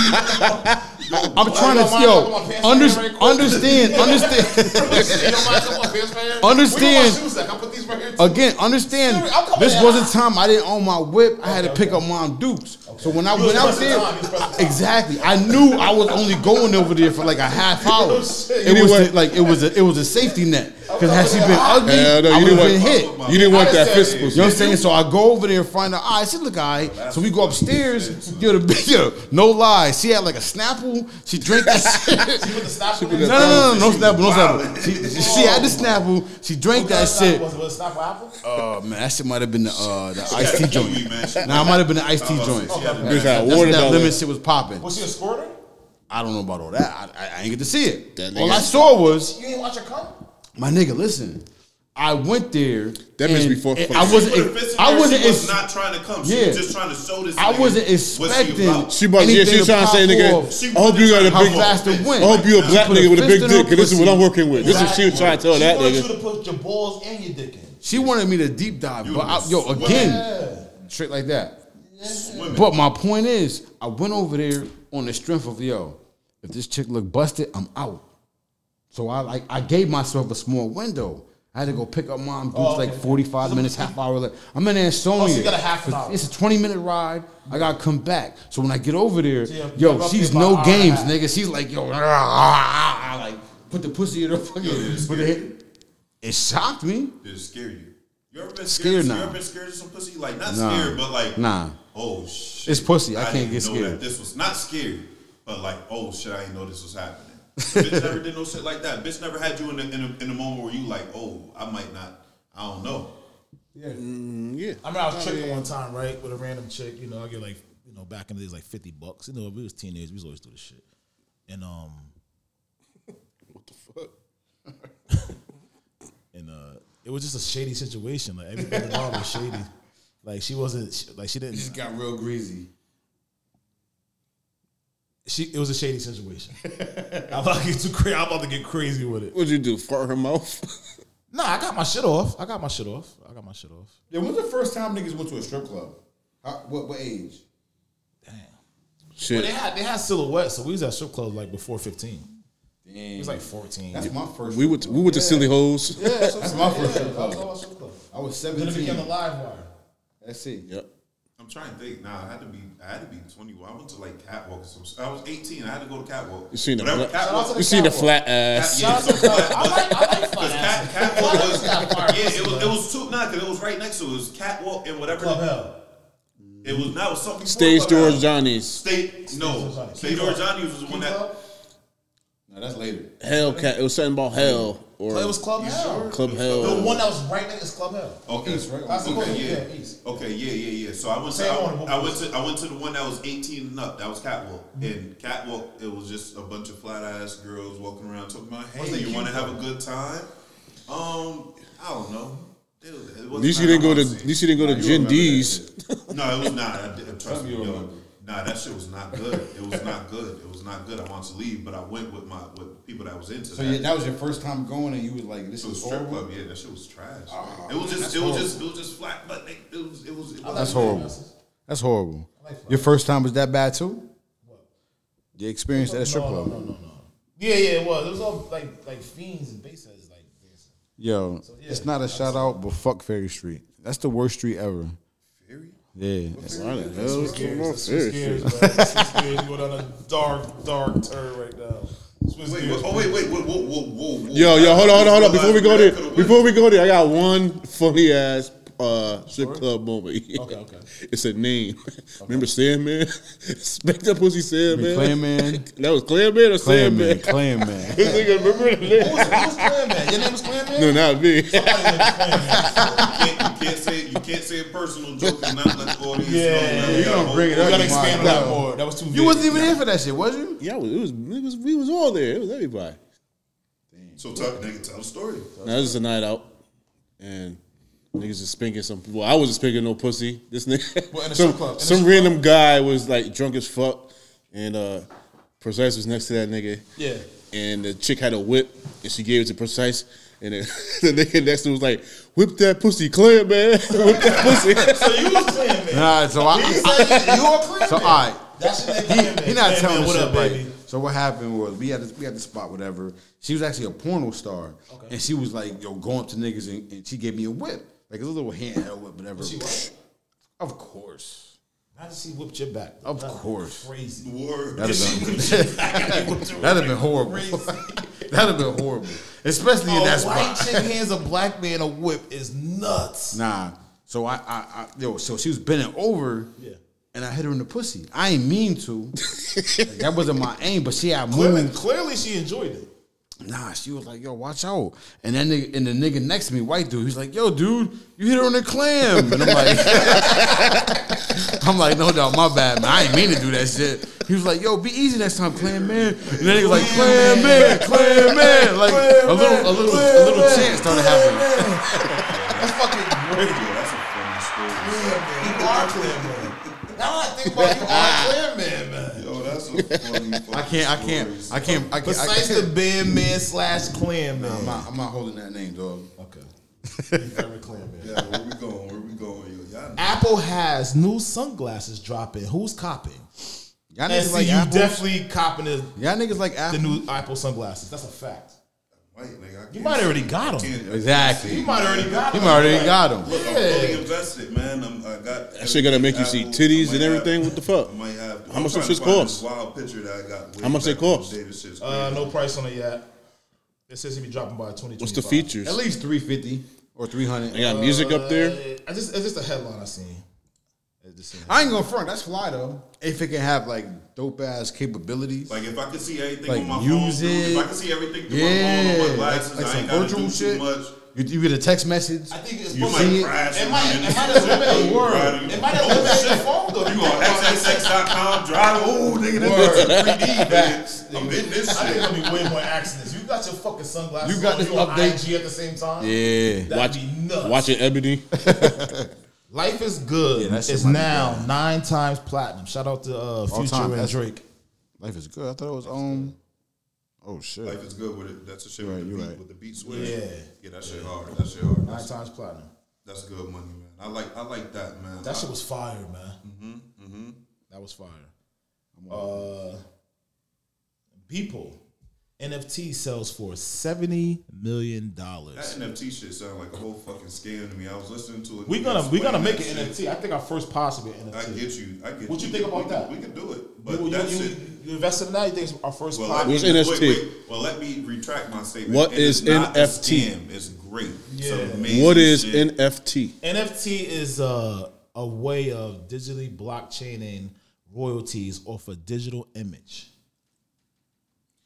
S3: myself. Yo,
S7: I'm
S3: what?
S7: trying
S6: don't
S7: to
S6: mind
S7: yo
S6: talking about pants
S7: under,
S6: right quick.
S7: understand understand.
S6: You don't mind someone fist right here?
S7: Understand.
S6: Where my shoes at? Can I put these
S7: Again, understand
S11: Serious, I'm coming
S7: this
S11: in
S7: was a time I didn't own my whip. I had to pick up Mom Dukes. So when I
S1: You was
S7: went out
S1: pressing
S7: there,
S1: time, you was pressing time.
S7: exactly, I knew I was only going over there for like a half hour.
S1: Oh, shit.
S7: It was the- like it was a, it was a safety net because had she been ugly,
S2: Hell no,
S7: I
S2: you
S7: would
S2: didn't
S7: have
S2: want
S7: been hit.
S1: Oh,
S2: you didn't want that
S1: said-
S2: physical.
S7: You know what I'm saying? So I go over there and find out. I said, "Look, I." So we go upstairs. Yo, the bitch, yo, no lie. She had like a Snapple. She drank that shit.
S1: She put the snap
S7: No, no, no, no, no Snapple, no Snapple. She, she, she had the Snapple. She drank that shit.
S1: Was, was it snap apple?
S7: Oh man, that shit might have been the uh, the iced tea joint. Nah, it might have been the iced
S3: Oh,
S7: tea joint.
S2: Bitch had
S7: That's
S2: water
S7: when that
S2: down
S7: lemon
S2: there.
S7: shit was popping.
S1: Was she a squirter?
S7: I don't know about all that. I, I, I ain't get to see it.
S2: That
S7: All
S2: nigga-
S7: I saw was
S1: You didn't watch her come?
S7: my nigga. Listen, I went there.
S2: That bitch
S7: and-
S2: be four-
S7: and
S2: four-
S7: I
S3: Put a fist
S7: wasn't.
S3: in
S7: I
S3: there,
S7: wasn't.
S3: She was
S7: ex-
S3: not trying to come. She
S7: Yeah.
S3: was just trying to show this.
S7: I
S3: nigga
S7: wasn't
S3: what
S7: expecting.
S3: about.
S2: She about yeah,
S7: anything
S2: she was trying to say,
S7: pop
S2: nigga,
S7: off.
S2: I hope you got a
S7: How
S2: big
S7: fast it
S2: I
S7: went.
S2: hope you a black
S7: She put
S2: nigga with a big
S7: fist in
S2: dick,
S7: her
S2: and this is what
S7: pussy.
S2: I'm working with. This is what she was trying to tell
S1: She
S2: that
S1: wanted
S2: nigga.
S1: you to put your balls and your dick in.
S7: She wanted me to deep dive, but I, yo, again, straight like that. But my point is, I went over there on the strength of yo, if this chick look busted, I'm out. So I like I gave myself a small window. I had to go pick up mom dudes like 45 minutes, half hour left. I'm in Ansonia.
S1: Oh, so you got a half an hour.
S7: It's a 20 minute ride. I gotta come back. So when I get over there,
S1: yeah, you're
S7: yo,
S1: up
S7: she's
S1: there about
S7: no
S1: an hour and a
S7: games,
S1: half.
S7: nigga. She's like, yo, ah, like put the pussy in her fucking. put the head. It shocked me.
S3: Did it scare you? You ever been scared?
S7: Scared nah.
S3: You ever been scared of some pussy? Like not
S7: Nah.
S3: scared, but like
S7: Nah.
S3: Oh shit!
S7: It's pussy. I
S3: didn't
S7: can't get
S3: know
S7: scared.
S3: That this was not scary, but like oh shit! I didn't know this was happening. bitch never did no shit like that. Bitch never had you in the in the, in the moment where you like oh I might not I don't know.
S1: I remember I was tricking one time, right, with a random chick. You know, I get like, you know, back in the days, like fifty bucks. You know, we was teenagers, we was always do this shit. And um, what the fuck? and uh, it was just a shady situation. Like everything involved was shady. Like she wasn't she- like she didn't.
S7: got real greasy.
S1: She it was a shady situation. I'm about to get too crazy. I'm about to get crazy with it.
S2: What'd you do? Fart her mouth?
S1: Nah, I got my shit off. I got my shit off. I got my shit off.
S7: Yeah, when's the first time niggas went to a strip club? How, what, what age?
S1: But they
S2: Shit.
S1: had they had silhouettes, so we was at strip clubs like before 15. It was like 14.
S7: That's my first.
S2: We went to, we went to silly hoes.
S7: that's my first strip club. I was
S1: Then it became a
S7: seventeen.
S1: live wire.
S7: That's it.
S2: Yep.
S3: I'm trying to think. Nah, I had to be I had to be 21. I went to like catwalk or some. shit. I was 18. I had to go to catwalk.
S2: You seen the
S3: whatever
S2: black-
S3: catwalk.
S2: You seen the flat ass.
S3: Yeah, so flat,
S1: I like, I like flat
S3: Cause
S1: ass.
S3: cat, catwalk was,
S1: Got fire.
S3: yeah, it was, it was two, nah, cause it was right next to it. It was catwalk and whatever.
S1: Club Hell.
S3: It was, now it was something. before
S2: Stage
S3: Club
S2: doors,
S3: Hell.
S2: Johnny's.
S3: State, no. State
S1: Club.
S3: doors, Johnny's was the one that,
S7: No, that's later.
S2: Hellcat. It was something about hell or
S1: It was Club Hell.
S2: Club
S1: The
S2: Hell.
S1: one that was right next is Club Hell.
S3: okay.
S7: East, right?
S3: That's
S1: That's the
S3: okay,
S1: one, yeah,
S3: yeah.
S1: East.
S3: Okay, yeah, yeah, yeah. So I went to,
S1: Same one,
S3: I, I
S1: what
S3: went to, I went to the one that was 18 and up. That was catwalk. And catwalk, it was just a bunch of flat ass girls walking around talking about, hey, you want to have a good time? Um, I don't know. It was- it
S2: At
S3: wasn't
S2: least you didn't
S3: nothing
S2: go
S3: I
S2: to.
S3: was
S2: At
S3: seeing.
S2: least you didn't go to Gen D's.
S3: No, it was not. I did, trust me, yo. Nah, that shit was not good. It was not good. It was not good. I wanted to leave, but I went with my with people that was into
S7: So
S3: that.
S7: yeah, that was your first time going, and you was like, "This
S3: it was
S7: is
S3: strip
S7: horrible."
S3: club. Yeah, that shit was trash.
S2: Uh-huh.
S3: it was just, it was just, it was just flat. But it, it was, it was, it was.
S7: That's horrible. That's horrible. Your first time was that bad too. The experience at a strip club.
S1: Yeah, yeah, it was. It was all like like fiends and bass heads like this.
S7: Yo, it's not a shout out, but fuck Ferry Street. That's the worst street ever. Ferry? Yeah.
S2: Seriously.
S1: Going on a dark, dark turn right now. Swizz
S3: Wait,
S1: Gears.
S3: wait, oh wait, wait, whoa, whoa, whoa, whoa.
S2: Yo, yo, hold on, hold on, hold on. Before we go there,
S3: Could've went.
S2: before we go there, I got one funny ass uh, strip club moment.
S1: Okay, okay.
S2: It's a name. Remember Sandman? Smack that pussy Sandman.
S7: Clayman.
S2: That was Clayman or
S7: Clan man,
S2: Sandman?
S7: clan man.
S2: This nigga remember the
S1: Who
S2: name?
S1: was, who was Clan Man? Your name was Clan Man?
S2: No, not me.
S3: you, can't, you can't say, you can't say a personal joke and not let the audience
S1: Yeah,
S3: know.
S1: you
S3: gotta
S7: gonna
S3: hold-
S7: bring it up.
S3: we
S1: You
S3: gotta
S1: gotta expand on that more. That was too.
S7: You wasn't even here for that shit, was you?
S2: yeah, it was, it was, it was, we was all there. It was everybody.
S3: So tell, nigga, tell the story.
S2: Now this is a night out, and niggas is spanking some. Well, I wasn't spanking no pussy. This nigga,
S1: Well, in a
S2: some,
S1: strip club, in a
S2: some
S1: strip
S2: random guy was like drunk as fuck, and uh, precise was next to that nigga.
S1: Yeah.
S2: and the chick had a whip, and she gave it to precise. And the, the nigga next to him was like, "Whip that pussy, clear man! Whip that pussy!"
S1: So you was Clan Man.
S7: Nah, so I,
S1: He said you were Clan
S7: so
S1: Man.
S7: all right.
S1: That's your name,
S7: He,
S1: Clan Man.
S7: he not
S1: Clan
S7: telling
S1: Man,
S7: the
S1: what
S7: shit
S1: up,
S7: right.
S1: baby?
S7: So what happened was we had this, we had this spot, whatever. She was actually a porno star, and she was like, yo, going up to niggas, and, and she gave me a whip, like a little handheld whip, whatever. Of course,
S1: How did she whip your back?
S7: of course.
S1: Crazy.
S7: That'd have been, that'd have been horrible. that'd have been horrible, especially in that
S1: A Oh, white
S7: spot.
S1: chick hands a black man a whip is nuts.
S7: Nah. So I, I, I yo, so she was bending over. Yeah. And I hit her in the pussy. I ain't mean to. Like, that wasn't my aim, but she had
S1: Clearly,
S7: moved.
S1: clearly she enjoyed it.
S7: Nah, she was like, yo, watch out. And then nigga, and the nigga next to me, white dude, he's like, yo, dude, you hit her on the clam. And I'm like, I'm like, no doubt, my bad, man. I ain't mean to do that shit. He was like, yo, be easy next time, clam man. And then he was like, clam man, clam man. Like a little, a little, a little chance started happening.
S1: That's fucking great.
S3: That's a funny story.
S1: You are clear, man. Now I think about you are clear, man, man.
S3: Yo, that's a funny.
S7: I can't, I can't, I can't, I can't. I
S1: Besides
S7: can't.
S1: the bear man slash clan man.
S7: I'm not, I'm not holding that name, dog.
S1: Okay. Very clan man.
S3: Yeah, where we going? Where we going? Yo, y'all
S1: Apple has new sunglasses dropping. Who's copying?
S7: Y'all
S1: And
S7: niggas
S1: see,
S7: like
S1: you
S7: Apple.
S1: definitely copying the,
S7: Y'all niggas like
S1: the
S7: Apple.
S1: new Apple sunglasses. That's a fact.
S3: white, nigga. I
S1: You might already got them.
S7: exactly.
S1: You
S7: You
S1: might already got them.
S7: might already got them.
S3: Look, I'm fully invested, man. I'm, I got
S2: That shit gonna make you see titties
S3: I might
S2: and everything?
S3: Have,
S2: What the fuck?
S3: I might have.
S2: How much them
S3: I'm trying
S2: shits
S3: to find
S2: cost?
S3: this Wild picture that I got. way
S2: How much they
S3: back in the
S2: cost?
S3: day. This shit's crazy.
S1: Uh, no price on it yet. It says he be dropping by twenty.
S2: What's the features?
S7: At least three fifty or three hundred.
S2: They got music up there.
S1: I just it's just a headline I seen. It just seen-
S7: I ain't gonna front. That's fly though. If it can have like dope ass capabilities.
S3: Like if I could see everything
S7: Like
S3: on my
S7: music.
S3: phone, dude, if I could see everything through my
S7: yeah,
S3: phone on my
S7: like,
S3: glasses,
S7: like
S3: I
S7: some
S3: ain't gotta do
S7: virtual
S3: too
S7: shit.
S3: much.
S7: You, you get a text message.
S1: I think it's
S3: You
S1: supposed to-
S3: might
S7: see it?
S3: crash.
S1: It
S3: and
S1: might
S3: then
S1: it might eliminate
S3: you ride it.
S1: It might eliminate your phone though.
S3: You go on XXX.com, drive. Oh, nigga, that's 3D. nigga. I'm hitting this
S1: I think
S3: shit.
S1: there'll be way more accidents. You got your fucking sunglasses.
S7: You got
S1: on,
S7: this
S1: you on
S7: update.
S1: IG at the same time.
S7: Yeah.
S1: that'd
S2: Watch,
S1: be nuts.
S2: watching Ebony.
S1: Life is good.
S7: that shit
S1: it's
S7: might be
S1: now nine times platinum. Shout out to uh, Future
S7: time,
S1: and
S7: that's-
S1: Drake.
S7: Life is good. I thought it was um. Oh shit.
S3: Life is good with it. That's the shit with the
S7: you
S3: beat,
S7: right.
S3: with the beat switch.
S1: Yeah.
S3: yeah, that shit hard. That shit hard.
S1: Nine
S3: That's,
S1: times platinum.
S3: that's good money, man. I like, I like that, man.
S1: That
S3: I-
S1: shit was fire, man. Mm-hmm, mm-hmm. That was fire. Uh, people, NFT sells for seventy million
S3: That
S1: dollars.
S3: NFT shit sound like a whole fucking scam to me. I was listening to it.
S1: We gonna we gonna make an
S3: it.
S1: NFT. I think our first possible
S3: I
S1: NFT.
S3: get you. I get
S1: What you think about
S3: we,
S1: that?
S3: We can do it,
S1: You,
S3: but
S1: you,
S3: that
S1: you,
S3: shit.
S1: you invested in that. You think it's our first
S3: Well,
S1: pot?
S3: let me,
S2: What's
S3: wait,
S2: NFT?
S3: wait. well, let me retract my statement.
S2: What
S3: It is
S2: is
S3: not a
S2: NFT?
S3: scam. It's great.
S1: Yeah.
S3: It's amazing
S2: What is
S3: shit.
S2: NFT?
S1: NFT is a a way of digitally blockchaining royalties off a digital image.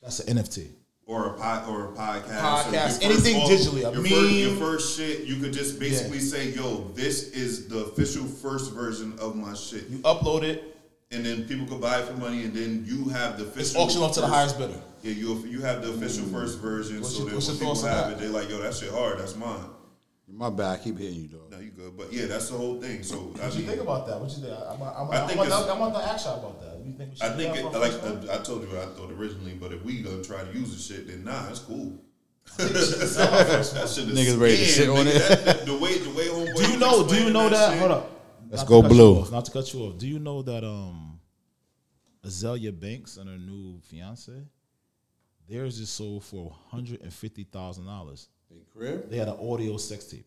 S1: That's an NFT.
S3: or a pod, or a podcast,
S1: Podcast,
S3: or your first
S1: anything
S3: off-
S1: digitally, a
S3: Your, first, your
S1: meme.
S3: first shit, you could just basically say, "Yo, this is the official first version of my shit,"
S1: You upload it.
S3: and then people could buy it for money, and then you have the official.
S1: It's auctioned off to the
S3: first-
S1: highest bidder.
S3: Yeah, you you have the official first version,
S1: What's
S3: so
S1: your-
S3: then
S1: what's
S3: when
S1: your
S3: people
S1: thoughts on
S3: have
S1: that?
S3: it, they like, "Yo, that shit hard. That's mine."
S7: My bad. I keep hitting you, dog.
S3: No, you good, but yeah, that's the whole thing. So I
S1: What you
S3: mean,
S1: think about that? What you think? I, I, I,
S3: I
S1: I,
S3: think
S1: want,
S3: it's-
S1: that- I want the action about that. You think we should
S3: I think
S1: do
S3: it,
S1: that for
S3: like
S1: our first one?
S3: I, I told you what I thought originally, but if we gonna try to use the shit, then nah, it's cool. that shit is
S7: Niggas ready to
S3: scam,
S7: sit on
S3: nigga.
S7: it.
S3: That- that- the way the way homeboy.
S1: do you
S3: was
S1: know? Do you
S3: explaining
S1: know that?
S3: shit-
S1: Hold up.
S7: Let's
S1: Not to
S7: go
S1: cut you
S7: blue.
S3: uh,
S1: off, not to cut you off. Do you know that um, Azalea Banks and her new fiance, theirs is sold for one hundred and fifty thousand dollars. They had an audio sex tape.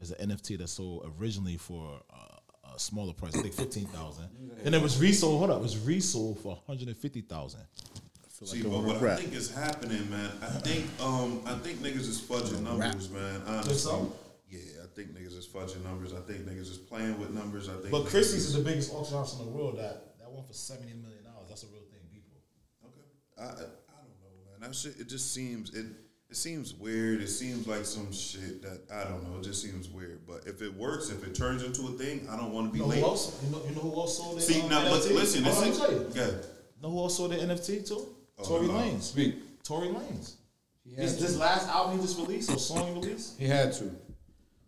S1: It's an NFT that sold originally for uh, a smaller price, I think fifteen thousand. Then it was resold. Hold up, it was resold for one hundred and fifty thousand.
S3: See, but what I think is happening, man. I think um I think niggas is fudging numbers, man. Honestly.
S1: so?
S3: Yeah, I think niggas is fudging numbers. I think niggas is playing with numbers. I think.
S1: But
S3: niggas
S1: Christie's is the biggest auction house in the world. That that one for seventy million dollars. That's a real thing, people.
S3: Okay. I I I don't know, man. That shit. It just seems it. It seems weird. It seems like some shit that I don't know. It just seems weird. But if it works, if it turns into a thing, I don't want to be
S1: You know
S3: late.
S1: who else? You know, you know who else sold it?
S3: See now, but listen.
S1: Hold on,
S3: This
S1: let me tell you.
S3: is, yeah.
S1: Know who else sold the NFT too? Tory
S3: Oh, no.
S1: Lanez. Speak. Tory Lanez. This, this last album he just released or song he released?
S7: He had to.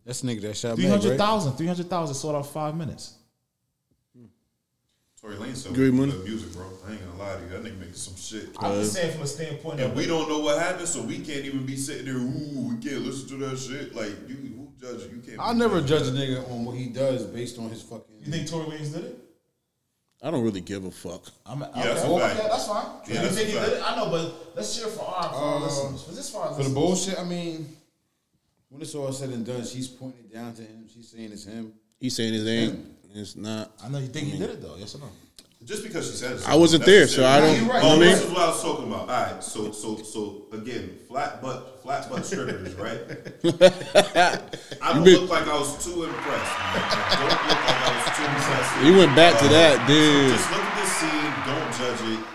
S7: That's the nigga that shot me. Right?
S1: 300,000. 300,000 sold out in five minutes.
S3: Tory Lanez so
S2: Give
S3: good
S2: me money.
S3: music, bro. I ain't gonna lie to you. That nigga making some shit.
S1: I'm just saying from a standpoint
S3: And
S1: of.
S3: we don't know what happened, so we can't even be sitting there. Ooh, we can't listen to that shit. Like you, who judges? You can't.
S7: I
S3: be
S7: never
S3: judging.
S7: judge a nigga on what he does based on his fucking.
S1: You think Tory Lanez did it?
S2: I don't really give a fuck.
S1: I'm, I'm,
S3: that's a
S1: okay,
S3: fact.
S1: yeah, that's fine.
S3: Yeah,
S1: you
S3: that's
S1: think
S3: a
S1: you
S3: fact.
S1: did it? I know, but let's cheer for our for our listeners. For this far,
S12: For the bullshit, I mean, when it's all said and done, she's pointing down to him. She's saying it's him.
S2: He's saying his name. It's not.
S1: I know you think he did it though. Yes or no?
S3: Just because she said it,
S2: I wasn't there, so I don't-
S3: You're
S2: you know what
S3: Oh,
S2: I
S3: this
S2: mean?
S3: is what I was talking about. All right, so so so again, flat butt, flat butt strippers, right? I don't look like I was too impressed. man. Don't look like I was too impressed.
S2: He went back to
S3: Uh,
S2: that, dude.
S3: Just look at this scene. Don't judge it.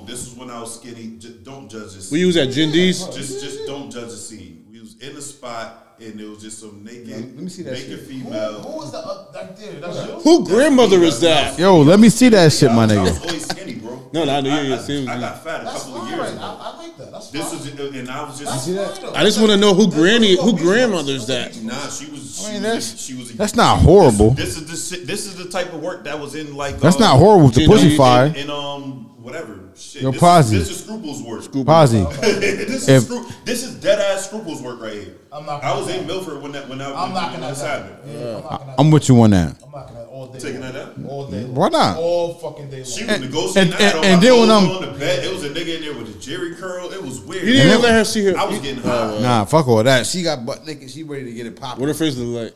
S3: Um, this is when I was skinny. Just don't judge this.
S2: We
S3: scene.
S2: was at Jindy's.
S3: just just don't judge the scene. We was in the spot and there was just some naked,
S12: let me see that
S3: naked
S12: shit.
S3: female.
S1: Who was the uh, that did it? That's you.
S2: Who grandmother is that?
S7: Yo, let me see that shit, my
S3: I was
S7: nigga.
S3: always skinny, bro.
S2: No, no, I know, yeah, yeah,
S3: I,
S2: same.
S3: I got fat a
S1: That's
S3: couple of
S1: fine.
S3: years
S1: I,
S3: ago.
S1: I like that. That's
S3: This
S1: fine.
S3: was, and I was
S1: That's
S3: just.
S1: fine, though.
S2: I just want to know who
S1: That's what
S2: granny,
S1: we want.
S2: who
S1: We want-
S2: grandmother is
S1: that's what
S2: that?
S1: we
S3: Nah, she was. She,
S7: I
S3: was
S7: mean, that's-
S3: she was.
S7: That's not horrible.
S3: This is the shit- this is the type of work that was in like.
S7: That's
S3: uh,
S7: not horrible to
S2: Gina, you
S7: pussy
S2: did-
S7: fire.
S3: And um, whatever. Shit.
S7: Yo,
S3: this
S7: Posse.
S3: Is, this is scruples work.
S7: Posse.
S3: this
S7: If-
S3: is scru- this is dead ass scruples work right here.
S1: I'm not
S3: I was
S1: gonna-
S3: in Milford when that when that
S1: I'm
S3: when,
S1: not
S3: when
S1: gonna
S3: this happened.
S1: Yeah, I'm not gonna.
S7: I'm with you on that.
S1: I'm not gonna all day.
S3: Taking
S1: long.
S3: that out?
S1: all day.
S7: Why
S1: long.
S7: not?
S1: All fucking day long.
S3: She was
S7: And-
S3: negotiating.
S7: and-
S3: I had all
S7: and- and
S3: my
S7: then when
S3: clothes
S7: I'm-
S3: on the bed, it was a nigga in there with a Jerry curl. It was weird.
S2: You didn't
S7: Yeah.
S2: even let her see her.
S3: I was getting high.
S7: Nah, fuck all that.
S12: She got butt naked. She ready to get it popping.
S2: What her face look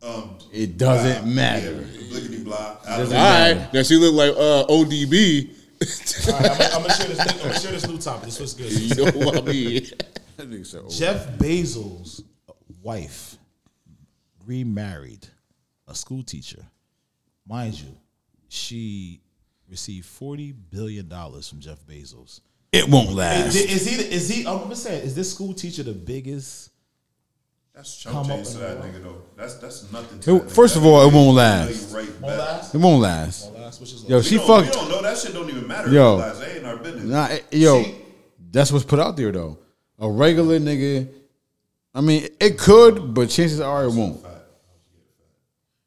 S2: like?
S3: Um,
S7: It doesn't matter.
S3: blickety blah. I don't
S2: All right, now she look like uh, ODB.
S1: All right, I'm, I'm gonna share this. Thing, I'm gonna share this new topic. This was good.
S2: you know what I mean?
S1: Jeff Bezos' wife remarried a school teacher. Mind you, she received forty billion dollars from Jeff Bezos.
S7: It won't
S1: Is,
S7: last.
S1: is he? Is he? I'm just saying. Is this school teacher the biggest?
S3: That's
S1: Come
S3: chump
S1: up
S3: change to
S1: and
S3: that nigga though. That's that's nothing. To
S7: It-
S3: that nigga.
S7: first of
S3: That
S7: all, it
S3: nigga
S7: won't
S3: really
S7: last.
S3: right
S1: Won't
S3: back.
S1: last.
S7: It won't last.
S1: Won't last. Which is
S7: Yo,
S1: like,
S7: she
S3: We don't, we
S7: fucked.
S3: don't know that shit. Don't even matter. Yo,
S7: Yo.
S3: that ain't our business.
S7: Nah, it- yo,
S3: She-
S7: that's what's put out there though. A regular nigga. I mean, it could, but chances are it won't.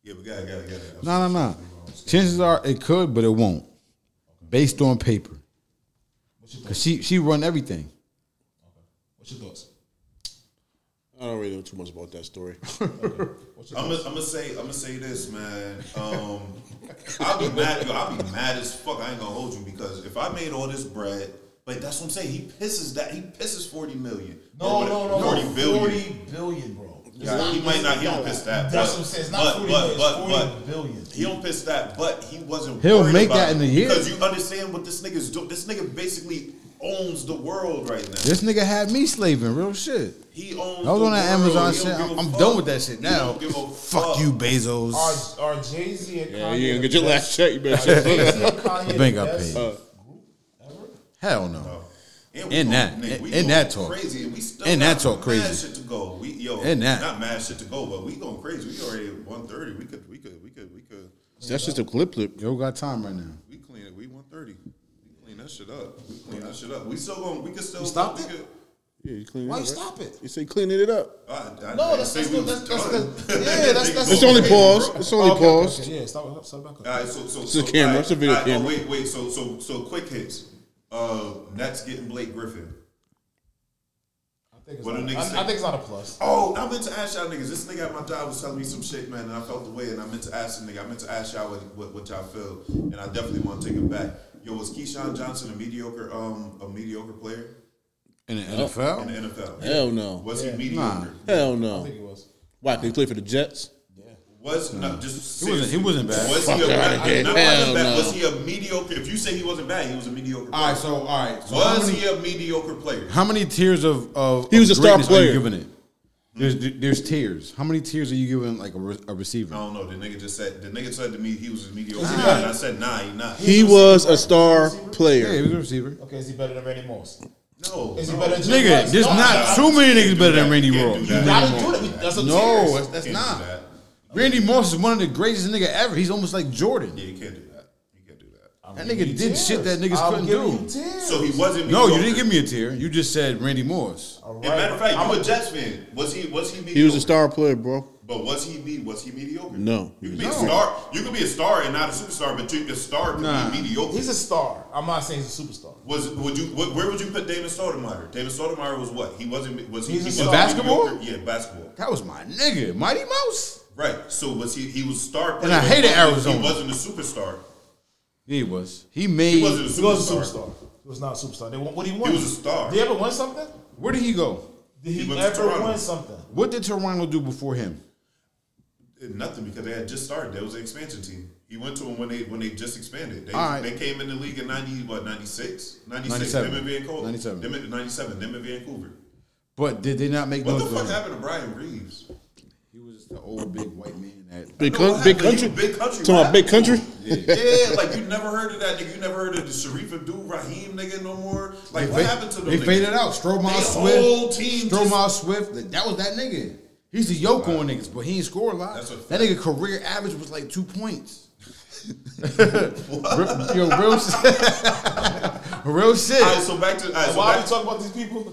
S3: yeah, we gotta gotta gotta.
S7: No, no, no. Chances are it could, but it won't. Based on paper, cause she she run everything.
S1: what's your thoughts?
S2: I don't really know too much about that story.
S3: I'm gonna I'm gonna say I'm gonna say this, man. Um, I'll be mad. Yo, I'll be mad as fuck. I ain't gonna hold you because if I made all this bread, like that's what I'm saying. He pisses that. He pisses forty million. Or
S1: No,
S3: what-
S1: no, no, no.
S3: Forty billion.
S1: Forty billion, bro.
S3: Yeah, he might not. He don't piss that.
S1: That's what
S3: but-
S1: I'm saying. It's not
S3: but,
S1: 40
S3: but,
S1: million,
S3: but,
S1: it's
S3: but
S1: 40 billion.
S3: He don't piss that. But he wasn't.
S7: He'll
S3: worried
S7: make
S3: about
S7: that
S3: it.
S7: in a year.
S3: Because you understand what this nigga's doing. This nigga basically owns the world right now.
S7: This nigga had me slaving, real shit.
S3: He owns.
S7: I was
S3: the
S7: on that
S3: world.
S7: Amazon
S3: He don't
S7: shit.
S3: give a
S7: I'm- I'm
S3: fuck.
S7: done with that shit
S3: He
S7: now.
S3: don't give a
S7: Fuck you, Bezos.
S1: Are, are Jay Z and
S2: Yeah,
S1: Kanye
S2: you ain't
S1: the
S2: get your
S1: best-
S2: last check. You better
S1: are
S2: shut
S1: Jay-Z
S2: up.
S1: and Kanye the
S7: bank got
S1: best
S7: paid.
S1: group ever?
S7: Hell no.
S3: And we
S7: In
S3: going-
S7: that-
S3: nigga, we
S7: in
S3: going
S7: that talk.
S3: crazy, and we still
S7: In that
S3: got
S7: talk,
S3: mad
S7: crazy.
S3: shit to go. We yo,
S7: In that.
S3: not mad shit to go, but we going crazy. We already at one thirty. We could, we could, we could, we could,
S2: That's just a clip clip.
S7: Yo, got time right now.
S3: we clean it. We one thirty. We clean that shit up. We clean that shit up. We still going. We could still
S1: stopped
S3: we
S1: it?
S3: could-
S2: Yeah, you clean it
S1: Why
S2: up.
S1: you
S2: right?
S1: stop it?
S2: You say cleaning it up.
S3: I, I,
S1: No,
S3: I
S1: that's
S3: say
S1: that's
S3: we was
S1: that's that's
S3: done.
S1: the yeah. That's that's.
S2: It's only
S3: Okay,
S2: pause.
S3: bro.
S2: It's only
S1: Okay,
S2: pause.
S1: okay, Yeah, stop, stop back up.
S3: All right, so so
S2: a
S3: so,
S2: camera.
S3: all right,
S2: It's a video
S3: all right,
S2: camera.
S3: Oh, wait, wait. So so so quick hits. Uh, Nets getting Blake Griffin.
S1: I think it's
S3: What do
S1: not-
S3: niggas
S1: I-
S3: say?
S1: I think it's not a plus.
S3: Oh, I meant to ask y'all niggas. This nigga at my job was telling me some shit, man, and I felt the way, and I meant to ask the nigga. I meant to ask y'all what, what, what y'all feel, and I definitely want to take it back. Yo, was Keyshawn Johnson a mediocre um a mediocre player
S7: In the NFL,
S3: in the NFL?
S2: Hell no.
S3: Was he mediocre?
S2: Hell
S1: I
S2: no.
S1: think it was.
S2: Why? They play for the Jets.
S3: Was no, just
S7: he wasn't. He wasn't bad.
S3: Was he a
S2: outta
S3: I-
S2: here.
S3: not wasn't
S2: Hell
S3: bad,
S2: no.
S3: was he a mediocre? If you say he wasn't bad, he was a mediocre.
S12: All
S3: Player.
S12: right, so all right, so how
S3: Was
S12: many,
S3: he a mediocre player?
S7: How many tiers of of
S2: He was
S7: of
S2: a star
S7: greatness Are
S2: player.
S7: you giving it? There's there's tiers. How many tiers are you giving like a, re- a receiver?
S3: I don't know. The nigga just said the nigga said to me he was a mediocre player, and I said nah, he not.
S2: He was a star
S7: Yeah, he
S2: player.
S7: was a receiver.
S1: Okay, is he better than Randy Moss?
S3: no,
S1: Is he
S3: no.
S1: better than Jim
S7: Nigga,
S1: Rice?
S7: there's
S1: No,
S7: not
S1: no,
S7: too many niggas better than
S3: that.
S7: Randy
S3: Can't
S7: Moss.
S3: do that.
S1: Gotta do that. That's what
S7: No,
S1: serious.
S7: that's, that's
S3: Can't
S7: not.
S3: do that.
S7: Randy Moss is one of the greatest nigga ever. He's almost like Jordan.
S3: Yeah, you can't do that. You can't do that.
S7: That nigga did shit that niggas
S1: I'm
S7: couldn't
S1: giving you
S7: do.
S1: tears.
S3: So he wasn't.
S7: No, you
S3: mediocre.
S7: didn't give me a tier. You just said Randy Moss.
S1: All
S3: And matter of fact,
S1: I'm
S3: I'm a Jets fan. Was he? Was he? Mediocre?
S2: He was a star player, bro.
S3: But was he? Me? Was he mediocre?
S2: No.
S3: You can be a star. You can be a star and not a superstar, but you can star to
S7: Nah.
S3: be mediocre.
S1: He's a star. I'm not saying he's a superstar.
S3: was would you? What, where would you put David Stoudemire? David Stoudemire was what? He wasn't. Was he?
S1: He's a
S3: he
S1: star.
S3: wasn't
S7: Basketball?
S3: mediocre? Yeah, basketball.
S7: That was my nigga, Mighty Mouse.
S3: Right. So was he? He was a star.
S7: And I
S3: player,
S7: hated
S3: but he wasn't-
S7: Arizona.
S3: He wasn't a superstar.
S7: Yeah, he was. He made.
S1: He was a superstar. He was not a superstar. They won, what he won?
S3: was a star.
S1: Did he ever win something?
S7: Where did he go?
S1: Did he,
S3: He went to
S1: ever
S3: Toronto.
S1: win something?
S7: What did Toronto do before him?
S3: Nothing because they had just started. That was an expansion team. He went to them when they when they just expanded. They,
S7: All right.
S3: they came in the league in ninety what 96? 96,
S7: 97.
S3: Them in Vancouver.
S7: 97.
S3: Them in ninety seven. Them in Vancouver.
S7: But did they not make
S3: What
S7: no
S3: the fuck happened to Brian Reeves?
S7: He was the old big white man that
S2: Big,
S3: No,
S2: coun-
S3: what
S2: big
S3: happened?
S2: country.
S3: He- big country.
S2: Talking
S3: what
S2: about big
S3: happened to
S2: country.
S3: him? Yeah, like you never heard of that nigga. You never heard of the Sharif Abdul Rahim nigga no more. Like what
S7: They-
S3: happened to them?
S7: They
S3: niggas?
S7: faded out. Stromile
S3: They
S7: Swift.
S3: whole team
S7: Stromile Swift. That that was that nigga. He's the yoke on niggas, but he ain't score a lot.
S3: That's a
S7: that nigga career average was like two points. Re- Yo, real shit. real shit.
S3: All right, so back to all right, so
S1: Why are
S3: back,
S1: we talking about these people?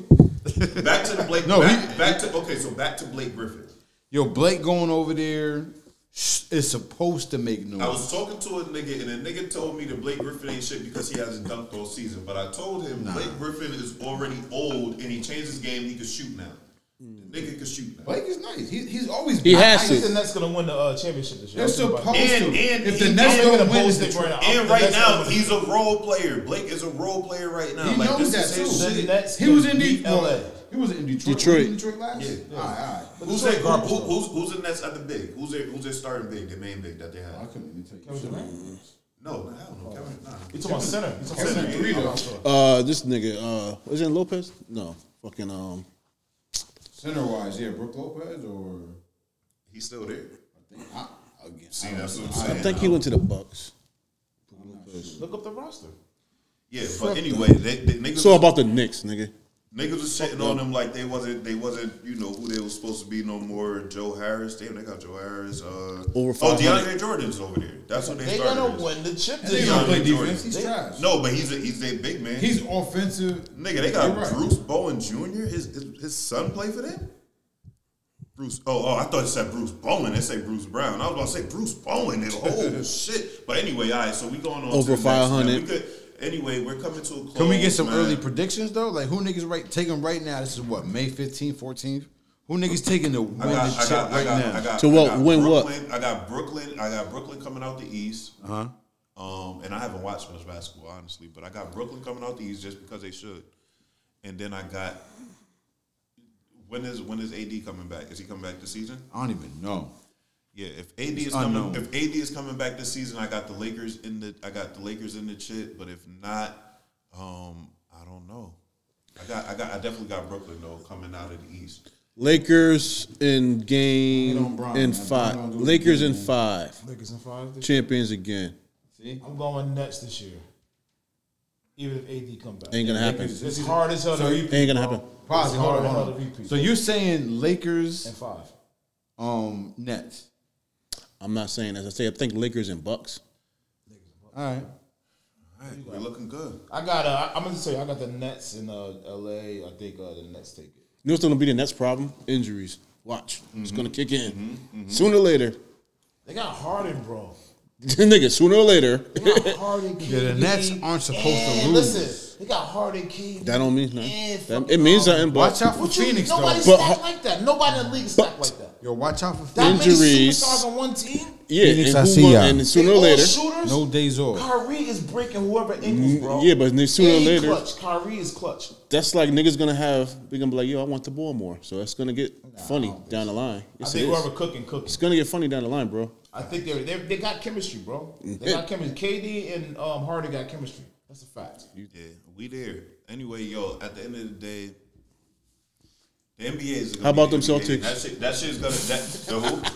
S3: back to the Blake.
S7: No,
S3: back,
S7: he-
S3: back to okay. So back to Blake Griffin.
S7: Yo, Blake going over there sh- is supposed to make noise.
S3: I was talking to a nigga, and a nigga told me that Blake Griffin ain't shit because he hasn't dunked all season. But I told him Blake Griffin is already old, and he changed his game. He can shoot now. The nigga can shoot now.
S7: Hmm. Blake is nice. He, he's always
S2: He has
S1: He's the
S2: to.
S1: Nets gonna win the uh, championship this year.
S7: They're supposed
S3: And-
S7: to.
S3: and
S7: if
S3: he-
S7: the Nets
S3: and
S7: don't
S1: gonna
S7: win, it's
S1: post
S7: the
S1: it right now.
S3: And right
S1: That's
S3: now,
S1: what-
S3: he's a role player. Blake is a role player right now.
S7: He
S3: like,
S7: knows
S3: this
S7: that
S3: is
S7: too.
S3: his shit.
S1: The Nets
S7: He was
S1: can
S7: in
S1: beat LA.
S7: Detroit. He was in Detroit.
S2: Detroit.
S7: Was he in Detroit last. Yeah. All right, all right.
S3: Who's that? Who, who, who's who's the Nets at the big? Who's their who's their starting big? Their main big that they have? No, no, hell no, Kevin. Nah.
S1: You talking about center? You talking about
S3: Center,
S1: center?
S3: yeah, I'm
S2: Uh, this nigga. Uh, was it Lopez? No. Fucking um.
S7: Center wise, yeah, Brooke Lopez or
S3: He's still there.
S7: I think I, again,
S3: See, that's what I'm
S2: I
S3: saying.
S2: think he went to the Bucks.
S1: Look up the roster.
S3: yeah, but anyway, they, they, niggas,
S2: So about the Knicks, nigga.
S3: niggas was shitting on them like they wasn't they wasn't you know who they was supposed to be no more. Joe Harris, damn, they got Joe Harris. Uh,
S2: Over
S3: oh,
S2: 500.
S3: DeAndre Jordan's over there. That's what they,
S1: They
S3: started.
S1: gonna
S3: as.
S1: win the chip
S7: He's
S1: this
S7: gonna
S1: year.
S7: play
S3: Jordan.
S7: defense. He's trash.
S3: No, but he's a, he's a big man.
S7: he's offensive.
S3: Nigga, they got
S7: You're right.
S3: Bruce Bowen Jr. His, his his son play for them. Bruce. Oh, oh, I thought it said Bruce Bowen. It said Bruce Brown. I was about to say Bruce Bowen. nigga. Oh shit! But anyway, all right. So we going on to
S2: Over
S3: the next, man.
S2: 500.
S3: We could- Anyway, we're coming to a close.
S7: Can we get some
S3: man.
S7: early predictions though? Like who niggas right take him right now? This is what May 15th, 14th. Who niggas taking to win
S3: I got,
S7: the
S3: I
S7: chip
S3: got, I
S7: right
S3: got,
S7: now?
S3: I got,
S2: To
S3: I
S2: what-
S3: got
S2: win what?
S3: Brooklyn, I got Brooklyn. I got Brooklyn coming out the East.
S7: Uh-huh.
S3: Uh huh. Um, and I haven't watched much basketball honestly, but I got Brooklyn coming out the East just because they should. And then I got when is when is AD coming back? Is he coming back this season?
S7: I don't even know.
S3: Yeah, if AD is coming,
S7: unknown.
S3: if AD is coming back this season, I got the Lakers in the, I got the Lakers in the shit. But if not, um, I don't know. I got, I got, I definitely got Brooklyn though coming out of the East.
S2: Lakers in
S7: Hate on
S2: game
S7: Bron,
S2: in
S7: man. Bron
S2: five.
S7: don't do it
S2: Lakers
S7: again,
S2: in
S7: man.
S2: five.
S1: Lakers in five. this year.
S2: Champions again.
S1: I'm going Nets this year. Even if AD come back,
S2: Ain't gonna happen.
S1: it's hard as hell.
S7: So
S1: to
S7: you-
S1: repeat,
S2: Ain't gonna
S1: bro.
S2: happen.
S7: Pause.
S1: It's
S7: Hold
S1: hard
S7: on,
S1: as hell
S7: hold
S1: to
S7: on.
S1: repeat.
S7: So you're saying
S1: in
S7: Lakers,
S1: five.
S7: um, Nets.
S2: I'm not saying as I say. I think Lakers and Bucks.
S7: All right.
S3: All right, we're looking good.
S1: I got. Uh, I'm gonna tell you. I got the Nets in uh, L.A. I think uh, the Nets take it.
S2: You know what's gonna be the next problem? Injuries. Watch. It's gonna kick in sooner or later.
S1: They got Harden, bro.
S2: nigga, sooner or later.
S1: They got Harden. KD,
S7: Yeah, the Nets aren't supposed to
S1: and
S7: lose.
S1: Listen, they got Harden, KD.
S2: That don't mean nothing.
S1: and
S2: That-
S1: fucking
S2: it means
S1: Harden.
S2: something, but
S7: Watch out for
S1: What you-
S7: Phoenix
S1: Nobody
S7: though.
S2: But
S1: stacked
S2: ho-
S1: like that. Nobody in the league stacked like that.
S7: Yo, watch out for
S1: That
S7: Phoenix.
S1: many
S2: Injuries.
S1: superstars on one team.
S2: yeah,
S7: Phoenix,
S2: and,
S7: I
S2: who
S7: see
S2: won-
S7: y'all.
S2: and sooner
S1: They
S2: or
S1: all
S2: later. Mm,
S1: shooters.
S7: No days off.
S1: Kyrie is breaking whoever ankles, bro.
S2: Yeah, but then sooner or
S1: And he
S2: later-
S1: clutch. Kyrie is clutch.
S2: That's like niggas gonna have. They gonna be like, yo, I want the ball more. So that's gonna get funny down the line.
S1: I
S2: Yes, it
S1: think
S2: is.
S1: whoever cooking, cooking.
S2: It's gonna get funny down the line, bro.
S1: I think they they they got chemistry, bro. They got chemistry. KD and um, Harden got chemistry. That's a fact.
S3: Yeah, we there. Anyway, yo, at the end of the day, the NBA is. gonna
S2: How about
S3: be
S2: them
S3: NBA.
S2: Celtics?
S3: That shit, that shit's gonna. That, the who?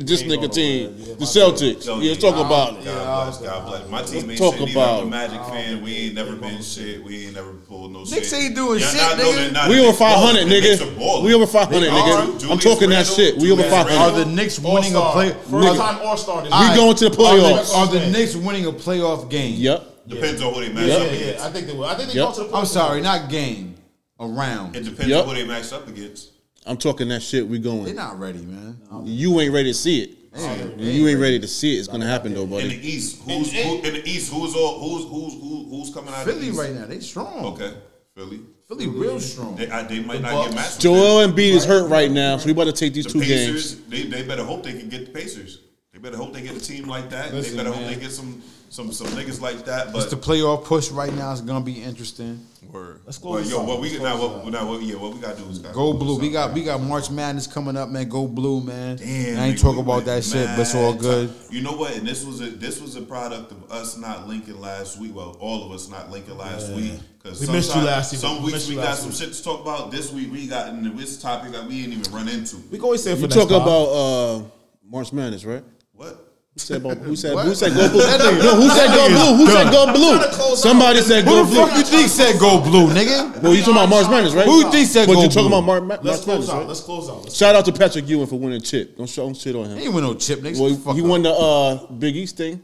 S2: This
S1: Ain't
S2: nigga
S1: going
S2: team,
S1: nowhere. Yeah,
S2: the
S1: my
S2: Celtics. yeah, talk about it.
S3: God bless, God bless. My team ain't
S2: talk
S3: shit. Neither.
S2: about
S3: I'm
S2: it.
S3: a Magic fan. We ain't never been shit. We ain't never pulled no shit.
S7: Knicks ain't doing
S3: Y'all
S7: shit,
S3: not know that-
S7: nigga.
S3: nah,
S2: We
S3: the
S2: over
S3: Knicks
S2: five hundred,
S3: ballin'. The Knicks are
S2: nigga.
S3: ballin'.
S2: We over five hundred,
S3: They are.
S2: nigga. I'm
S3: Julius
S2: talking that
S3: Randle,
S2: shit. We over
S3: Julius
S2: five
S7: Are
S3: Randle.
S2: hundred.
S7: the Knicks winning a
S1: All-star.
S7: play?
S1: First
S7: Nigga,
S1: time All Star. We
S2: We going to the playoffs.
S7: Are the Knicks winning a playoff game?
S2: Yep.
S3: Depends on who they match
S1: Yeah,
S3: up
S1: yeah,
S3: against.
S1: yeah. I think they will. I think they
S2: Yep.
S1: go to the.
S7: I'm
S1: playoffs.
S7: sorry, not game. Around.
S3: It depends
S2: Yep.
S3: on who they match up against.
S2: I'm talking that shit. We
S7: They're
S2: going.
S7: not ready, man.
S2: You ain't ready to see it.
S7: Damn.
S2: You ain't ready to see it. It's gonna happen though,
S3: In
S2: buddy.
S3: the East, who's who, in the East? Who's all? Who's who's who, who's coming out?
S7: Philly
S3: of the East?
S7: right now, they strong.
S3: Okay, Philly.
S7: Philly real strong.
S3: They, I, they might not get matched. with them.
S2: Joel Embiid is hurt right now, so we about to take these
S3: The
S2: two games.
S3: Pacers, They, they better hope they can get the Pacers. They better hope they get a team like that.
S7: Listen,
S3: they better hope
S7: man.
S3: they get some some some niggas like that.
S7: It's
S3: But
S7: the playoff push right now. It's gonna be interesting.
S3: word.
S1: Let's go
S3: But
S1: with
S3: yo, what we
S1: something.
S3: now what now what yeah what we gotta do is gotta
S7: Go
S3: do
S7: blue. We
S3: something.
S7: got we got March Madness coming up, man. Go blue, man.
S3: Damn,
S7: I ain't
S3: nigga,
S7: talk
S3: we
S7: about
S3: went
S7: that shit, but it's
S3: mad
S7: all
S3: time.
S7: good.
S3: You know what? And this was a this was a product of us not linking last week. Well, all of us not linking last week because
S1: We missed you last week.
S3: Some
S1: We
S3: weeks
S1: missed
S3: we
S1: you
S3: got
S1: last
S3: some
S1: week.
S3: shit to talk about. This week we got into this topic that we didn't even run into.
S1: We can always say it for
S2: You
S1: next
S2: talk
S1: pod.
S2: about uh, March Madness, right?
S3: What?
S2: Who said, about, who said, who said go blue? No, who said go blue? Who said go blue? Somebody said go
S7: Who the
S2: blue.
S7: fuck you think said go blue, nigga?
S2: Well, you talking about March Madness, right?
S7: Who you think said
S2: But
S7: go
S2: you talking
S7: blue?
S2: about Mar- Ma- March
S1: Let's
S2: Madness,
S1: close out.
S2: right?
S1: Let's close out. Let's
S2: Shout out to Patrick Ewing for winning chip. Don't, sh- don't shit on
S7: He
S2: him.
S7: ain't win no chip, nigga.
S2: Well,
S7: Shut the fuck
S2: he
S7: up.
S2: won the uh, Big East thing.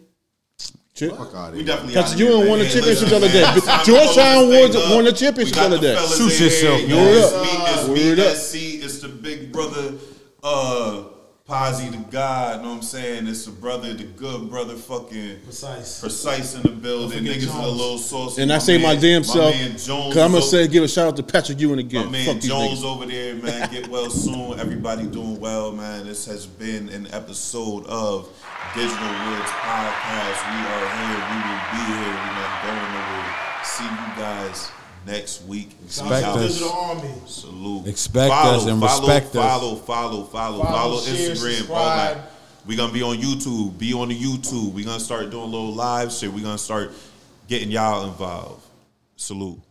S2: Chip.
S7: Fuck outta
S3: We
S7: here.
S3: definitely
S2: Patrick
S3: outta here,
S2: Ewing
S3: man.
S2: won the
S3: Hey,
S2: championship
S3: listen,
S2: the other day.
S3: man, it's time to
S2: Georgetown
S3: close this
S2: won-
S3: thing
S2: won the
S3: up.
S2: championship
S3: We got
S2: the other day.
S3: fellas in
S7: Shoot
S3: here,
S7: yourself,
S3: yo.
S7: man.
S3: It's
S2: Word
S3: me, it's me,
S2: Word up.
S3: that's C, it's the big brother, uh, Posy the God. Know what I'm saying? It's the brother, the good brother, fucking
S1: precise.
S3: precise in the building.
S1: Don't forget
S3: Niggas is a
S1: Jones.
S3: little saucy.
S2: And I say my
S3: man-
S2: damn self.
S3: man Jones
S2: Because I'm going
S3: is
S2: to
S3: o-
S2: say, give a shout out to Patrick Ewing
S3: My
S2: again.
S3: man
S2: Fuck these
S3: Jones
S2: niggas.
S3: over there, man. Get well soon. Everybody doing well, man. This has been an episode of Digital Woods Podcast. We are here. We will be here. We're not going nowhere. See you guys next week.
S7: Expect
S3: Shout out.
S7: us.
S1: Digital Army.
S3: Salute.
S7: Expect us and
S3: follow,
S7: respect us.
S3: follow, Follow, follow, follow,
S1: Follow, share,
S3: Instagram, all
S1: subscribe.
S3: that. We're gonna be on YouTube. Be on the YouTube. We're gonna start doing little live shit. We're gonna start getting y'all involved. Salute.